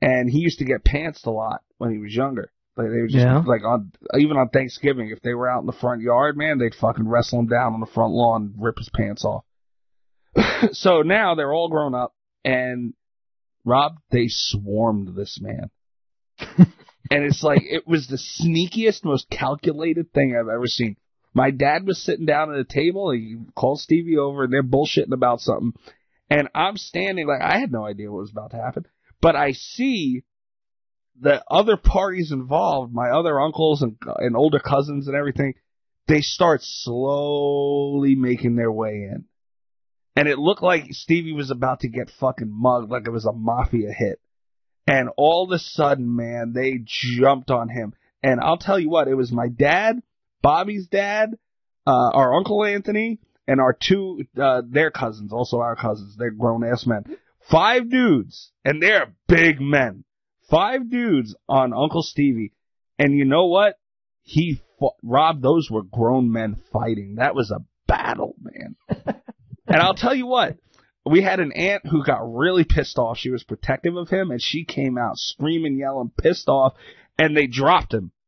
And he used to get pantsed a lot when he was younger. Like they were just
Yeah.
like on even on Thanksgiving if they were out in the front yard, man, they'd fucking wrestle him down on the front lawn and rip his pants off. *laughs* so now they're all grown up and Rob, they swarmed this man. and it's like it was the sneakiest, most calculated thing I've ever seen. My dad was sitting down at a table, and he calls Stevie over, and they're bullshitting about something. And I'm standing like I had no idea what was about to happen. But I see the other parties involved, my other uncles and and older cousins and everything, they start slowly making their way in. And it looked like Stevie was about to get fucking mugged, like it was a mafia hit. And all of a sudden, man, they jumped on him. And I'll tell you what, it was my dad, Bobby's dad, uh, our uncle Anthony, and our two, uh, their cousins, also our cousins, they're grown ass men. Five dudes, and they're big men. Five dudes on Uncle Stevie. And you know what? He fought, Rob, those were grown men fighting. That was a battle,
*laughs*
man. and I'll tell you what, we had an aunt who got really pissed off. She was protective of him, and she came out screaming, yelling, pissed off, and they dropped him. *laughs*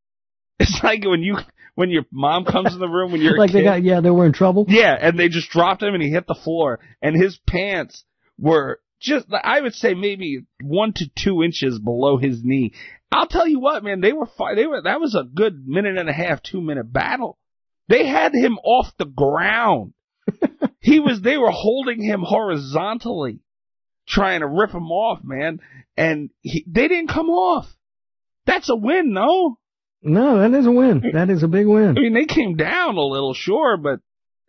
It's like when you when your mom comes in the room when you're a
like they
kid?
got yeah, they were in trouble.
Yeah, and they just dropped him and he hit the floor. And his pants were just, I would say maybe one to two inches below his knee. I'll tell you what, man, they were fine. They were, that was a good minute and a half, two minute battle. They had him off the
*laughs*
ground. he was, they were holding him horizontally, trying to rip him off, man. And he, they didn't come off. That's a win, no?
No, that is a
*laughs*
win. That is a big
I
win.
mean, they came down a little, sure, but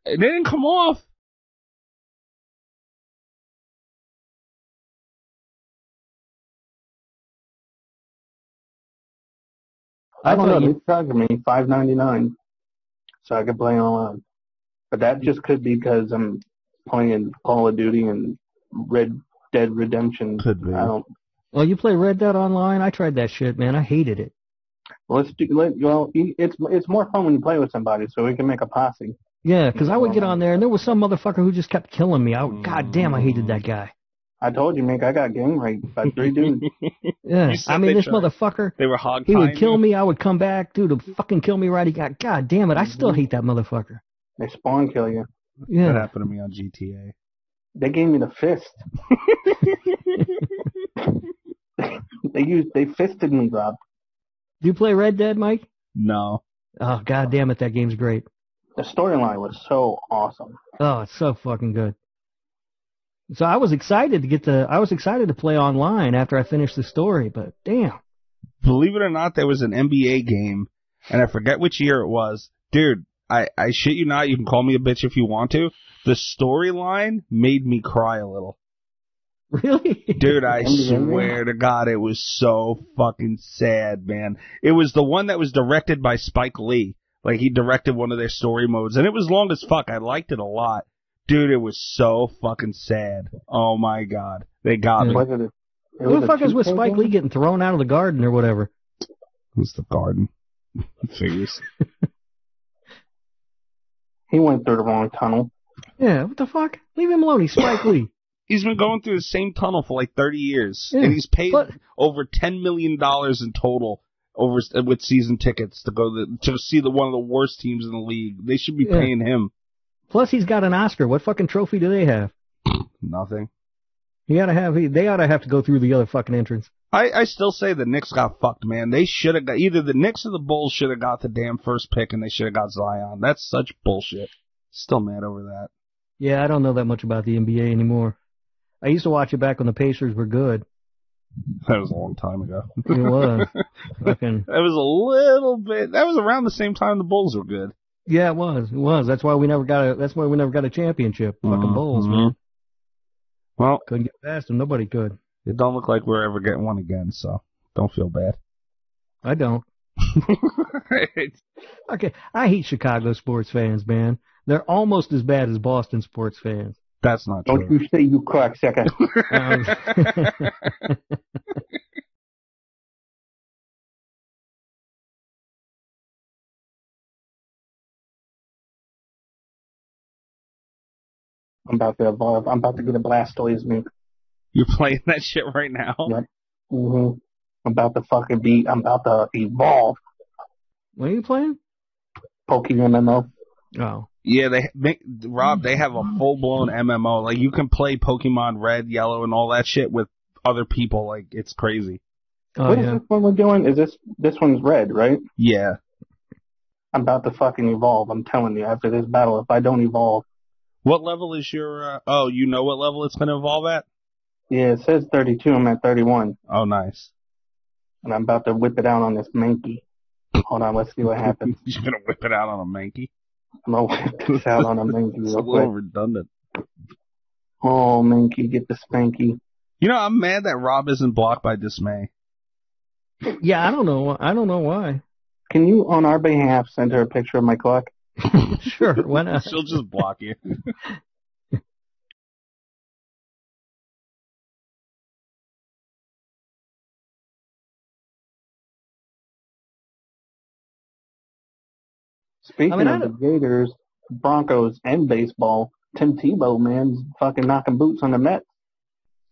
they didn't come off.
I don't
thought
know.
you-
They charged me five ninety nine, so I could play online. But that just could be because I'm playing Call of Duty and Red Dead Redemption.
Could be.
I don't.
Well, you play Red Dead Online. I tried that shit, man. I hated it.
Let's do. Let, well, e- it's it's more fun when you play with somebody, so we can make a posse.
Yeah, because I would get on there and there was some motherfucker who just kept killing me. I would, God damn, I hated that guy.
I told you, Mick, I got gang raped by
*laughs*
three dudes.
Yeah,
You said
I mean
they
this
tried.
motherfucker.
They were hog.
He would kill me. I would come back, dude. To fucking kill me right. He got. God damn it. I still
Mm-hmm.
hate that motherfucker.
They spawn kill you.
That
Yeah.
happened to me on GTA.
They gave me the
*laughs*
fist. *laughs* they used they fisted me, Rob.
Do you play Red Dead, Mike?
No.
Oh, god damn it. That game's great.
The storyline was so awesome.
Oh, it's so fucking good. So I was excited to get the. I was excited to play online after I finished the story, but damn. *laughs*
Believe it or not, there was an NBA game, and I forget which year it was. Dude, I, I shit you not, you can call me a bitch if you want to. The storyline made me cry a little.
Really?
Dude, I
NBA?
swear to God, it was so fucking sad, man. It was the one that was directed by Spike Lee. Like, he directed one of their story modes, and it was long as fuck. I liked it a lot. Dude, it was so fucking sad. Oh my God. They got me.
Was it a, it
Who
was
the
a
fuck is with
2K
Spike
game?
Lee getting thrown out of the garden or whatever?
It's the garden. Figures.
He went through the wrong tunnel.
Yeah, what the fuck? Leave him alone. He's Spike Lee.
He's been going through the same tunnel for like 30 years,
Yeah,
and he's paid
but-
over 10 million dollars in total over with season tickets to go to, to see the one of the worst teams in the league. They should be
Yeah.
paying him
Plus, he's got an Oscar. What fucking trophy do they have?
nothing.
He ought to have. He, they ought to have to go through the other fucking entrance.
I, I still say the Knicks got fucked, man. They should have got either the Knicks or the Bulls should have got the damn first pick, and they should have got Zion. That's such bullshit. Still mad over that.
Yeah, I don't know that much about the NBA anymore. I used to watch it back when the Pacers were good.
That was a long time ago.
It was fucking.
That was a little bit. That was around the same time the Bulls were good.
Yeah, it was. It was. That's why we never got a. That's why we never got a championship.
Mm-hmm.
Fucking Bulls,
Mhm.
man.
Well,
Couldn't get past them. Nobody could.
it don't look like we're ever getting one again, so don't feel bad.
I don't. Okay, I hate Chicago sports fans, man. They're almost as bad as Boston sports fans.
That's not
Don't *laughs*
true.
you say you cracksucker.
Um,
*laughs* I'm about to evolve. I'm about to get a Blastoise, Mick.
*laughs* You're playing that shit right now.
Yeah. Mm-hmm. I'm about to fucking be. I'm about to evolve.
what are you playing?
Pokemon MMO.
Oh,
Yeah, they they- Rob, they have a full blown MMO. Like you can play Pokemon Red, Yellow, and all that shit with other people. Like it's crazy.
oh
What is
yeah.
this one we're doing? Is this this one's red, right?
Yeah.
I'm about to fucking evolve. I'm telling you. After this battle, if I don't evolve,
What level is your? Uh, oh, you know what level it's gonna evolve at?
yeah, it says 32. I'm at 31,
Oh, nice. *laughs*
and I'm about to whip it out on this Mankey. Hold on, let's see what happens.
You're gonna whip it out on a Mankey.
I'm gonna whip this out on a Mankey
It's a
real
little
quick.
redundant.
Oh, Mankey, get the spanky.
You know, I'm mad that Rob isn't blocked by dismay.
Yeah, I don't know. I don't know
*laughs*
why.
Can you, on our behalf, send her a picture of my clock?
Sure, why not?
She'll just block you.
Speaking
I mean, I
of the Gators, Broncos, and baseball, Tim Tebow, man's fucking knocking boots on the Mets.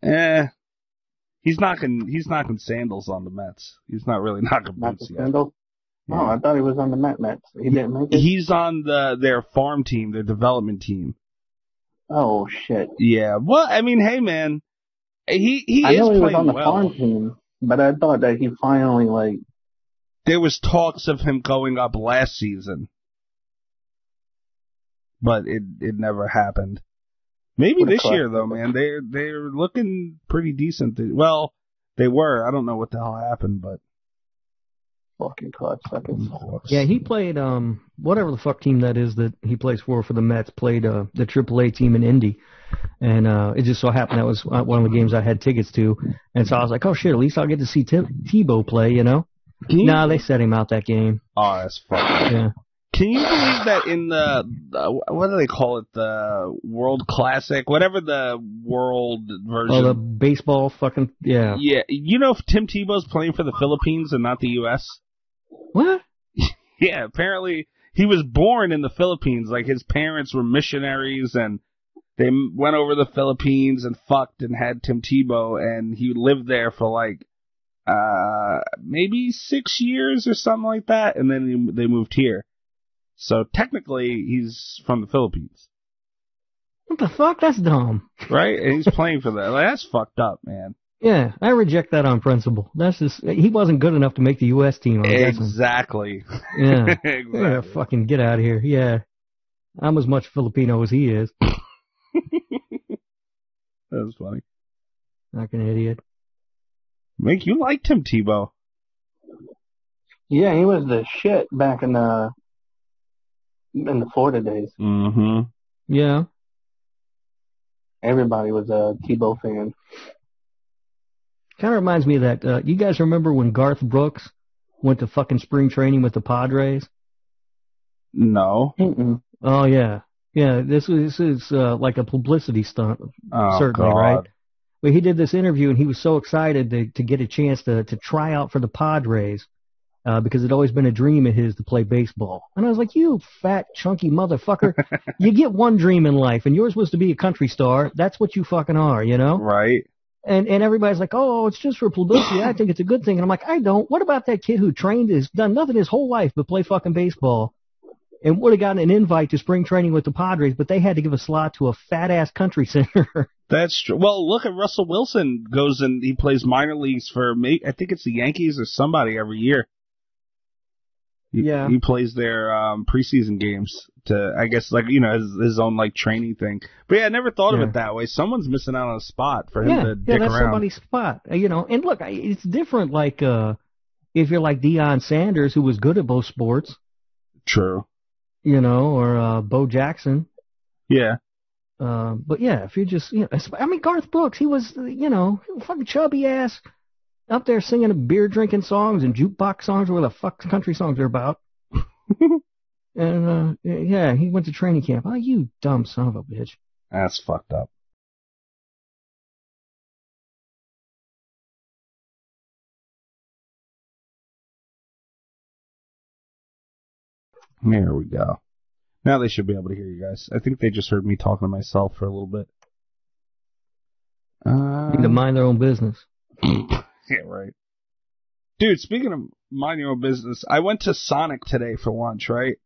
Eh. He's knocking he's knocking sandals on the Mets. He's not really *laughs* knocking
Not
boots
the
yet.
sandal. No, Oh, I thought he was on the Met Mets. He didn't make it.
He's on the their farm team, their development team.
Oh shit!
Yeah. Well, I mean, hey man, he he
I
is
know he was
playing
on the
well.
farm team, but I thought that he finally like.
There was talks of him going up last season, but it it never happened. Maybe
What a
this
class.
year though, man. They're they're looking pretty decent. Well, they were. I don't know what the hell happened, but
Fucking
Mm,
cocksuckers.
Yeah, he played um whatever the fuck team that is that he plays for for the Mets played uh the AAA team in Indy, and uh it just so happened that was uh, one of the games I had tickets to, and so I was like, oh shit, at least I'll get to see Tim Tebow play, you know?
Can you-
Nah, they set him out that game.
Oh, that's fucked.
Yeah,
Can you believe that in the, the what do they call it the World Classic, whatever the world
oh the
version?
baseball fucking yeah.
yeah, you know if Tim Tebow's playing for the Philippines and not the U.S.
What?
*laughs* Yeah, apparently he was born in the Philippines. Like his parents were missionaries and they m- went over to the Philippines and fucked and had Tim Tebow and he lived there for like uh maybe 6 years or something like that and then he, they moved here. So technically he's from the Philippines,
What the fuck? That's dumb.
right? And he's playing for that. Like, that's fucked up, man.
Yeah, I reject that on principle. That's just he wasn't good enough to make the U.S. team. I'm guessing.
Exactly.
Oh, *laughs* Yeah.
*laughs*
Yeah,
exactly.
fucking get out of here. Yeah. I'm as much Filipino as he is.
That was funny.
Fucking idiot.
Make you like Tim Tebow.
Yeah, he was the shit back in the in the Florida days.
Mm-hmm.
Mhm.
Yeah.
Everybody was a Tebow fan.
Kind of reminds me of that. Uh, you guys remember when Garth Brooks went to fucking spring training with the Padres?
No.
Mm-mm.
Oh, yeah. Yeah, this was this is uh, like a publicity stunt,
Oh,
certainly,
God.
right? But he did this interview and he was so excited to, to get a chance to, to try out for the Padres uh, because it would always been a dream of his to play baseball. And I was like, you fat,
*laughs*
chunky motherfucker. you get one dream in life and yours was to be a country star. That's what you fucking are, you know?
Right.
And and everybody's like, oh, it's just for publicity. I think it's a good thing. And I'm like, I don't. What about that kid who trained has done nothing his whole life but play fucking baseball, and would have gotten an invite to spring training with the Padres, but they had to give a slot to a fat ass country singer. *laughs*
That's true. Well, look at Russell Wilson goes and he plays minor leagues for ma- I think it's the Yankees or somebody every year. He,
Yeah.
he plays their um, preseason games to I guess like you know his, his own like training thing. But yeah, I never thought of
Yeah.
it that way. Someone's missing out on a spot for him
yeah,
to
yeah,
dick
that's
around.
somebody's spot. Uh, You know, and look, I- it's different. Like uh, if you're like Deion Sanders, who was good at both sports,
True.
you know, or uh, Bo Jackson.
Yeah.
Uh, but yeah, if you're just, you know, it's- I mean, Garth Brooks, he was, you know, fucking chubby ass up there singing beer drinking songs and jukebox songs, or the fuck country songs are
*laughs*
about. and uh, yeah, he went to training camp. Oh, you dumb son of a bitch.
That's fucked up. There we go. Now they should be able to hear you guys. I think they just heard me talking to myself for a little bit.
Need
Um,
to
Uh,
mind their own business.
*clears throat* yeah, right. Dude, speaking of mind your own business, I went to Sonic today for lunch, right?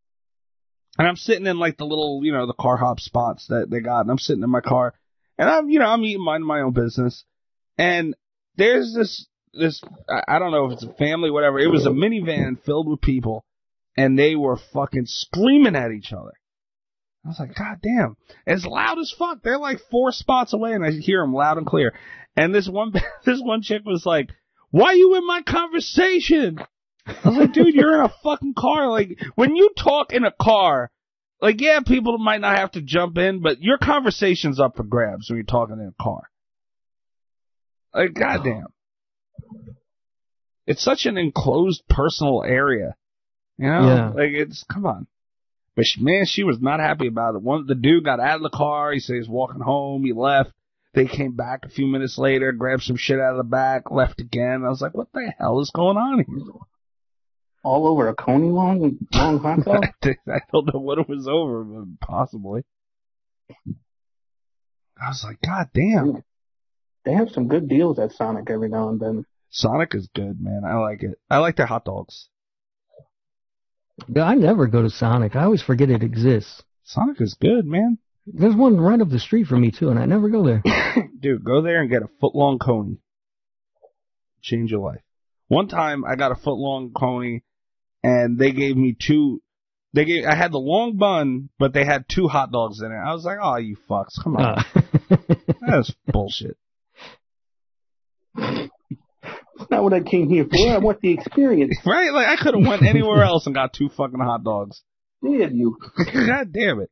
And I'm sitting in like the little, you know, the car hop spots that they got, and I'm sitting in my car, and I'm, you know, I'm eating mind my own business, and there's this, this, I I don't know if it's a family, whatever. It was a minivan filled with people, and they were fucking screaming at each other. I was like, God damn, it's loud as fuck. They're like four spots away, and I hear them loud and clear. And this one, *laughs* this one chick was like, "Why you in my conversation?" I was like, "Dude, you're in a fucking car. Like when you talk in a car, like yeah, people might not have to jump in, but your conversation's up for grabs when you're talking in a car. Like goddamn, it's such an enclosed personal area. You know,
Yeah.
like it's come on." But she, man, she was not happy about it. One, the dude got out of the car. He said he's walking home. He left. They came back a few minutes later, grabbed some shit out of the back, left again. I was like, what the hell is going on here?
All over a Coney long, long hot dog.
*laughs* I don't know what it was over, but possibly. I was like, God damn.
They have some good deals at Sonic every now and then.
Sonic is good, man. I like it. I like their hot dogs.
I never go to Sonic. I always forget it exists.
Sonic is good, man.
There's one right up the street from me too, and I never go *laughs* there.
Dude, go there and get a foot long coney. Change your life. One time I got a foot long coney and they gave me two they gave I had the long bun, but they had two hot dogs in it. I was like, Oh you fucks, come
Uh.
on. That's bullshit. *laughs*
That's not what I came here for. I want the experience.
Right? Like I could have went anywhere else and got two fucking hot dogs.
Damn you.
God damn it.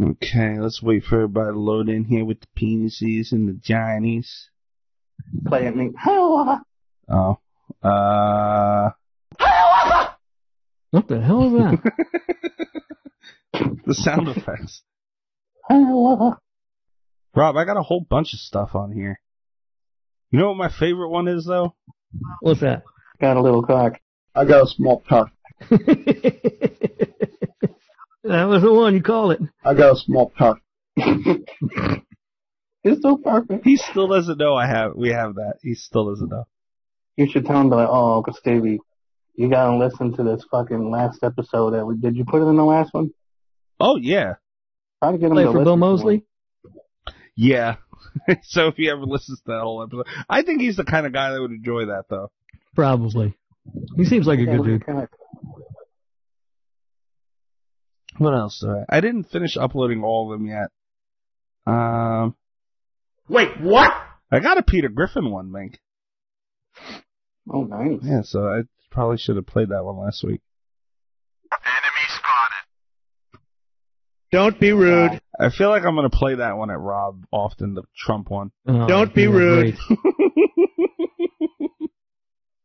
Okay, let's wait for everybody to load in here with the penises and the Johnnies.
Play at me. Hiawatha.
Oh. Uh *laughs*
Hiawatha.
*laughs* What the hell is that?
the sound effects.
Hiawatha.
Rob, I got a whole bunch of stuff on here. You know what my favorite one is though?
*laughs* What's that?
Got a little cock.
I got a small cock.
*laughs* that was the one you called it.
I got a small cock.
*laughs* It's so perfect.
He still doesn't know I have we have that. He still doesn't know.
You should tell him, be like, oh, Uncle Stevie, you gotta listen to this fucking last episode that we did. You put it in the last one?
Oh yeah.
Try to get him
Play
to
for
listen
Bill
to
Mosley.
Yeah. *laughs* so if he ever listens to that whole episode. I think he's the kind of guy that would enjoy that though.
Probably. He seems like a
it.
good dude.
Kinda-
What else? do I- I didn't finish uploading all of them yet. Um
Wait, what?
I got a Peter Griffin one, Mink.
Oh, nice.
Yeah, so I probably should have played that one last week.
Enemy spotted.
Don't be rude.
I feel like I'm gonna play that one at Rob often, the Trump one. *laughs*
Oh,
Don't be
you were
rude.
*laughs*
great.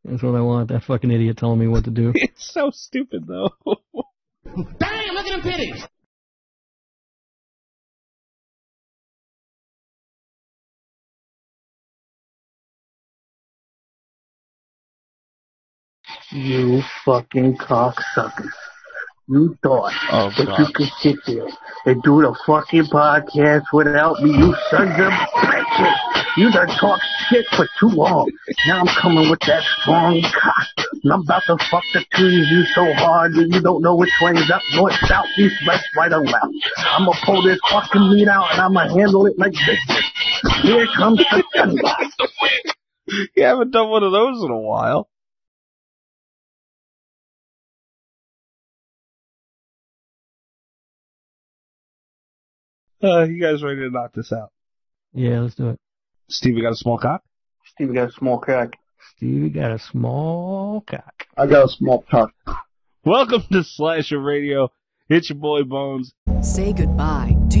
That's what I want. That fucking idiot telling me what to do.
It's so stupid though. *laughs*
Damn, look at them pitties.
You fucking cocksuckers. You thought
Oh,
that
God.
you could sit there and do the fucking podcast without me, you sons of bitches. You done talk shit for too long. Now I'm coming with that strong cock. And I'm about to fuck the trees you so hard that you don't know which way is up, north, south, east, west, right, or left. I'ma pull this fucking meat out and I'ma handle it like business. Here comes September.
*laughs* you haven't done one of those in a while. Uh, you guys ready to knock this out?
Yeah, let's do it.
Stevie got a small cock?
Steve got a small cock.
Stevie got a small cock.
I got a small cock.
Welcome to Slasher Radio. It's your boy Bones.
Say goodbye to